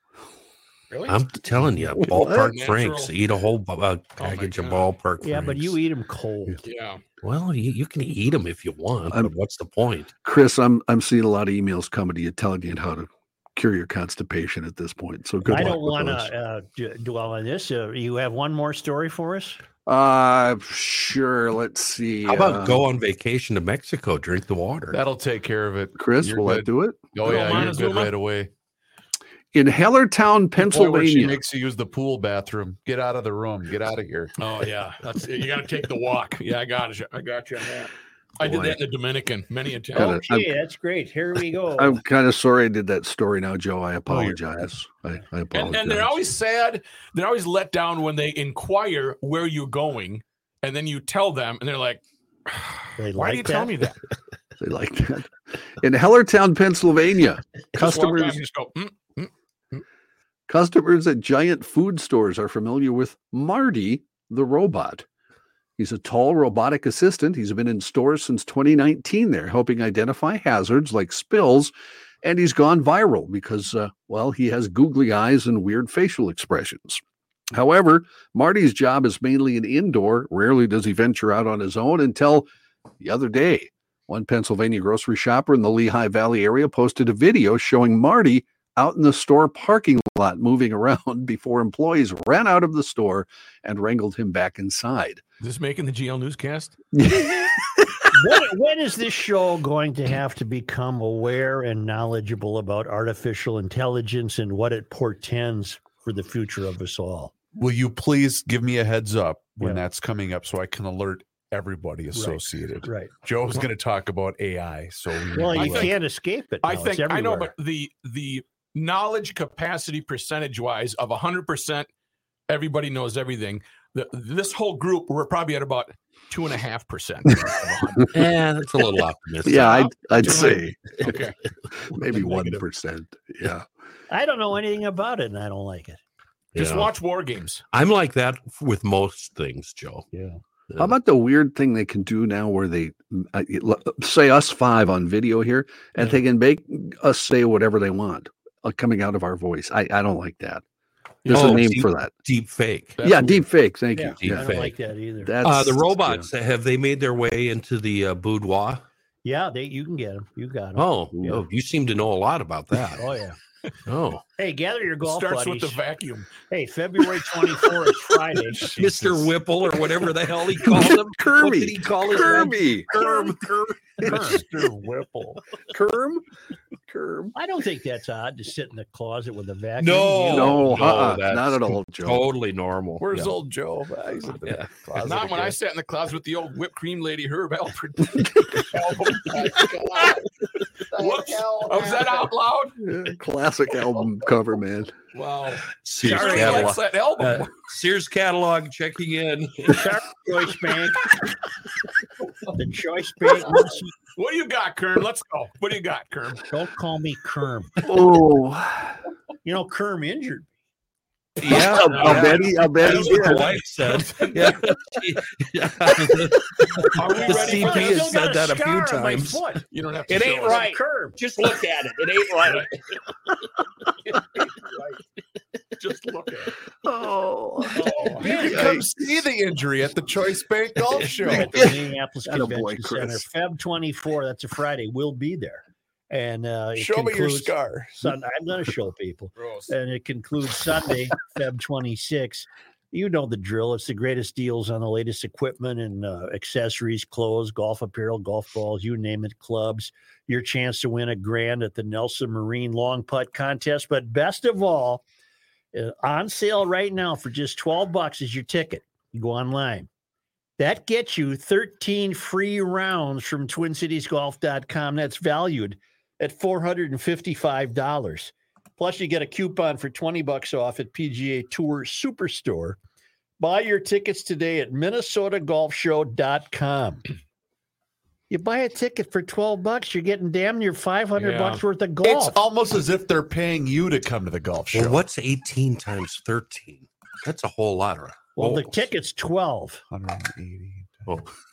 [SPEAKER 9] Really?
[SPEAKER 3] I'm telling you,
[SPEAKER 4] What?
[SPEAKER 3] ballpark
[SPEAKER 9] Natural. Oh
[SPEAKER 3] Franks eat a whole bu- uh, package of
[SPEAKER 9] God.
[SPEAKER 3] ballpark.
[SPEAKER 1] Yeah, but you
[SPEAKER 3] Franks.
[SPEAKER 1] eat them cold.
[SPEAKER 9] yeah.
[SPEAKER 3] Well, you, you can eat them if you want.
[SPEAKER 4] I'm-
[SPEAKER 3] but what's the point?
[SPEAKER 4] Chris, I'm I'm seeing a lot of emails coming to you telling you how to cure your constipation at this point. So good
[SPEAKER 1] I
[SPEAKER 4] luck
[SPEAKER 1] don't
[SPEAKER 4] with
[SPEAKER 1] want to
[SPEAKER 4] those.
[SPEAKER 1] uh, d- dwell on this. Uh, you have one more story for us?
[SPEAKER 4] Uh, sure. Let's see.
[SPEAKER 3] How
[SPEAKER 4] uh,
[SPEAKER 3] about go on vacation to Mexico? Drink the water.
[SPEAKER 2] That'll take care of it.
[SPEAKER 4] Chris?
[SPEAKER 2] You're
[SPEAKER 4] Will I
[SPEAKER 2] good.
[SPEAKER 4] do it?
[SPEAKER 2] Oh
[SPEAKER 9] Good
[SPEAKER 2] yeah, you're
[SPEAKER 9] old
[SPEAKER 2] good
[SPEAKER 9] Montezuma.
[SPEAKER 2] right away.
[SPEAKER 4] In
[SPEAKER 2] Boy, where
[SPEAKER 4] Hellertown,
[SPEAKER 2] she
[SPEAKER 4] Pennsylvania.
[SPEAKER 2] makes you use the pool bathroom. Get out of the room. Get out of here.
[SPEAKER 9] Oh yeah. That's it. you got to take the walk. Yeah, I got you. I got you. on that. I did
[SPEAKER 4] Boy.
[SPEAKER 9] that in the Dominican many a time.
[SPEAKER 4] Got it. I'm-
[SPEAKER 1] Okay, that's great. Here we go.
[SPEAKER 4] I'm kind of sorry I did that story now, Joe. I apologize. I, I apologize.
[SPEAKER 9] And, and they're always sad. They're always let down when they inquire where you're going, and then you tell them, and they're like,
[SPEAKER 1] They
[SPEAKER 9] "Why
[SPEAKER 1] like
[SPEAKER 9] do you tell
[SPEAKER 1] that?
[SPEAKER 9] me that?"
[SPEAKER 4] They like that. In Hellertown, Pennsylvania,
[SPEAKER 9] Just walk by and
[SPEAKER 4] customers
[SPEAKER 9] just go, "Mm,
[SPEAKER 4] customers at giant food stores are familiar with Marty the robot. He's a tall robotic assistant. He's been in stores since 2019 there, helping identify hazards like spills. And he's gone viral because, uh, well, he has googly eyes and weird facial expressions. However, Marty's job is mainly an indoor. Rarely does he venture out on his own until the other day. One Pennsylvania grocery shopper in the Lehigh Valley area posted a video showing Marty out in the store parking lot moving around before employees ran out of the store and wrangled him back inside.
[SPEAKER 9] This making the GL newscast?
[SPEAKER 1] when, when is this show going to have to become aware and knowledgeable about artificial intelligence and what it portends for the future of us all?
[SPEAKER 2] Will you please give me a heads up when
[SPEAKER 1] Yeah.
[SPEAKER 2] that's coming up so I can alert everybody associated?
[SPEAKER 1] Right.
[SPEAKER 2] Joe's going to talk about AI, so we
[SPEAKER 1] Well,
[SPEAKER 2] need
[SPEAKER 1] you
[SPEAKER 2] to, like,
[SPEAKER 1] can't escape it.
[SPEAKER 9] I
[SPEAKER 1] now.
[SPEAKER 9] think
[SPEAKER 1] it's
[SPEAKER 9] I know,
[SPEAKER 1] everywhere.
[SPEAKER 9] but the the knowledge capacity percentage wise of hundred percent, everybody knows everything. The, this whole group, we're probably at about two and a half percent.
[SPEAKER 3] yeah, Eh, that's a little optimistic.
[SPEAKER 4] yeah, I'd, I'd
[SPEAKER 9] Joe.
[SPEAKER 4] say
[SPEAKER 9] Okay,
[SPEAKER 4] maybe
[SPEAKER 9] Negative.
[SPEAKER 4] 1%. Yeah.
[SPEAKER 1] I don't know anything about it, and I don't like it.
[SPEAKER 9] just
[SPEAKER 3] Yeah.
[SPEAKER 9] watch war games.
[SPEAKER 3] I'm like that with most things, Joe.
[SPEAKER 1] Yeah.
[SPEAKER 4] How about the weird thing they can do now where they uh, say us five on video here and they can make us say whatever they want uh, coming out of our voice? I, I don't like that. There's
[SPEAKER 3] Oh,
[SPEAKER 4] a name
[SPEAKER 3] deep-
[SPEAKER 4] for that.
[SPEAKER 3] Deep fake.
[SPEAKER 9] That's
[SPEAKER 4] yeah,
[SPEAKER 9] weird.
[SPEAKER 4] deep fake. Thank
[SPEAKER 1] Yeah,
[SPEAKER 4] you.
[SPEAKER 3] Deep
[SPEAKER 1] I
[SPEAKER 4] Yeah.
[SPEAKER 1] don't like that either.
[SPEAKER 4] That's
[SPEAKER 3] Uh, the robots have they made their way into the uh, boudoir?
[SPEAKER 1] yeah, they, you can get them. You got them.
[SPEAKER 3] Oh,
[SPEAKER 4] Yeah.
[SPEAKER 3] oh, you seem to know a lot about that.
[SPEAKER 1] Oh yeah.
[SPEAKER 3] Oh.
[SPEAKER 1] Hey, gather your golf
[SPEAKER 9] Starts
[SPEAKER 1] buddies.
[SPEAKER 9] with the vacuum.
[SPEAKER 1] Hey, February 24th, Friday.
[SPEAKER 3] Mr. Whipple or whatever the hell he called him. What did he call his
[SPEAKER 4] Kirby.
[SPEAKER 3] Kerm.
[SPEAKER 1] Mr. Whipple.
[SPEAKER 4] Kerm. Kerm.
[SPEAKER 1] I don't think that's odd to sit in the closet with a vacuum.
[SPEAKER 3] No,
[SPEAKER 1] You-
[SPEAKER 4] No, uh-uh,
[SPEAKER 3] that's
[SPEAKER 4] not at all, Joe.
[SPEAKER 3] Totally normal.
[SPEAKER 2] Where's
[SPEAKER 3] Yeah.
[SPEAKER 2] old Joe? Ah, he's at the
[SPEAKER 3] Yeah.
[SPEAKER 2] closet
[SPEAKER 9] Not when
[SPEAKER 2] again.
[SPEAKER 9] I sat in the closet with the old whipped cream lady Herb Alpert. Whoops. Was Oh, that out loud?
[SPEAKER 4] Yeah, Classic album cover, man.
[SPEAKER 9] Wow.
[SPEAKER 3] Sears
[SPEAKER 9] Sorry,
[SPEAKER 3] catalog.
[SPEAKER 9] likes that album.
[SPEAKER 3] Uh, Sears catalog checking in.
[SPEAKER 1] Sorry, Choice Bank. the Choice Bank. website.
[SPEAKER 9] what do you got, Kern? Let's go. What do you got, Kern?
[SPEAKER 1] Don't call me Kerm.
[SPEAKER 4] Oh,
[SPEAKER 1] You know, Kerm injured.
[SPEAKER 3] Yeah,
[SPEAKER 4] I'll bet he. I'll bet he
[SPEAKER 3] that's what the
[SPEAKER 4] did.
[SPEAKER 3] wife said. Yeah, yeah.
[SPEAKER 9] Are we
[SPEAKER 3] The
[SPEAKER 9] ready?
[SPEAKER 3] CP
[SPEAKER 9] for
[SPEAKER 1] I
[SPEAKER 9] it?
[SPEAKER 3] has
[SPEAKER 1] still got
[SPEAKER 3] said that a
[SPEAKER 1] scar
[SPEAKER 3] few
[SPEAKER 1] on my
[SPEAKER 3] times.
[SPEAKER 1] foot.
[SPEAKER 9] You don't have to
[SPEAKER 1] It
[SPEAKER 9] show
[SPEAKER 1] ain't
[SPEAKER 9] us.
[SPEAKER 1] right. Curb. Just look at it. It ain't right.
[SPEAKER 9] Just look at it.
[SPEAKER 4] Oh,
[SPEAKER 9] Oh,
[SPEAKER 2] You can come see the injury at the Choice Bank Golf Show.
[SPEAKER 1] at the Minneapolis
[SPEAKER 4] Attaboy,
[SPEAKER 1] Convention Center,
[SPEAKER 4] Chris.
[SPEAKER 1] Feb 24. That's a Friday. We'll be there, and uh, it
[SPEAKER 2] Show me your
[SPEAKER 1] concludes-
[SPEAKER 2] scar.
[SPEAKER 1] Sun- I'm going to show people,
[SPEAKER 9] gross.
[SPEAKER 1] and it concludes Sunday, Feb 26. You know the drill. It's the greatest deals on the latest equipment and uh, accessories, clothes, golf apparel, golf balls, you name it, clubs. Your chance to win a grand at the Nelson Marine Long Putt Contest. But best of all, uh, on sale right now for just 12 bucks is your ticket. You go online. That gets you 13 free rounds from twincitiesgolf.com. That's valued at $455. Plus, you get a coupon for 20 bucks off at PGA Tour Superstore. Buy your tickets today at minnesotagolfshow.com. You buy a ticket for 12 bucks, you're getting damn near 500
[SPEAKER 9] Yeah.
[SPEAKER 1] bucks worth of
[SPEAKER 2] It's
[SPEAKER 1] golf.
[SPEAKER 2] almost as if they're paying you to come to the golf show.
[SPEAKER 3] Well, what's 18 times 13? That's a whole lot. Right?
[SPEAKER 1] well, the
[SPEAKER 2] Oh.
[SPEAKER 1] ticket's 12.
[SPEAKER 2] 180.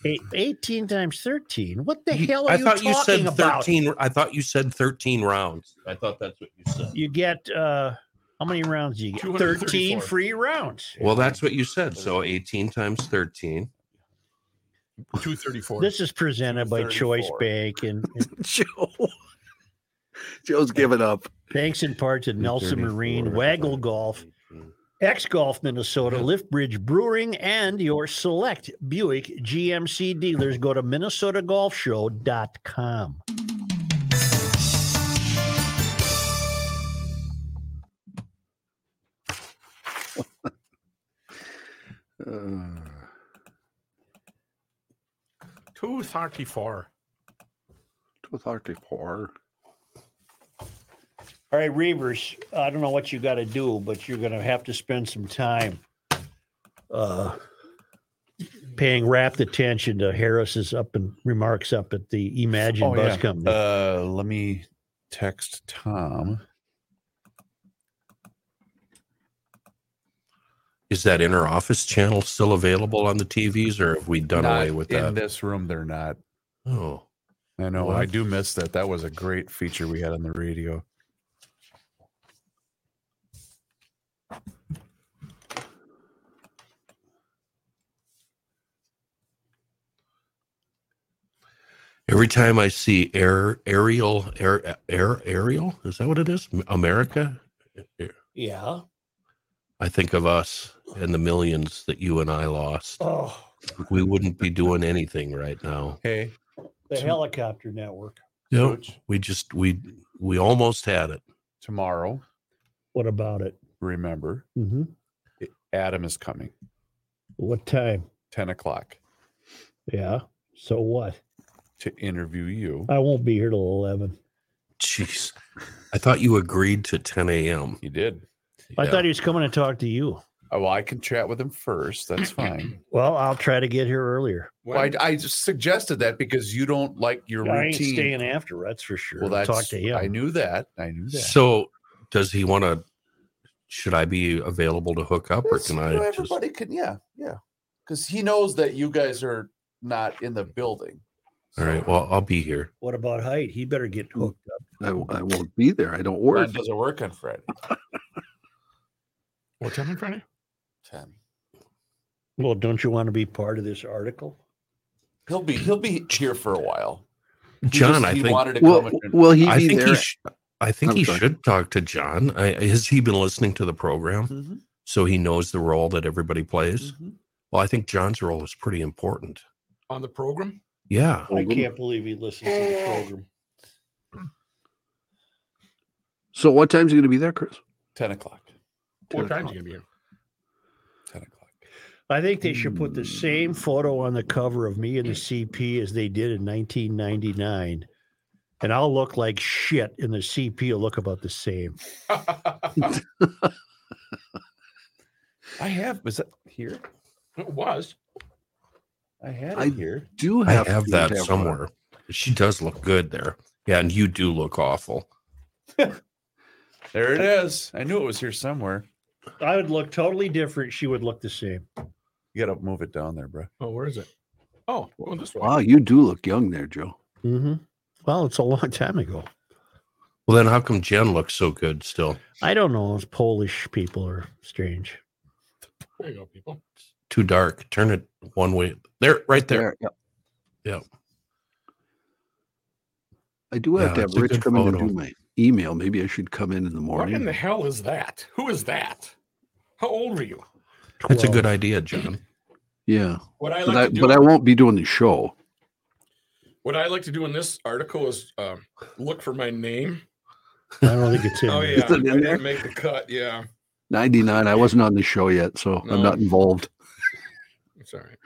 [SPEAKER 1] Eight, 18 times 13. What the
[SPEAKER 3] Oh. You-
[SPEAKER 1] hell are
[SPEAKER 3] I
[SPEAKER 1] you
[SPEAKER 3] thought
[SPEAKER 1] talking
[SPEAKER 3] you said
[SPEAKER 1] about?
[SPEAKER 3] 13. I thought you said 13 rounds. I thought that's what you said.
[SPEAKER 1] You get uh how many rounds do you get? 13
[SPEAKER 9] 234.
[SPEAKER 1] free rounds.
[SPEAKER 3] Well, that's what you said. So 18 times 13.
[SPEAKER 9] 234.
[SPEAKER 1] This is presented by Choice
[SPEAKER 9] 234.
[SPEAKER 1] Bank and, and
[SPEAKER 4] Joe. Joe's giving up.
[SPEAKER 1] thanks in part to Nelson
[SPEAKER 3] 34,
[SPEAKER 1] Marine, Waggle Golf, X Golf Minnesota, Liftbridge Brewing, and your select Buick GMC dealers. Go to MinnesotaGolfShow.com.
[SPEAKER 4] Uh,
[SPEAKER 9] 234.
[SPEAKER 4] with Arctic horror.
[SPEAKER 1] All right, Reavers, I don't know what you got to do, but you're going to have to spend some time uh, paying rapt attention to Harris's up and remarks up at the Imagine
[SPEAKER 2] Oh,
[SPEAKER 1] Bus
[SPEAKER 2] yeah.
[SPEAKER 1] Company.
[SPEAKER 2] Uh, let me text Tom.
[SPEAKER 3] Is that inner office channel still available on the TVs or have we done
[SPEAKER 2] Not
[SPEAKER 3] away with
[SPEAKER 2] in
[SPEAKER 3] that?
[SPEAKER 2] this room, they're not.
[SPEAKER 3] oh.
[SPEAKER 2] I know.
[SPEAKER 3] What?
[SPEAKER 2] I do miss that. That was a great feature we had on the radio.
[SPEAKER 3] Every time I see air aerial air air aerial, is that what it is? America?
[SPEAKER 1] yeah.
[SPEAKER 3] I think of us and the millions that you and I lost.
[SPEAKER 1] Oh,
[SPEAKER 3] We wouldn't be doing anything right now.
[SPEAKER 2] Hey,
[SPEAKER 1] the helicopter network.
[SPEAKER 3] Yep.
[SPEAKER 2] Coach,
[SPEAKER 3] We just we we almost had it.
[SPEAKER 2] tomorrow,
[SPEAKER 1] What about it?
[SPEAKER 2] remember,
[SPEAKER 1] hmm
[SPEAKER 2] Adam is coming,
[SPEAKER 1] What time?
[SPEAKER 2] 10 o'clock,
[SPEAKER 1] Yeah. So what?
[SPEAKER 2] to interview you.
[SPEAKER 1] I won't be here till 11.
[SPEAKER 3] Jeez. I thought you agreed to 10 a.m.
[SPEAKER 2] He did.
[SPEAKER 1] I
[SPEAKER 3] Yeah.
[SPEAKER 1] thought he was coming to talk to you.
[SPEAKER 2] Oh, well, I can chat with him first. That's fine.
[SPEAKER 1] Well, I'll try to get here earlier.
[SPEAKER 2] well, I, I just suggested that because you don't like your
[SPEAKER 1] I ain't
[SPEAKER 2] routine.
[SPEAKER 1] staying after, that's for sure.
[SPEAKER 2] well,
[SPEAKER 1] I'll
[SPEAKER 2] that's,
[SPEAKER 1] talk to him.
[SPEAKER 2] I knew that. I knew that.
[SPEAKER 3] So does he want to should I be available to hook up or
[SPEAKER 2] It's-
[SPEAKER 3] can
[SPEAKER 2] you know,
[SPEAKER 3] I just
[SPEAKER 2] everybody can, yeah, yeah, because he knows that you guys are not in the building.
[SPEAKER 3] All right, well, I'll be here.
[SPEAKER 1] What about height? He better get hooked up.
[SPEAKER 4] I, I won't be there. I don't
[SPEAKER 2] Mine
[SPEAKER 4] work.
[SPEAKER 2] doesn't work on Friday.
[SPEAKER 9] What time in front of
[SPEAKER 2] Ten.
[SPEAKER 1] Well, don't you want to be part of this article?
[SPEAKER 2] He'll be he'll be here for a while. He
[SPEAKER 3] John,
[SPEAKER 2] just-
[SPEAKER 3] I
[SPEAKER 2] he
[SPEAKER 3] think
[SPEAKER 2] wanted to
[SPEAKER 4] Will,
[SPEAKER 2] come. and-
[SPEAKER 4] will he
[SPEAKER 3] I
[SPEAKER 4] be
[SPEAKER 3] think
[SPEAKER 4] there? Oh,
[SPEAKER 3] he sh- I think
[SPEAKER 4] I'm
[SPEAKER 3] he
[SPEAKER 4] sorry.
[SPEAKER 3] should talk to John. I, has he been listening to the program?
[SPEAKER 2] Mm-hmm.
[SPEAKER 3] So he knows the role that everybody plays. Well, I think John's role is pretty important.
[SPEAKER 9] on the program.
[SPEAKER 3] Yeah.
[SPEAKER 1] I can't believe he listens to the program.
[SPEAKER 4] So what time's he going to be there, Chris?
[SPEAKER 2] 10 o'clock.
[SPEAKER 9] What time's he gonna be here?
[SPEAKER 1] I think they should put the same photo on the cover of me and the CP as they did in 1999. And I'll look like shit, and the CP will look about the same.
[SPEAKER 2] I have. Was that here?
[SPEAKER 9] It was.
[SPEAKER 2] I had it
[SPEAKER 4] I
[SPEAKER 2] here.
[SPEAKER 4] do
[SPEAKER 3] I
[SPEAKER 4] have,
[SPEAKER 3] have
[SPEAKER 4] to
[SPEAKER 3] that
[SPEAKER 4] have one.
[SPEAKER 3] somewhere. She does look good there. Yeah, and you do look awful.
[SPEAKER 2] There it is. I knew it was here somewhere.
[SPEAKER 1] I would look totally different. She would look the same.
[SPEAKER 2] You got to move it down there, bro.
[SPEAKER 9] Oh, where is it? Oh, going this way.
[SPEAKER 4] Wow, you do look young there, Joe.
[SPEAKER 1] Mm-hmm. Well, it's a long time ago.
[SPEAKER 3] Well, then how come Jen looks so good still?
[SPEAKER 1] I don't know. Those Polish people are strange.
[SPEAKER 9] There you go, people.
[SPEAKER 3] Too dark. Turn it one way. There, right there.
[SPEAKER 4] yeah.
[SPEAKER 3] Yeah.
[SPEAKER 4] I do have
[SPEAKER 3] Yeah,
[SPEAKER 4] to have
[SPEAKER 3] it's a
[SPEAKER 4] Rich
[SPEAKER 3] good
[SPEAKER 4] come in
[SPEAKER 3] photo.
[SPEAKER 4] and do my email. Maybe I should come in in the
[SPEAKER 9] What in
[SPEAKER 4] morning.
[SPEAKER 9] the hell is that? Who is that? How old were you?
[SPEAKER 3] That's a
[SPEAKER 1] Twelve.
[SPEAKER 3] good idea, John.
[SPEAKER 4] yeah,
[SPEAKER 9] What I
[SPEAKER 4] but
[SPEAKER 9] like
[SPEAKER 4] I,
[SPEAKER 9] to do.
[SPEAKER 4] but I won't be doing the show.
[SPEAKER 9] What I like to do in this article is um, look for my name.
[SPEAKER 1] I don't think it's in
[SPEAKER 9] Oh
[SPEAKER 1] there.
[SPEAKER 9] yeah,
[SPEAKER 4] Is
[SPEAKER 9] I
[SPEAKER 4] it in there?
[SPEAKER 9] didn't make the cut. Yeah,
[SPEAKER 4] Ninety nine. I wasn't on the show yet, so
[SPEAKER 9] No.
[SPEAKER 4] I'm not involved.
[SPEAKER 9] it's all right.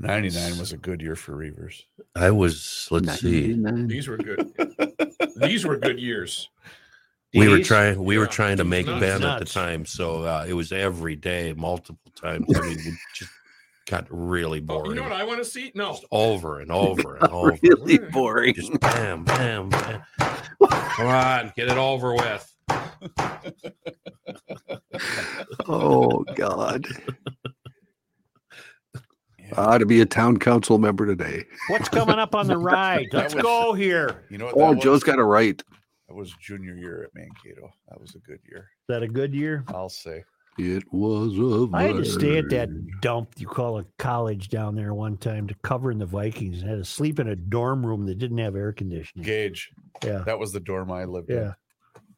[SPEAKER 2] 99 was a good year for Reavers.
[SPEAKER 3] I was, let's see.
[SPEAKER 4] 99.
[SPEAKER 9] These were good. These were good years.
[SPEAKER 3] We were
[SPEAKER 1] These-
[SPEAKER 3] trying we were
[SPEAKER 9] yeah,
[SPEAKER 3] trying to make
[SPEAKER 9] nuts.
[SPEAKER 3] Ben at the
[SPEAKER 1] Nuts.
[SPEAKER 3] time, so uh, it was every day, multiple times. I mean, it just got really
[SPEAKER 9] Oh,
[SPEAKER 3] boring.
[SPEAKER 9] you know what I want to see? No,
[SPEAKER 3] Just over and over and over.
[SPEAKER 4] Really boring.
[SPEAKER 3] Oh, Just bam, bam, bam. Come on, get it over with.
[SPEAKER 4] Oh God.
[SPEAKER 3] Uh,
[SPEAKER 4] Ah, to be a town council member today.
[SPEAKER 1] What's coming up on the ride?
[SPEAKER 2] That
[SPEAKER 1] Let's
[SPEAKER 2] was-
[SPEAKER 1] go here.
[SPEAKER 2] You know what?
[SPEAKER 4] Oh,
[SPEAKER 2] that
[SPEAKER 4] Joe's
[SPEAKER 2] was?
[SPEAKER 4] got it right.
[SPEAKER 2] That was junior year at Mankato. That was a good year.
[SPEAKER 1] Is that a good year?
[SPEAKER 2] I'll say.
[SPEAKER 4] It was a.
[SPEAKER 1] I had to stay at that
[SPEAKER 4] murder.
[SPEAKER 1] dump you call a college down there one time to cover in the Vikings and had to sleep in a dorm room that didn't have air
[SPEAKER 3] Hmm.
[SPEAKER 1] conditioning.
[SPEAKER 2] Gage.
[SPEAKER 1] Yeah.
[SPEAKER 2] That was the dorm I lived in.
[SPEAKER 1] Yeah.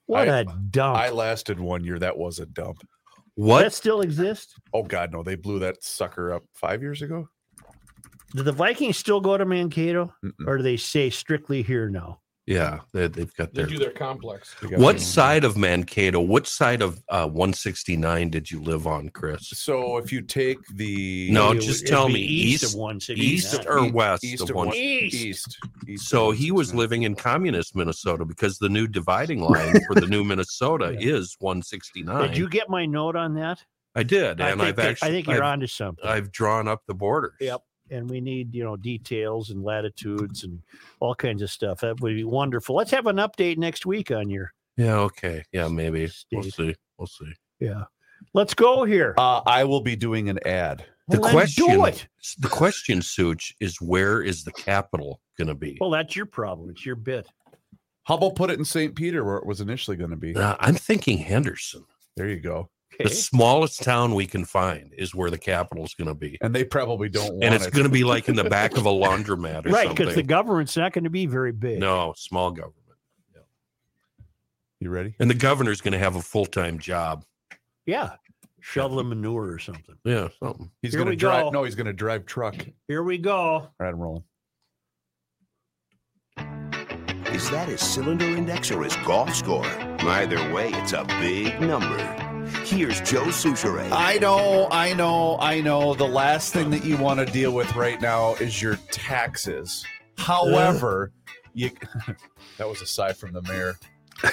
[SPEAKER 1] What
[SPEAKER 2] I-
[SPEAKER 1] a dump.
[SPEAKER 2] I lasted one year. That was a dump.
[SPEAKER 1] That
[SPEAKER 3] What?
[SPEAKER 1] still exists?
[SPEAKER 2] Oh God, no! They blew that sucker up five years ago.
[SPEAKER 1] Do the Vikings still go to Mankato
[SPEAKER 2] Mm-mm.
[SPEAKER 1] or do they stay strictly here now?
[SPEAKER 3] Yeah, they, they've got
[SPEAKER 9] they
[SPEAKER 3] their.
[SPEAKER 9] do their complex.
[SPEAKER 2] They got
[SPEAKER 3] What
[SPEAKER 2] blown.
[SPEAKER 3] side of Mankato? What side of uh, 169 did you live on, Chris?
[SPEAKER 2] So if you take the
[SPEAKER 3] No,
[SPEAKER 1] It
[SPEAKER 3] just
[SPEAKER 1] would-
[SPEAKER 3] tell
[SPEAKER 1] it'd
[SPEAKER 3] me
[SPEAKER 1] be east,
[SPEAKER 3] east-
[SPEAKER 1] of 169.
[SPEAKER 3] East or west of one?
[SPEAKER 2] east,
[SPEAKER 1] East.
[SPEAKER 2] east, east
[SPEAKER 3] So
[SPEAKER 2] of
[SPEAKER 3] he was
[SPEAKER 2] 169.
[SPEAKER 3] living in communist Minnesota because the new dividing line for the new Minnesota is 169.
[SPEAKER 1] Did you get my note on that?
[SPEAKER 3] I did, and
[SPEAKER 1] I
[SPEAKER 3] I've
[SPEAKER 1] think, that-
[SPEAKER 3] actually
[SPEAKER 1] I think you're
[SPEAKER 3] I've,
[SPEAKER 1] onto something.
[SPEAKER 3] I've drawn up the borders.
[SPEAKER 1] Yep. and we need you know details and latitudes and all kinds of stuff. That would be wonderful. Let's have an update next week on your
[SPEAKER 3] Yeah. Okay. Yeah. Maybe. We'll
[SPEAKER 1] State.
[SPEAKER 3] see. We'll see.
[SPEAKER 1] yeah. Let's go here.
[SPEAKER 2] Uh, I will be doing an ad.
[SPEAKER 3] The
[SPEAKER 1] Let's
[SPEAKER 3] question.
[SPEAKER 1] do it.
[SPEAKER 3] The question, Such, is where is the capital going to be?
[SPEAKER 1] Well, that's your problem. It's your bit.
[SPEAKER 2] Hubble put it in St. Peter where it was initially going to be.
[SPEAKER 3] Uh, I'm thinking Henderson.
[SPEAKER 2] There you go.
[SPEAKER 1] Okay.
[SPEAKER 3] The smallest town we can find is where the capital is going to be,
[SPEAKER 2] And they probably don't want
[SPEAKER 3] and it's
[SPEAKER 2] it.
[SPEAKER 3] going to be like in the back of a laundromat or
[SPEAKER 1] Right, because the
[SPEAKER 3] something.
[SPEAKER 1] government's not going to be very big.
[SPEAKER 3] no, small government,
[SPEAKER 2] you ready?
[SPEAKER 3] and the governor's going to have a full time job.
[SPEAKER 1] Yeah. Shovel and manure or something.
[SPEAKER 3] Yeah, something.
[SPEAKER 2] He's
[SPEAKER 1] Here
[SPEAKER 2] going to
[SPEAKER 1] we
[SPEAKER 2] drive.
[SPEAKER 1] go.
[SPEAKER 2] No, he's going to drive truck. All
[SPEAKER 1] Here we go.
[SPEAKER 2] right, I'm rolling.
[SPEAKER 8] Is that his cylinder index or his golf score? Either way, it's a big number. Here's Joe Souchere.
[SPEAKER 2] I know, I know, I know. The last thing that you want to deal with right now is your taxes. However, you that was aside from the mayor.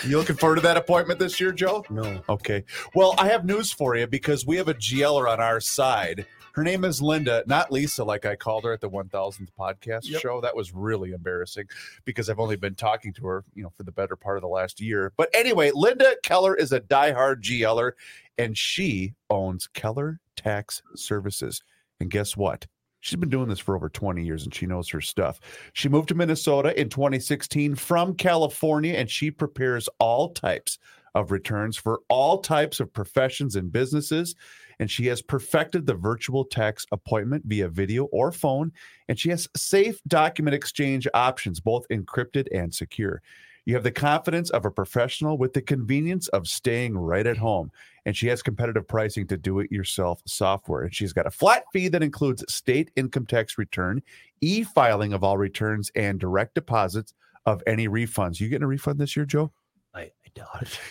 [SPEAKER 2] You looking forward to that appointment this year, Joe?
[SPEAKER 1] No.
[SPEAKER 2] Okay. Well, I have news for you because we have a GLer on our side. Her name is Linda, not Lisa, like I called her at the 1000th podcast
[SPEAKER 9] Yep.
[SPEAKER 2] show. That was really embarrassing because I've only been talking to her, you know, for the better part of the last year. But anyway, Linda Keller is a diehard GLer and she owns Keller Tax Services. And guess what? She's been doing this for over 20 years and she knows her stuff. She moved to Minnesota in 2016 from California and she prepares all types of returns for all types of professions and businesses. And she has perfected the virtual tax appointment via video or phone. And she has safe document exchange options, both encrypted and secure. You have the confidence of a professional with the convenience of staying right at home. And she has competitive pricing to do it yourself software. And she's got a flat fee that includes state income tax return, e filing of all returns, and direct deposits of any refunds. You getting a refund this year, Joe?
[SPEAKER 1] I, I doubt it.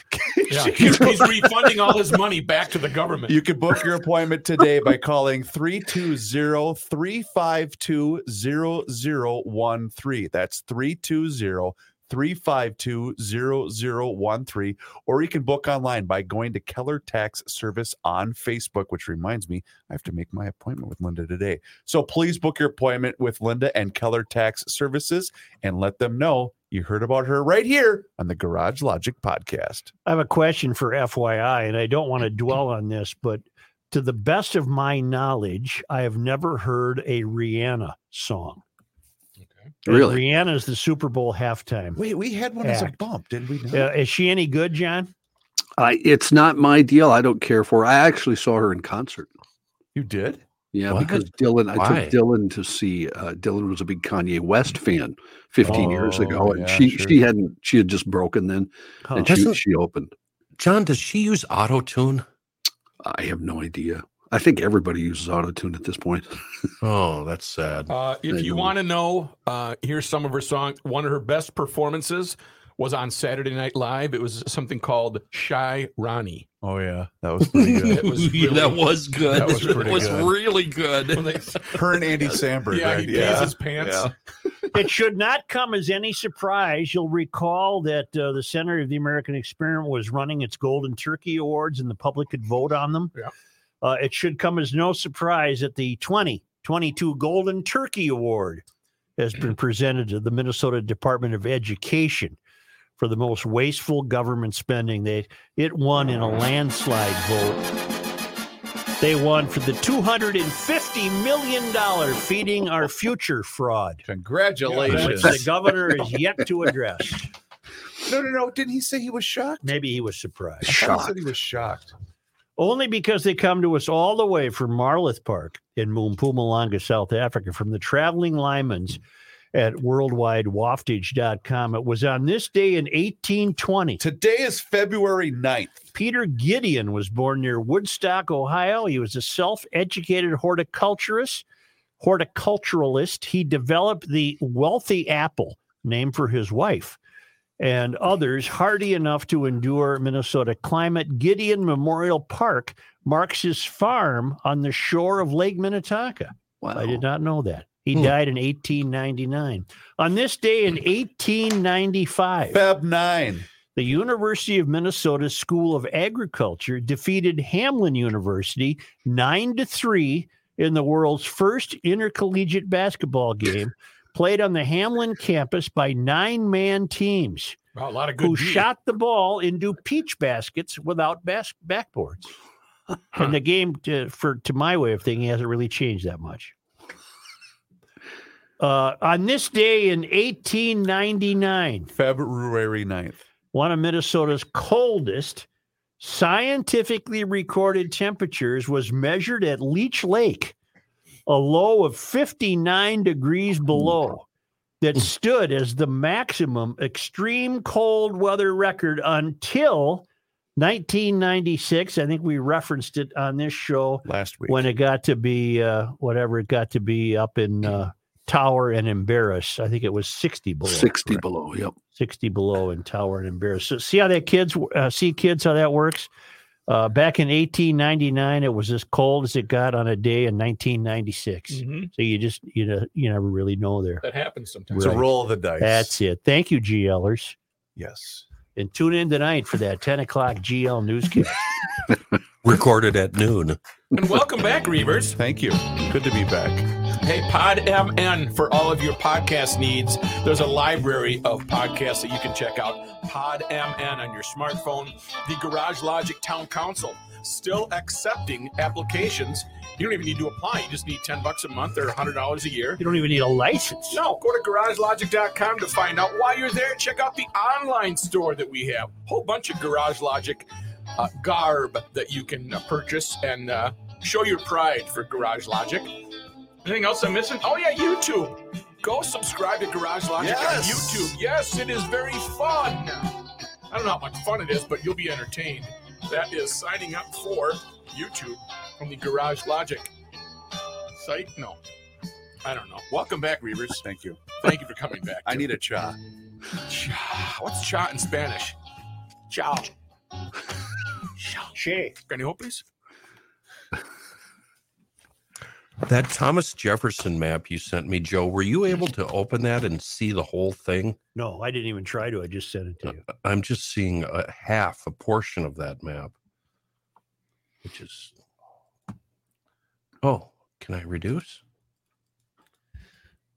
[SPEAKER 9] Yeah, he's, he's refunding all his money back to the government.
[SPEAKER 2] You can book your appointment today by calling 320 352 0013. That's 320 352 0013. Or you can book online by going to Keller Tax Service on Facebook, which reminds me, I have to make my appointment with Linda today. So please book your appointment with Linda and Keller Tax Services and let them know you heard about her right here on the Garage Logic podcast.
[SPEAKER 1] I have a question for FYI, and I don't want to dwell on this, but to the best of my knowledge, I have never heard a Rihanna song. And
[SPEAKER 4] Really?
[SPEAKER 1] Rihanna's the Super Bowl halftime.
[SPEAKER 2] Wait, we had one as a
[SPEAKER 1] Act.
[SPEAKER 2] bump, didn't we? not?
[SPEAKER 1] Uh, is she any good, John?
[SPEAKER 4] I, it's not my deal. I don't care for. her. I actually saw her in concert.
[SPEAKER 2] You did?
[SPEAKER 4] Yeah,
[SPEAKER 3] What?
[SPEAKER 4] because Dylan, I
[SPEAKER 3] Why?
[SPEAKER 4] took Dylan to see. Uh, Dylan was a big Kanye West fan 15 years
[SPEAKER 2] Oh,
[SPEAKER 4] ago, and
[SPEAKER 2] yeah,
[SPEAKER 4] she
[SPEAKER 2] sure.
[SPEAKER 4] she hadn't she had just broken then, and she
[SPEAKER 3] Doesn't-
[SPEAKER 4] she opened.
[SPEAKER 3] John, does she use auto tune?
[SPEAKER 4] I have no idea. I think everybody uses auto tune at this point.
[SPEAKER 3] Oh, that's sad.
[SPEAKER 9] Uh, if
[SPEAKER 4] I
[SPEAKER 9] you
[SPEAKER 4] know.
[SPEAKER 9] want to know, uh, here's some of her songs. One of her best performances was on Saturday Night Live. It was something called Shy Ronnie.
[SPEAKER 2] Oh, yeah. That was pretty good.
[SPEAKER 9] It was
[SPEAKER 3] Yeah, that
[SPEAKER 9] really-
[SPEAKER 3] was good.
[SPEAKER 2] that was
[SPEAKER 3] That
[SPEAKER 2] pretty
[SPEAKER 3] was
[SPEAKER 2] good.
[SPEAKER 3] really good.
[SPEAKER 9] When they-
[SPEAKER 2] Her and Andy Samberg,
[SPEAKER 9] yeah,
[SPEAKER 2] right?
[SPEAKER 9] he pees his pants.
[SPEAKER 2] Yeah.
[SPEAKER 1] It should not come as any surprise. You'll recall that uh, the Center of the American Experiment was running its Golden Turkey Awards and the public could vote on them.
[SPEAKER 9] Yeah.
[SPEAKER 1] Uh, it should come as no surprise that the 2022 Golden Turkey Award has been presented to the Minnesota Department of Education for the most wasteful government spending. They it won in a landslide vote. They won for the $250 million feeding our future fraud which
[SPEAKER 2] Congratulations.
[SPEAKER 1] the governor is yet to address.
[SPEAKER 2] no, no, no. Didn't he say he was shocked?
[SPEAKER 1] Maybe he was
[SPEAKER 2] I
[SPEAKER 1] surprised.
[SPEAKER 2] thought he said he was shocked.
[SPEAKER 1] Only because they come to us all the way from Marloth Park in Mpumalanga, South Africa, from the traveling Lymans at worldwidewaftage.com. It was on this day in 1820.
[SPEAKER 2] Today is February 9th.
[SPEAKER 1] Peter Gideon was born near Woodstock, Ohio. He was a self-educated horticulturist. Horticulturalist, he developed the wealthy apple, named for his wife, and others hardy enough to endure Minnesota climate. Gideon Memorial Park marks his farm on the shore of Lake Minnetonka.
[SPEAKER 4] Wow.
[SPEAKER 1] I did not know that. He
[SPEAKER 3] Hmm.
[SPEAKER 1] died in 1899. On this day in 1895,
[SPEAKER 2] Feb 9.
[SPEAKER 1] the University of Minnesota School of Agriculture defeated Hamlin University 9 to 3 in the world's first intercollegiate basketball game played on the Hamlin campus by nine-man teams
[SPEAKER 9] Wow, a lot of good.
[SPEAKER 1] who
[SPEAKER 9] beat.
[SPEAKER 1] shot the ball into peach baskets without bas- backboards. And the game, to, for to my way of thinking, hasn't really changed that much. Uh, on this day in 1899,
[SPEAKER 2] February 9th.
[SPEAKER 1] one of Minnesota's coldest scientifically recorded temperatures was measured at Leech Lake, a low of 59 degrees below that stood as the maximum extreme cold weather record until 1996. I think we referenced it on this show
[SPEAKER 2] Last week.
[SPEAKER 1] when it got to be uh, whatever it got to be up in uh, Tower and Embarrass. I think it was 60 below.
[SPEAKER 4] 60 below.
[SPEAKER 2] Oh.
[SPEAKER 4] Yep.
[SPEAKER 1] 60 below and tower and embarrass. So see how that kids uh, see kids how that works. Uh, back in 1899, it was as cold as it got on a day in 1996.
[SPEAKER 9] Mhm.
[SPEAKER 1] So you just you know you never really know there.
[SPEAKER 9] That happens sometimes.
[SPEAKER 2] it's a roll of the dice.
[SPEAKER 1] That's it. Thank you, GLers,
[SPEAKER 2] yes.
[SPEAKER 1] and tune in tonight for that 10 o'clock GL newscast.
[SPEAKER 3] Recorded at noon.
[SPEAKER 9] And welcome back, Reavers.
[SPEAKER 2] Thank you. Good to be back.
[SPEAKER 9] Hey, Pod MN for all of your podcast needs. There's a library of podcasts that you can check out. Pod MN on your smartphone. The Garage Logic Town Council still accepting applications. You don't even need to apply. You just need 10 bucks a month or $100 a year.
[SPEAKER 1] you don't even need a license.
[SPEAKER 9] No, go to garagelogic.com to find out why you're there. Check out the online store that we have. Whole bunch of Garage Logic uh, garb that you can uh, purchase and uh, show your pride for Garage Logic. Anything else I'm missing? Oh yeah, YouTube. Go subscribe to Garage Logic
[SPEAKER 8] Yes.
[SPEAKER 9] on YouTube. Yes, it is very fun. I don't know how much fun it is, but you'll be entertained. That is signing up for YouTube from the Garage Logic site. No, I don't know. Welcome back, Reavers.
[SPEAKER 2] Thank you.
[SPEAKER 9] Thank you for coming back.
[SPEAKER 2] I need a cha.
[SPEAKER 9] Cha. What's cha in Spanish? Cha. Che. Can you help, please?
[SPEAKER 3] That Thomas Jefferson map you sent me, Joe, were you able to open that and see the whole thing?
[SPEAKER 1] No, I didn't even try to. I just sent it to you.
[SPEAKER 3] I'm just seeing a half, a portion of that map, which is. Oh, can I reduce?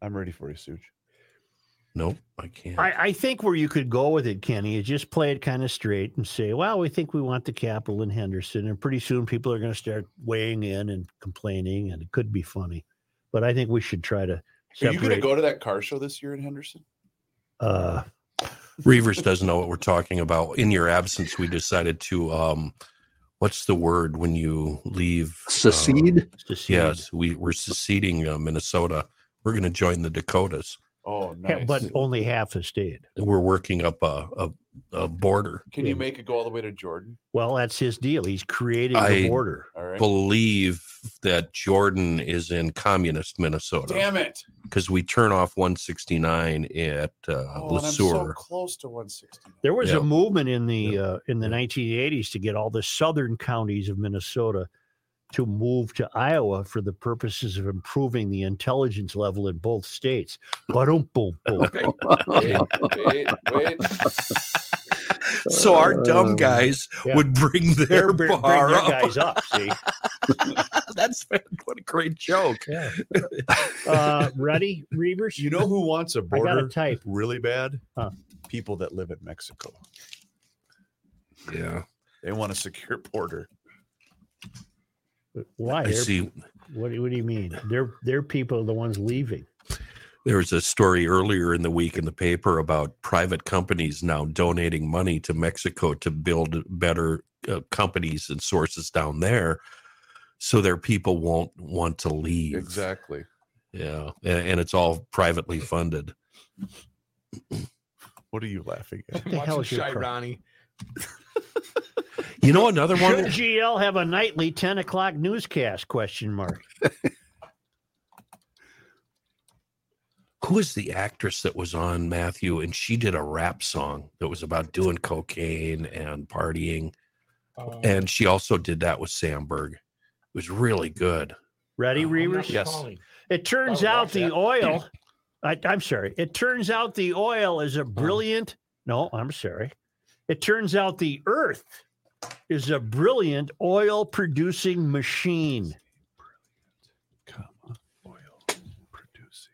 [SPEAKER 2] I'm ready for you, Suge.
[SPEAKER 3] Nope, I can't.
[SPEAKER 1] I, I think where you could go with it, Kenny, is just play it kind of straight and say, well, we think we want the capital in Henderson. And pretty soon people are going to start weighing in and complaining, and it could be funny. But I think we should try to
[SPEAKER 2] Are you
[SPEAKER 1] separate.
[SPEAKER 2] going to go to that car show this year in Henderson?
[SPEAKER 1] uh,
[SPEAKER 3] Reavers doesn't know what we're talking about. In your absence, we decided to um what's the word when you leave uh,
[SPEAKER 4] Secede?
[SPEAKER 1] secede.
[SPEAKER 3] yes, we, we're seceding uh, Minnesota. We're gonna join the Dakotas.
[SPEAKER 2] Oh,
[SPEAKER 1] ha-
[SPEAKER 2] nice.
[SPEAKER 1] But only half has stayed.
[SPEAKER 3] We're working up a, a, a border.
[SPEAKER 2] Can you make it go all the way to Jordan?
[SPEAKER 1] Well, that's his deal. He's creating the
[SPEAKER 3] I-
[SPEAKER 1] border.
[SPEAKER 2] All right.
[SPEAKER 3] Believe that Jordan is in communist Minnesota
[SPEAKER 2] Damn it.
[SPEAKER 3] because we turn off 169 at uh,
[SPEAKER 2] Oh,
[SPEAKER 3] Le
[SPEAKER 2] and I'm so
[SPEAKER 3] Sueur.
[SPEAKER 2] close to 160.
[SPEAKER 1] There was
[SPEAKER 3] Yeah.
[SPEAKER 1] a movement in the uh, in the 1980s to get all the southern counties of Minnesota to move to Iowa for the purposes of improving the intelligence level in both states. Boom, boom, boom.
[SPEAKER 2] Wait, wait, wait.
[SPEAKER 3] so our dumb guys
[SPEAKER 1] yeah.
[SPEAKER 3] would bring their
[SPEAKER 1] They're br- bring
[SPEAKER 3] bar
[SPEAKER 1] their
[SPEAKER 3] up.
[SPEAKER 1] guys up. See,
[SPEAKER 3] That's what a great joke.
[SPEAKER 1] uh, ready, Reavers?
[SPEAKER 2] You know who wants a
[SPEAKER 1] I got
[SPEAKER 2] border
[SPEAKER 1] a type.
[SPEAKER 2] really bad?
[SPEAKER 1] Huh.
[SPEAKER 2] People that live in Mexico.
[SPEAKER 3] Yeah.
[SPEAKER 2] They want a secure border.
[SPEAKER 1] Why?
[SPEAKER 3] I
[SPEAKER 1] They're-
[SPEAKER 3] see
[SPEAKER 1] What, do- what do you mean? They're they're people are the ones leaving.
[SPEAKER 3] there was a story earlier in the week in the paper about private companies now donating money to Mexico to build better uh, companies and sources down there so their people won't want to leave.
[SPEAKER 2] Exactly.
[SPEAKER 3] Yeah. And, and it's all privately funded.
[SPEAKER 2] What are you laughing at?
[SPEAKER 1] the hell
[SPEAKER 9] Watching
[SPEAKER 1] is your
[SPEAKER 9] Shy
[SPEAKER 1] crap?
[SPEAKER 9] Ronnie.
[SPEAKER 3] You know, another
[SPEAKER 1] Should
[SPEAKER 3] one.
[SPEAKER 1] GL have a nightly 10 o'clock newscast? Question mark.
[SPEAKER 3] Who is the actress that was on Matthew? And she did a rap song that was about doing cocaine and partying.
[SPEAKER 9] Um,
[SPEAKER 3] And she also did that with Sandberg. It was really good.
[SPEAKER 1] Ready, Reavers?
[SPEAKER 2] Yes.
[SPEAKER 1] It turns
[SPEAKER 9] would
[SPEAKER 1] out
[SPEAKER 9] watch
[SPEAKER 1] the
[SPEAKER 9] that.
[SPEAKER 1] oil. I, I'm sorry. It turns out the oil is a brilliant. No, I'm sorry. It turns out the Earth is a brilliant oil producing machine.
[SPEAKER 2] Comma, oil producing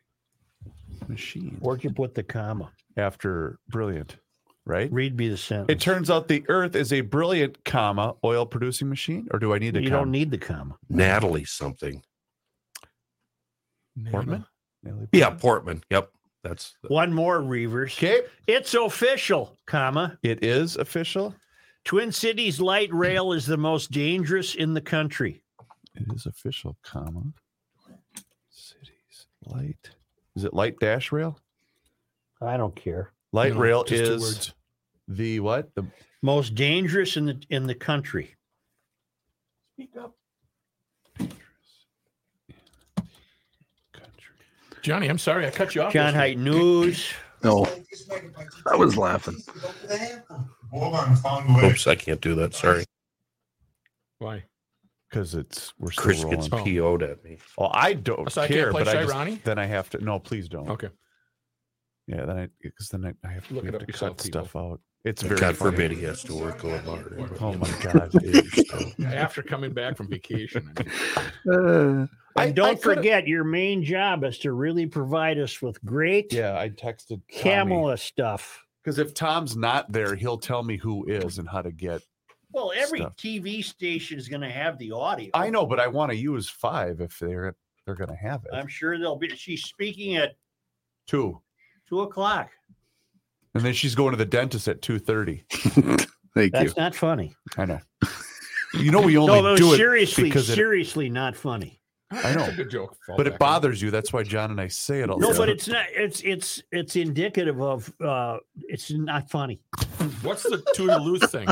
[SPEAKER 2] machine.
[SPEAKER 1] Where'd you put the comma?
[SPEAKER 2] After brilliant, right?
[SPEAKER 1] Read me the sentence.
[SPEAKER 2] It turns out the Earth is a brilliant, comma, oil producing machine. Or do I need a
[SPEAKER 1] you
[SPEAKER 2] comma?
[SPEAKER 1] don't need the comma.
[SPEAKER 3] Natalie something.
[SPEAKER 2] Portman?
[SPEAKER 3] Yeah, Portman. Yep. That's
[SPEAKER 1] One more, Reavers.
[SPEAKER 2] Okay.
[SPEAKER 1] It's official, comma.
[SPEAKER 2] It is official.
[SPEAKER 1] Twin Cities light rail is the most dangerous in the country.
[SPEAKER 2] It is official, comma. Cities light. Is it light dash rail?
[SPEAKER 1] I don't care.
[SPEAKER 2] Light
[SPEAKER 1] No,
[SPEAKER 2] rail
[SPEAKER 1] just two
[SPEAKER 2] is
[SPEAKER 1] words.
[SPEAKER 2] the what? The
[SPEAKER 1] Most dangerous in the in the country.
[SPEAKER 2] country.
[SPEAKER 9] Johnny, I'm sorry I cut you off.
[SPEAKER 1] John
[SPEAKER 9] this
[SPEAKER 1] Height News.
[SPEAKER 4] No, I was laughing.
[SPEAKER 3] oops, I can't do that. Sorry.
[SPEAKER 9] Why?
[SPEAKER 2] Because it's we're still
[SPEAKER 3] Chris
[SPEAKER 2] rolling.
[SPEAKER 3] gets PO'd at me.
[SPEAKER 2] Well, I don't
[SPEAKER 9] So I can't
[SPEAKER 2] care,
[SPEAKER 9] play
[SPEAKER 2] but I
[SPEAKER 9] Shy
[SPEAKER 2] just,
[SPEAKER 9] Ronnie?
[SPEAKER 2] then I have to. No, please don't.
[SPEAKER 9] Okay.
[SPEAKER 2] Yeah, then I because then I, I have, we
[SPEAKER 9] Look it
[SPEAKER 2] have
[SPEAKER 9] up
[SPEAKER 2] to
[SPEAKER 9] yourself,
[SPEAKER 2] cut stuff out. It's very
[SPEAKER 3] God
[SPEAKER 2] funny.
[SPEAKER 3] forbid he has to work a lot harder.
[SPEAKER 2] Oh my god! dude.
[SPEAKER 9] After coming back from vacation. I mean,
[SPEAKER 4] Uh,
[SPEAKER 2] I-
[SPEAKER 1] And don't
[SPEAKER 2] I coulda-
[SPEAKER 1] forget, your main job is to really provide us with great
[SPEAKER 2] Yeah, I texted
[SPEAKER 1] Kamala stuff.
[SPEAKER 2] because if Tom's not there, he'll tell me who is and how to get.
[SPEAKER 1] Well, every
[SPEAKER 2] Stuff.
[SPEAKER 1] TV station is going to have the audio.
[SPEAKER 2] I know, but I want to use five if they're they're gonna have it.
[SPEAKER 1] I'm sure they'll be. She's speaking at
[SPEAKER 2] Two,
[SPEAKER 1] two o'clock.
[SPEAKER 2] and then she's going to the dentist at two thirty.
[SPEAKER 4] thank
[SPEAKER 1] That's
[SPEAKER 4] you.
[SPEAKER 1] not funny.
[SPEAKER 2] I know. You know we only
[SPEAKER 1] no, no,
[SPEAKER 2] do it
[SPEAKER 1] seriously,
[SPEAKER 2] because it-
[SPEAKER 1] seriously, not funny.
[SPEAKER 2] I know.
[SPEAKER 9] That's a good joke.
[SPEAKER 2] But it bothers you. That's why John and I say it all. the
[SPEAKER 1] No,
[SPEAKER 2] time.
[SPEAKER 1] but it's not. It's it's it's indicative of. uh It's not funny.
[SPEAKER 9] What's the toodaloo thing?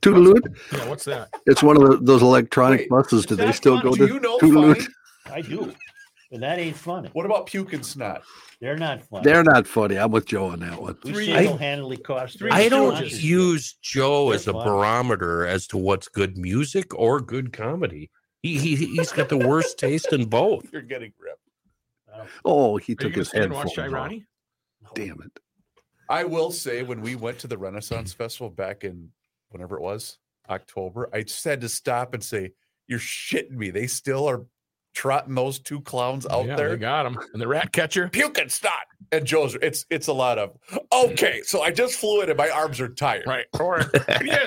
[SPEAKER 4] Toodaloo.
[SPEAKER 9] Yeah, what's that?
[SPEAKER 4] It's one of the, those electronic buses. Do they still go to Toodaloo?
[SPEAKER 1] I do, but that ain't funny.
[SPEAKER 2] What about puking snot?
[SPEAKER 1] They're not funny.
[SPEAKER 4] They're not funny. I'm with Joe on that one.
[SPEAKER 1] We
[SPEAKER 3] I-
[SPEAKER 1] single-handedly cost.
[SPEAKER 3] I don't
[SPEAKER 1] Stooges.
[SPEAKER 3] use Joe as a
[SPEAKER 1] They're fun.
[SPEAKER 3] barometer as to what's good music or good comedy. He, he he's got the worst taste in both.
[SPEAKER 2] You're getting ripped.
[SPEAKER 4] Oh, he
[SPEAKER 9] Are you
[SPEAKER 4] took
[SPEAKER 9] going to
[SPEAKER 4] his
[SPEAKER 9] sit and watch
[SPEAKER 4] headphones off.
[SPEAKER 9] Shirani?
[SPEAKER 4] Damn it.
[SPEAKER 2] I will say when we went to the Renaissance Festival back in whenever it was, October, I just had to stop and say, You're shitting me. They still are trotting those two clowns out
[SPEAKER 9] yeah,
[SPEAKER 2] there.
[SPEAKER 9] they got him. And the rat catcher.
[SPEAKER 2] Puking snot. And Joe's it's it's a lot of okay, so I just flew in and my arms are tired.
[SPEAKER 9] Right. Or yes,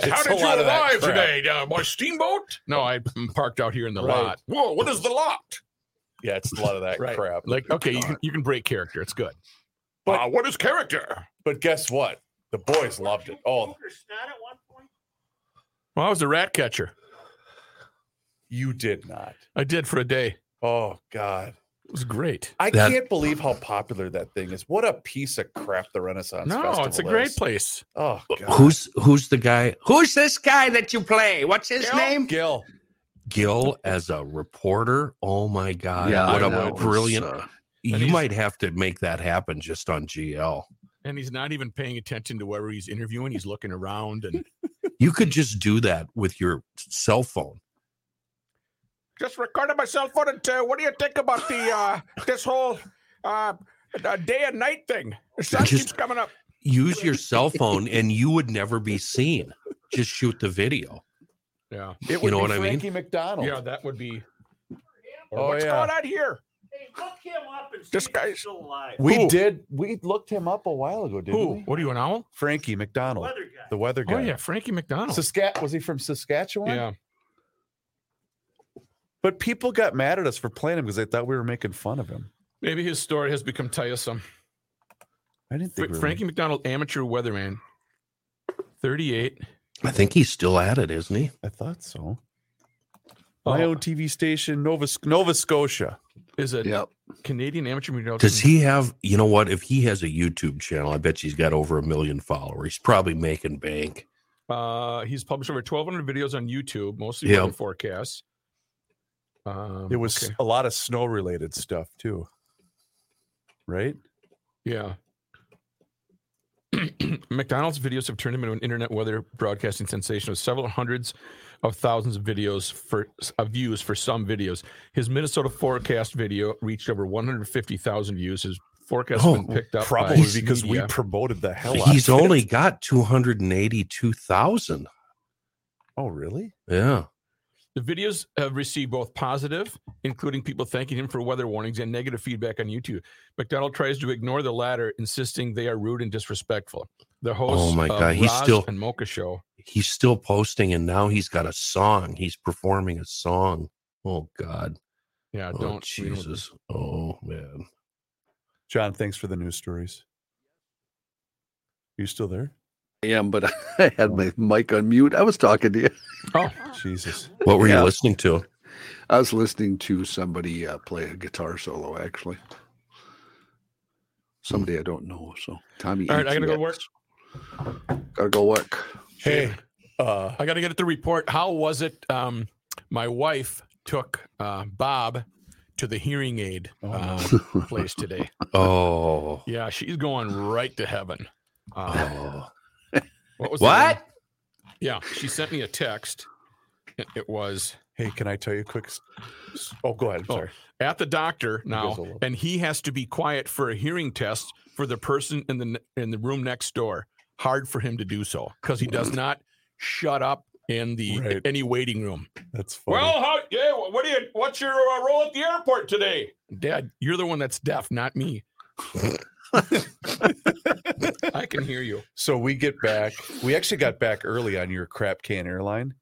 [SPEAKER 9] how
[SPEAKER 2] It's a
[SPEAKER 9] did you
[SPEAKER 2] lot of that
[SPEAKER 9] arrive
[SPEAKER 2] crap.
[SPEAKER 9] today? Uh, my steamboat? No, I'm parked out here in the
[SPEAKER 2] Right.
[SPEAKER 9] lot. Whoa, what is the lot?
[SPEAKER 2] Yeah, it's a lot of that
[SPEAKER 9] Right.
[SPEAKER 2] crap.
[SPEAKER 9] Like, okay, you can, you can break character. It's good.
[SPEAKER 2] But-
[SPEAKER 9] uh, what is character?
[SPEAKER 2] But guess what? The boys loved it. Oh,
[SPEAKER 9] Well, I was the rat catcher.
[SPEAKER 2] you did not.
[SPEAKER 9] I did for a day.
[SPEAKER 2] Oh God.
[SPEAKER 9] It was great.
[SPEAKER 2] I
[SPEAKER 3] That-
[SPEAKER 2] can't believe how popular that thing is. What a piece of crap the Renaissance
[SPEAKER 9] no,
[SPEAKER 2] Festival
[SPEAKER 9] it's a great
[SPEAKER 2] is.
[SPEAKER 9] place.
[SPEAKER 2] Oh God.
[SPEAKER 3] Who's who's the guy?
[SPEAKER 8] Who's this guy that you play? What's his name?
[SPEAKER 2] Gil.
[SPEAKER 3] Gil as a reporter. Oh my god!
[SPEAKER 4] Yeah,
[SPEAKER 3] what
[SPEAKER 4] I
[SPEAKER 3] a
[SPEAKER 4] know.
[SPEAKER 3] brilliant.
[SPEAKER 4] It's, uh,
[SPEAKER 3] you
[SPEAKER 9] he's-
[SPEAKER 3] might have to make that happen just on GL.
[SPEAKER 9] And he's not even paying attention to whoever he's interviewing. He's looking around and
[SPEAKER 3] You could just do that with your cell phone.
[SPEAKER 9] just recorded myself on it. Uh, what do you think about the uh, this whole uh, uh, day and night thing? The sun
[SPEAKER 3] Just-
[SPEAKER 9] keeps coming up.
[SPEAKER 3] Use your cell phone, and you would never be seen. Just shoot the video.
[SPEAKER 9] Yeah,
[SPEAKER 2] It would
[SPEAKER 3] know
[SPEAKER 2] be
[SPEAKER 3] what I mean?
[SPEAKER 2] Frankie McDonald.
[SPEAKER 9] yeah, that would be. Or
[SPEAKER 2] Oh,
[SPEAKER 9] what's
[SPEAKER 2] yeah.
[SPEAKER 9] going on here?
[SPEAKER 1] Hey, look him up and see
[SPEAKER 9] This
[SPEAKER 1] if he's
[SPEAKER 9] guy's-
[SPEAKER 1] still alive.
[SPEAKER 2] We
[SPEAKER 9] Who?
[SPEAKER 2] did. We looked him up a while ago, didn't
[SPEAKER 9] Who?
[SPEAKER 2] we?
[SPEAKER 9] What are you an owl?
[SPEAKER 2] Frankie McDonald,
[SPEAKER 1] Weather guy.
[SPEAKER 2] the weather guy.
[SPEAKER 9] Oh yeah, Frankie McDonald.
[SPEAKER 2] Saskat was he from Saskatchewan?
[SPEAKER 9] yeah,
[SPEAKER 2] But people got mad at us for playing him because they thought we were making fun of him.
[SPEAKER 9] maybe his story has become tiresome.
[SPEAKER 2] I didn't
[SPEAKER 9] Fr-
[SPEAKER 2] think we were
[SPEAKER 9] Frankie McDonald, amateur weatherman, 38.
[SPEAKER 3] I think he's still at it, isn't he?
[SPEAKER 2] making- I thought so.
[SPEAKER 9] Oh.
[SPEAKER 2] My own TV station, Nova Sc- Nova Scotia.
[SPEAKER 9] is a
[SPEAKER 4] Yep.
[SPEAKER 9] Canadian amateur meteorologist.
[SPEAKER 3] Does he have, you know what? If he has a YouTube channel, I bet he's got over a million followers. He's probably making bank.
[SPEAKER 9] Uh, he's published over 1,200 videos on YouTube, mostly
[SPEAKER 3] Yeah.
[SPEAKER 9] weather forecasts. Um,
[SPEAKER 2] It was
[SPEAKER 9] okay.
[SPEAKER 2] a lot of snow related stuff too. Right?
[SPEAKER 9] yeah. McDonald's videos have turned him into an internet weather broadcasting sensation with several hundreds of thousands of videos for of views for some videos. His Minnesota forecast video reached over 150,000 views. His forecast has
[SPEAKER 3] Oh,
[SPEAKER 9] been picked up by
[SPEAKER 2] Probably because
[SPEAKER 9] media.
[SPEAKER 2] we promoted the hell out.
[SPEAKER 3] He's
[SPEAKER 2] of it.
[SPEAKER 3] only got 282,000.
[SPEAKER 2] Oh, really?
[SPEAKER 3] Yeah.
[SPEAKER 9] The videos have received both positive, including people thanking him for weather warnings, and negative feedback on YouTube. McDonald tries to ignore the latter, insisting they are rude and disrespectful. The host,
[SPEAKER 3] Oh my
[SPEAKER 9] of
[SPEAKER 3] God, he's
[SPEAKER 9] Roz
[SPEAKER 3] still-
[SPEAKER 9] and Mocha show.
[SPEAKER 3] He's still posting, and now he's got a song. He's performing a song. Oh, God.
[SPEAKER 9] Yeah,
[SPEAKER 3] oh,
[SPEAKER 9] don't we don't-
[SPEAKER 3] Jesus. Oh, man.
[SPEAKER 2] John, thanks for the news stories. You still there?
[SPEAKER 4] I am, but I had my mic on mute. I was talking to you.
[SPEAKER 9] Oh,
[SPEAKER 2] Jesus.
[SPEAKER 3] What were
[SPEAKER 4] Yeah.
[SPEAKER 3] you listening to?
[SPEAKER 4] I was listening to somebody uh, play a guitar solo, actually. Somebody I don't know. So, Tommy. E
[SPEAKER 9] all right, I gotta go to work.
[SPEAKER 4] Gotta go work.
[SPEAKER 2] Hey, uh,
[SPEAKER 9] I gotta get at the report. How was it? Um, my wife took uh, Bob to the hearing aid
[SPEAKER 2] Oh,
[SPEAKER 9] uh, place today.
[SPEAKER 3] Oh.
[SPEAKER 9] Yeah, she's going right to heaven. Uh,
[SPEAKER 3] oh.
[SPEAKER 9] what was the
[SPEAKER 3] What?
[SPEAKER 9] name? Yeah, she sent me a text. It- It was.
[SPEAKER 2] hey, can I tell you a quick? s- s- Oh, go ahead. I'm
[SPEAKER 9] Oh,
[SPEAKER 2] sorry.
[SPEAKER 9] at the doctor
[SPEAKER 2] guys will
[SPEAKER 9] now,
[SPEAKER 2] love
[SPEAKER 9] and he has to be quiet for a hearing test for the person in the ne- in the room next door. Hard for him to do so because he does not shut up in the
[SPEAKER 2] Mm. Right.
[SPEAKER 9] any waiting room.
[SPEAKER 2] That's funny.
[SPEAKER 9] how, yeah, what do you? What's your uh, role at the airport today, Dad? You're the one that's deaf, not me. I can hear you.
[SPEAKER 2] so we get back. We actually got back early on your crap can airline.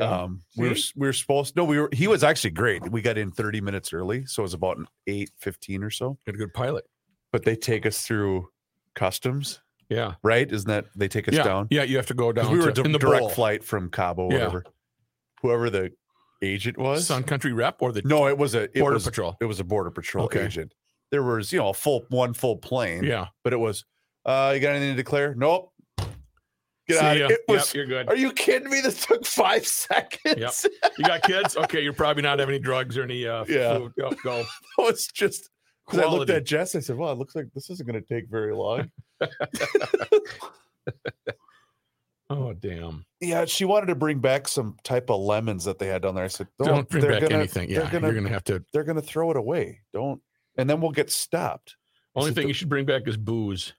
[SPEAKER 2] Um, we were s- we were supposed. No, we were. He was actually great. We got in thirty minutes early, so it was about an eight fifteen or so.
[SPEAKER 9] You're a good pilot.
[SPEAKER 2] But they take us through customs,
[SPEAKER 9] Yeah,
[SPEAKER 2] right? Isn't that they take us
[SPEAKER 9] yeah,
[SPEAKER 2] down?
[SPEAKER 9] yeah. You have to go
[SPEAKER 2] Because
[SPEAKER 9] down.
[SPEAKER 2] we were
[SPEAKER 9] to-
[SPEAKER 2] di-
[SPEAKER 9] in the
[SPEAKER 2] direct
[SPEAKER 9] bowl.
[SPEAKER 2] flight from Cabo,
[SPEAKER 9] Yeah.
[SPEAKER 2] whatever. Whoever the agent was?
[SPEAKER 9] Sun Country Rep or the
[SPEAKER 2] No, it was a it
[SPEAKER 9] Border
[SPEAKER 2] was-
[SPEAKER 9] Patrol?
[SPEAKER 2] It was a border patrol
[SPEAKER 9] Okay.
[SPEAKER 2] agent. There was you know a full one full plane.
[SPEAKER 9] Yeah.
[SPEAKER 2] but it was. Uh, you got anything to declare? Nope. Get
[SPEAKER 9] See
[SPEAKER 2] out.
[SPEAKER 9] ya.
[SPEAKER 2] It
[SPEAKER 9] Yep,
[SPEAKER 2] was.
[SPEAKER 9] you're good.
[SPEAKER 2] Are you kidding me? This took five seconds.
[SPEAKER 9] Yep. You got kids? Okay, you're probably not having any drugs or any uh,
[SPEAKER 2] Yeah.
[SPEAKER 9] food. Yep, go.
[SPEAKER 2] That was just. 'cause I looked
[SPEAKER 9] Quality.
[SPEAKER 2] at Jess. I said, "Well, it looks like this isn't going to take very long."
[SPEAKER 9] Oh, damn.
[SPEAKER 2] yeah, she wanted to bring back some type of lemons that they had down there. I said, "Don't,
[SPEAKER 9] Don't, bring
[SPEAKER 2] they're
[SPEAKER 9] back
[SPEAKER 2] gonna-
[SPEAKER 9] anything.
[SPEAKER 2] they're
[SPEAKER 9] Yeah,
[SPEAKER 2] gonna,
[SPEAKER 9] you're going to have to.
[SPEAKER 2] they're gonna throw it away. Don't." And then we'll get stopped. I
[SPEAKER 9] Only
[SPEAKER 2] said,
[SPEAKER 9] thing you should bring back is booze.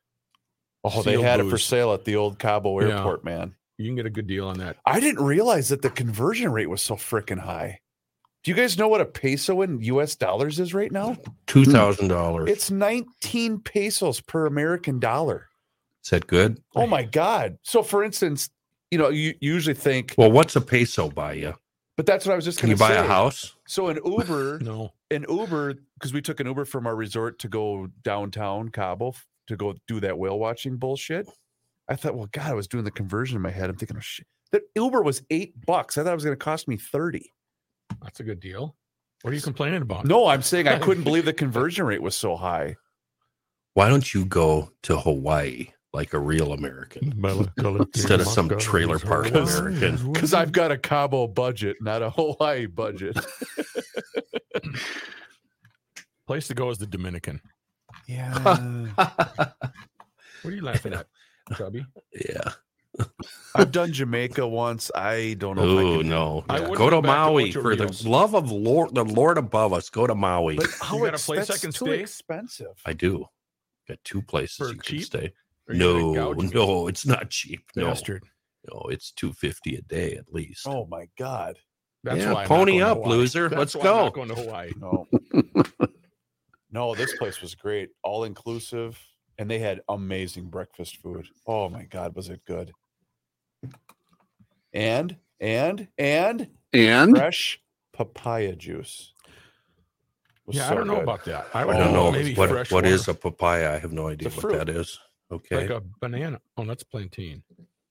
[SPEAKER 2] Oh, they
[SPEAKER 9] Sealed
[SPEAKER 2] had it for
[SPEAKER 9] booze.
[SPEAKER 2] sale at the old Cabo
[SPEAKER 9] Yeah.
[SPEAKER 2] airport, man.
[SPEAKER 9] You can get a good deal on that.
[SPEAKER 2] I didn't realize that the conversion rate was so freaking high. Do you guys know what a peso in US dollars is right now?
[SPEAKER 3] Two thousand dollars.
[SPEAKER 2] It's 19 pesos per American dollar.
[SPEAKER 3] Is that good?
[SPEAKER 2] Oh my God. So, for instance, you know, you you usually think,
[SPEAKER 3] Well, what's a peso buy you?
[SPEAKER 2] but that's what I was just
[SPEAKER 3] Can
[SPEAKER 2] going
[SPEAKER 3] you
[SPEAKER 2] to say.
[SPEAKER 3] buy a house?
[SPEAKER 2] So, an Uber,
[SPEAKER 9] No.
[SPEAKER 2] an Uber, because we took an Uber from our resort to go downtown Cabo f- to go do that whale watching bullshit. I thought, well, God, I was doing the conversion in my head. I'm thinking, oh, shit. That Uber was eight bucks. I thought it was going to cost me 30.
[SPEAKER 9] That's a good deal. What are you complaining about?
[SPEAKER 2] No, I'm saying I couldn't believe the conversion rate was so high.
[SPEAKER 3] Why don't you go to Hawaii like a real American instead of some trailer park American?
[SPEAKER 2] Because I've got a Cabo budget, not a Hawaii budget.
[SPEAKER 9] Place to go is the Dominican.
[SPEAKER 2] Yeah.
[SPEAKER 9] What are you laughing at, Chubby?
[SPEAKER 3] Yeah.
[SPEAKER 2] I've done Jamaica once. I don't know. if I
[SPEAKER 3] Oh
[SPEAKER 2] can-
[SPEAKER 3] no.
[SPEAKER 9] I
[SPEAKER 3] Yeah.
[SPEAKER 9] wouldn't
[SPEAKER 3] Go to
[SPEAKER 9] go back to
[SPEAKER 3] Maui
[SPEAKER 9] Ocho
[SPEAKER 3] for
[SPEAKER 9] Rios.
[SPEAKER 3] the love of Lord the Lord above us. Go to Maui.
[SPEAKER 2] But how
[SPEAKER 9] got a
[SPEAKER 2] ex-
[SPEAKER 9] place I
[SPEAKER 2] that's
[SPEAKER 9] can
[SPEAKER 2] too
[SPEAKER 9] stay?
[SPEAKER 2] expensive.
[SPEAKER 3] I do. Got two places
[SPEAKER 9] For
[SPEAKER 3] you
[SPEAKER 9] cheap?
[SPEAKER 3] can stay.
[SPEAKER 9] Are you gonna
[SPEAKER 3] No,
[SPEAKER 9] gouge me?
[SPEAKER 3] no, it's not cheap. No,
[SPEAKER 9] Bastard.
[SPEAKER 3] no, it's two fifty a day at least.
[SPEAKER 2] Oh my God.
[SPEAKER 9] That's
[SPEAKER 3] yeah,
[SPEAKER 9] why I'm not
[SPEAKER 3] pony
[SPEAKER 9] going to
[SPEAKER 3] up,
[SPEAKER 9] Hawaii.
[SPEAKER 3] loser. Let's
[SPEAKER 9] That's why I'm
[SPEAKER 3] go.
[SPEAKER 9] not going to Hawaii.
[SPEAKER 2] No. no, this place was great. All inclusive. And they had amazing breakfast food. Oh my God, was it good? And, and, and
[SPEAKER 4] And
[SPEAKER 2] fresh papaya juice. Was
[SPEAKER 9] Yeah,
[SPEAKER 2] so
[SPEAKER 9] I don't know
[SPEAKER 2] good.
[SPEAKER 9] about that. I
[SPEAKER 3] I
[SPEAKER 9] would
[SPEAKER 3] don't know
[SPEAKER 9] Maybe
[SPEAKER 3] what
[SPEAKER 9] fresh
[SPEAKER 3] what
[SPEAKER 9] water.
[SPEAKER 3] is a papaya. I have no idea
[SPEAKER 2] It's a
[SPEAKER 3] what that is. Okay,
[SPEAKER 9] like a banana. Oh, that's plantain.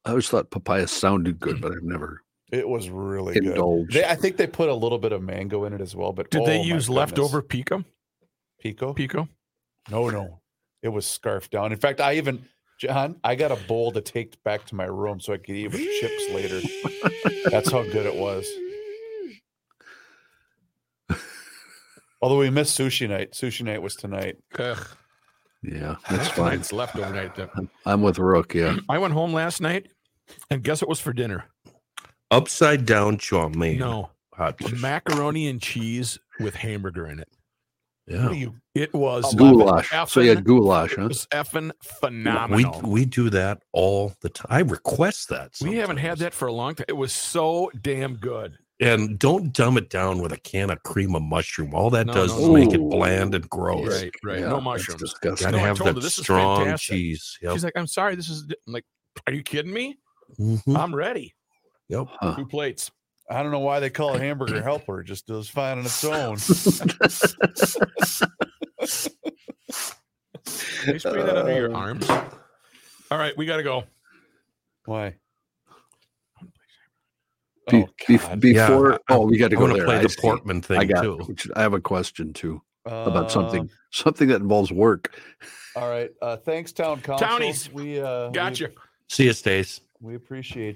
[SPEAKER 4] I always thought papaya sounded good, but I've never
[SPEAKER 2] It was really
[SPEAKER 4] indulged.
[SPEAKER 2] good. They, I think they put a little bit of mango in it as well. But
[SPEAKER 9] Did
[SPEAKER 2] oh
[SPEAKER 9] they
[SPEAKER 2] my
[SPEAKER 9] use
[SPEAKER 2] goodness.
[SPEAKER 9] leftover pico?
[SPEAKER 2] pico?
[SPEAKER 9] Pico?
[SPEAKER 2] No, no, it was scarfed down. In fact, I even John, I got a bowl to take back to my room so I could eat with chips later. That's how good it was. Although we missed sushi night. Sushi night was tonight.
[SPEAKER 9] Ugh,
[SPEAKER 4] yeah, that's
[SPEAKER 9] that's
[SPEAKER 4] fine.
[SPEAKER 9] It's leftover night. then.
[SPEAKER 4] I'm with Rook. Yeah,
[SPEAKER 9] I went home last night, and guess what was for dinner?
[SPEAKER 3] upside down chow mein.
[SPEAKER 9] No,
[SPEAKER 3] hot dish.
[SPEAKER 9] macaroni and cheese with hamburger in it.
[SPEAKER 3] yeah.
[SPEAKER 2] What are you-
[SPEAKER 9] It was
[SPEAKER 4] Oh, goulash. So you
[SPEAKER 9] Effing,
[SPEAKER 4] had goulash, huh?
[SPEAKER 9] it was effing
[SPEAKER 3] we
[SPEAKER 9] phenomenal.
[SPEAKER 3] we do that all the time. I request that.
[SPEAKER 9] We haven't had
[SPEAKER 3] sometimes.
[SPEAKER 9] that for a long time. It was so damn good.
[SPEAKER 3] And don't dumb it down with a can of cream of mushroom. All that
[SPEAKER 9] No,
[SPEAKER 3] does
[SPEAKER 9] no,
[SPEAKER 3] is
[SPEAKER 4] no.
[SPEAKER 3] make it
[SPEAKER 4] Ooh.
[SPEAKER 3] bland and gross.
[SPEAKER 9] Right, right.
[SPEAKER 4] Yeah,
[SPEAKER 9] no
[SPEAKER 4] that's
[SPEAKER 9] mushrooms.
[SPEAKER 4] disgusting.
[SPEAKER 3] Gotta
[SPEAKER 9] No, I
[SPEAKER 3] have
[SPEAKER 9] told
[SPEAKER 3] that
[SPEAKER 9] her, "This is
[SPEAKER 3] strong
[SPEAKER 9] fantastic."
[SPEAKER 3] cheese. Yep.
[SPEAKER 9] She's like, I'm sorry, this is di-" I'm like, are you kidding me?
[SPEAKER 3] Mhm.
[SPEAKER 9] I'm ready.
[SPEAKER 3] Yep.
[SPEAKER 4] Huh.
[SPEAKER 9] Two plates.
[SPEAKER 2] I don't know why they call it hamburger helper. It just does fine on its own.
[SPEAKER 9] Can you spray that under your
[SPEAKER 4] Uh.
[SPEAKER 9] arms? All right, we gotta go.
[SPEAKER 2] Why?
[SPEAKER 4] Be- be-
[SPEAKER 2] God.
[SPEAKER 3] Yeah,
[SPEAKER 4] before,
[SPEAKER 3] I-
[SPEAKER 4] oh, we got to
[SPEAKER 3] I
[SPEAKER 4] go
[SPEAKER 3] want to
[SPEAKER 4] there.
[SPEAKER 3] play
[SPEAKER 4] I
[SPEAKER 3] the
[SPEAKER 4] see.
[SPEAKER 3] Portman thing
[SPEAKER 4] I got.
[SPEAKER 3] too.
[SPEAKER 4] Which I have a question too about
[SPEAKER 2] Uh,
[SPEAKER 4] something something that involves work.
[SPEAKER 2] All right. Uh, thanks, town council.
[SPEAKER 9] Townies.
[SPEAKER 2] We uh, we-
[SPEAKER 9] Gotcha.
[SPEAKER 3] See you, Stace.
[SPEAKER 2] We appreciate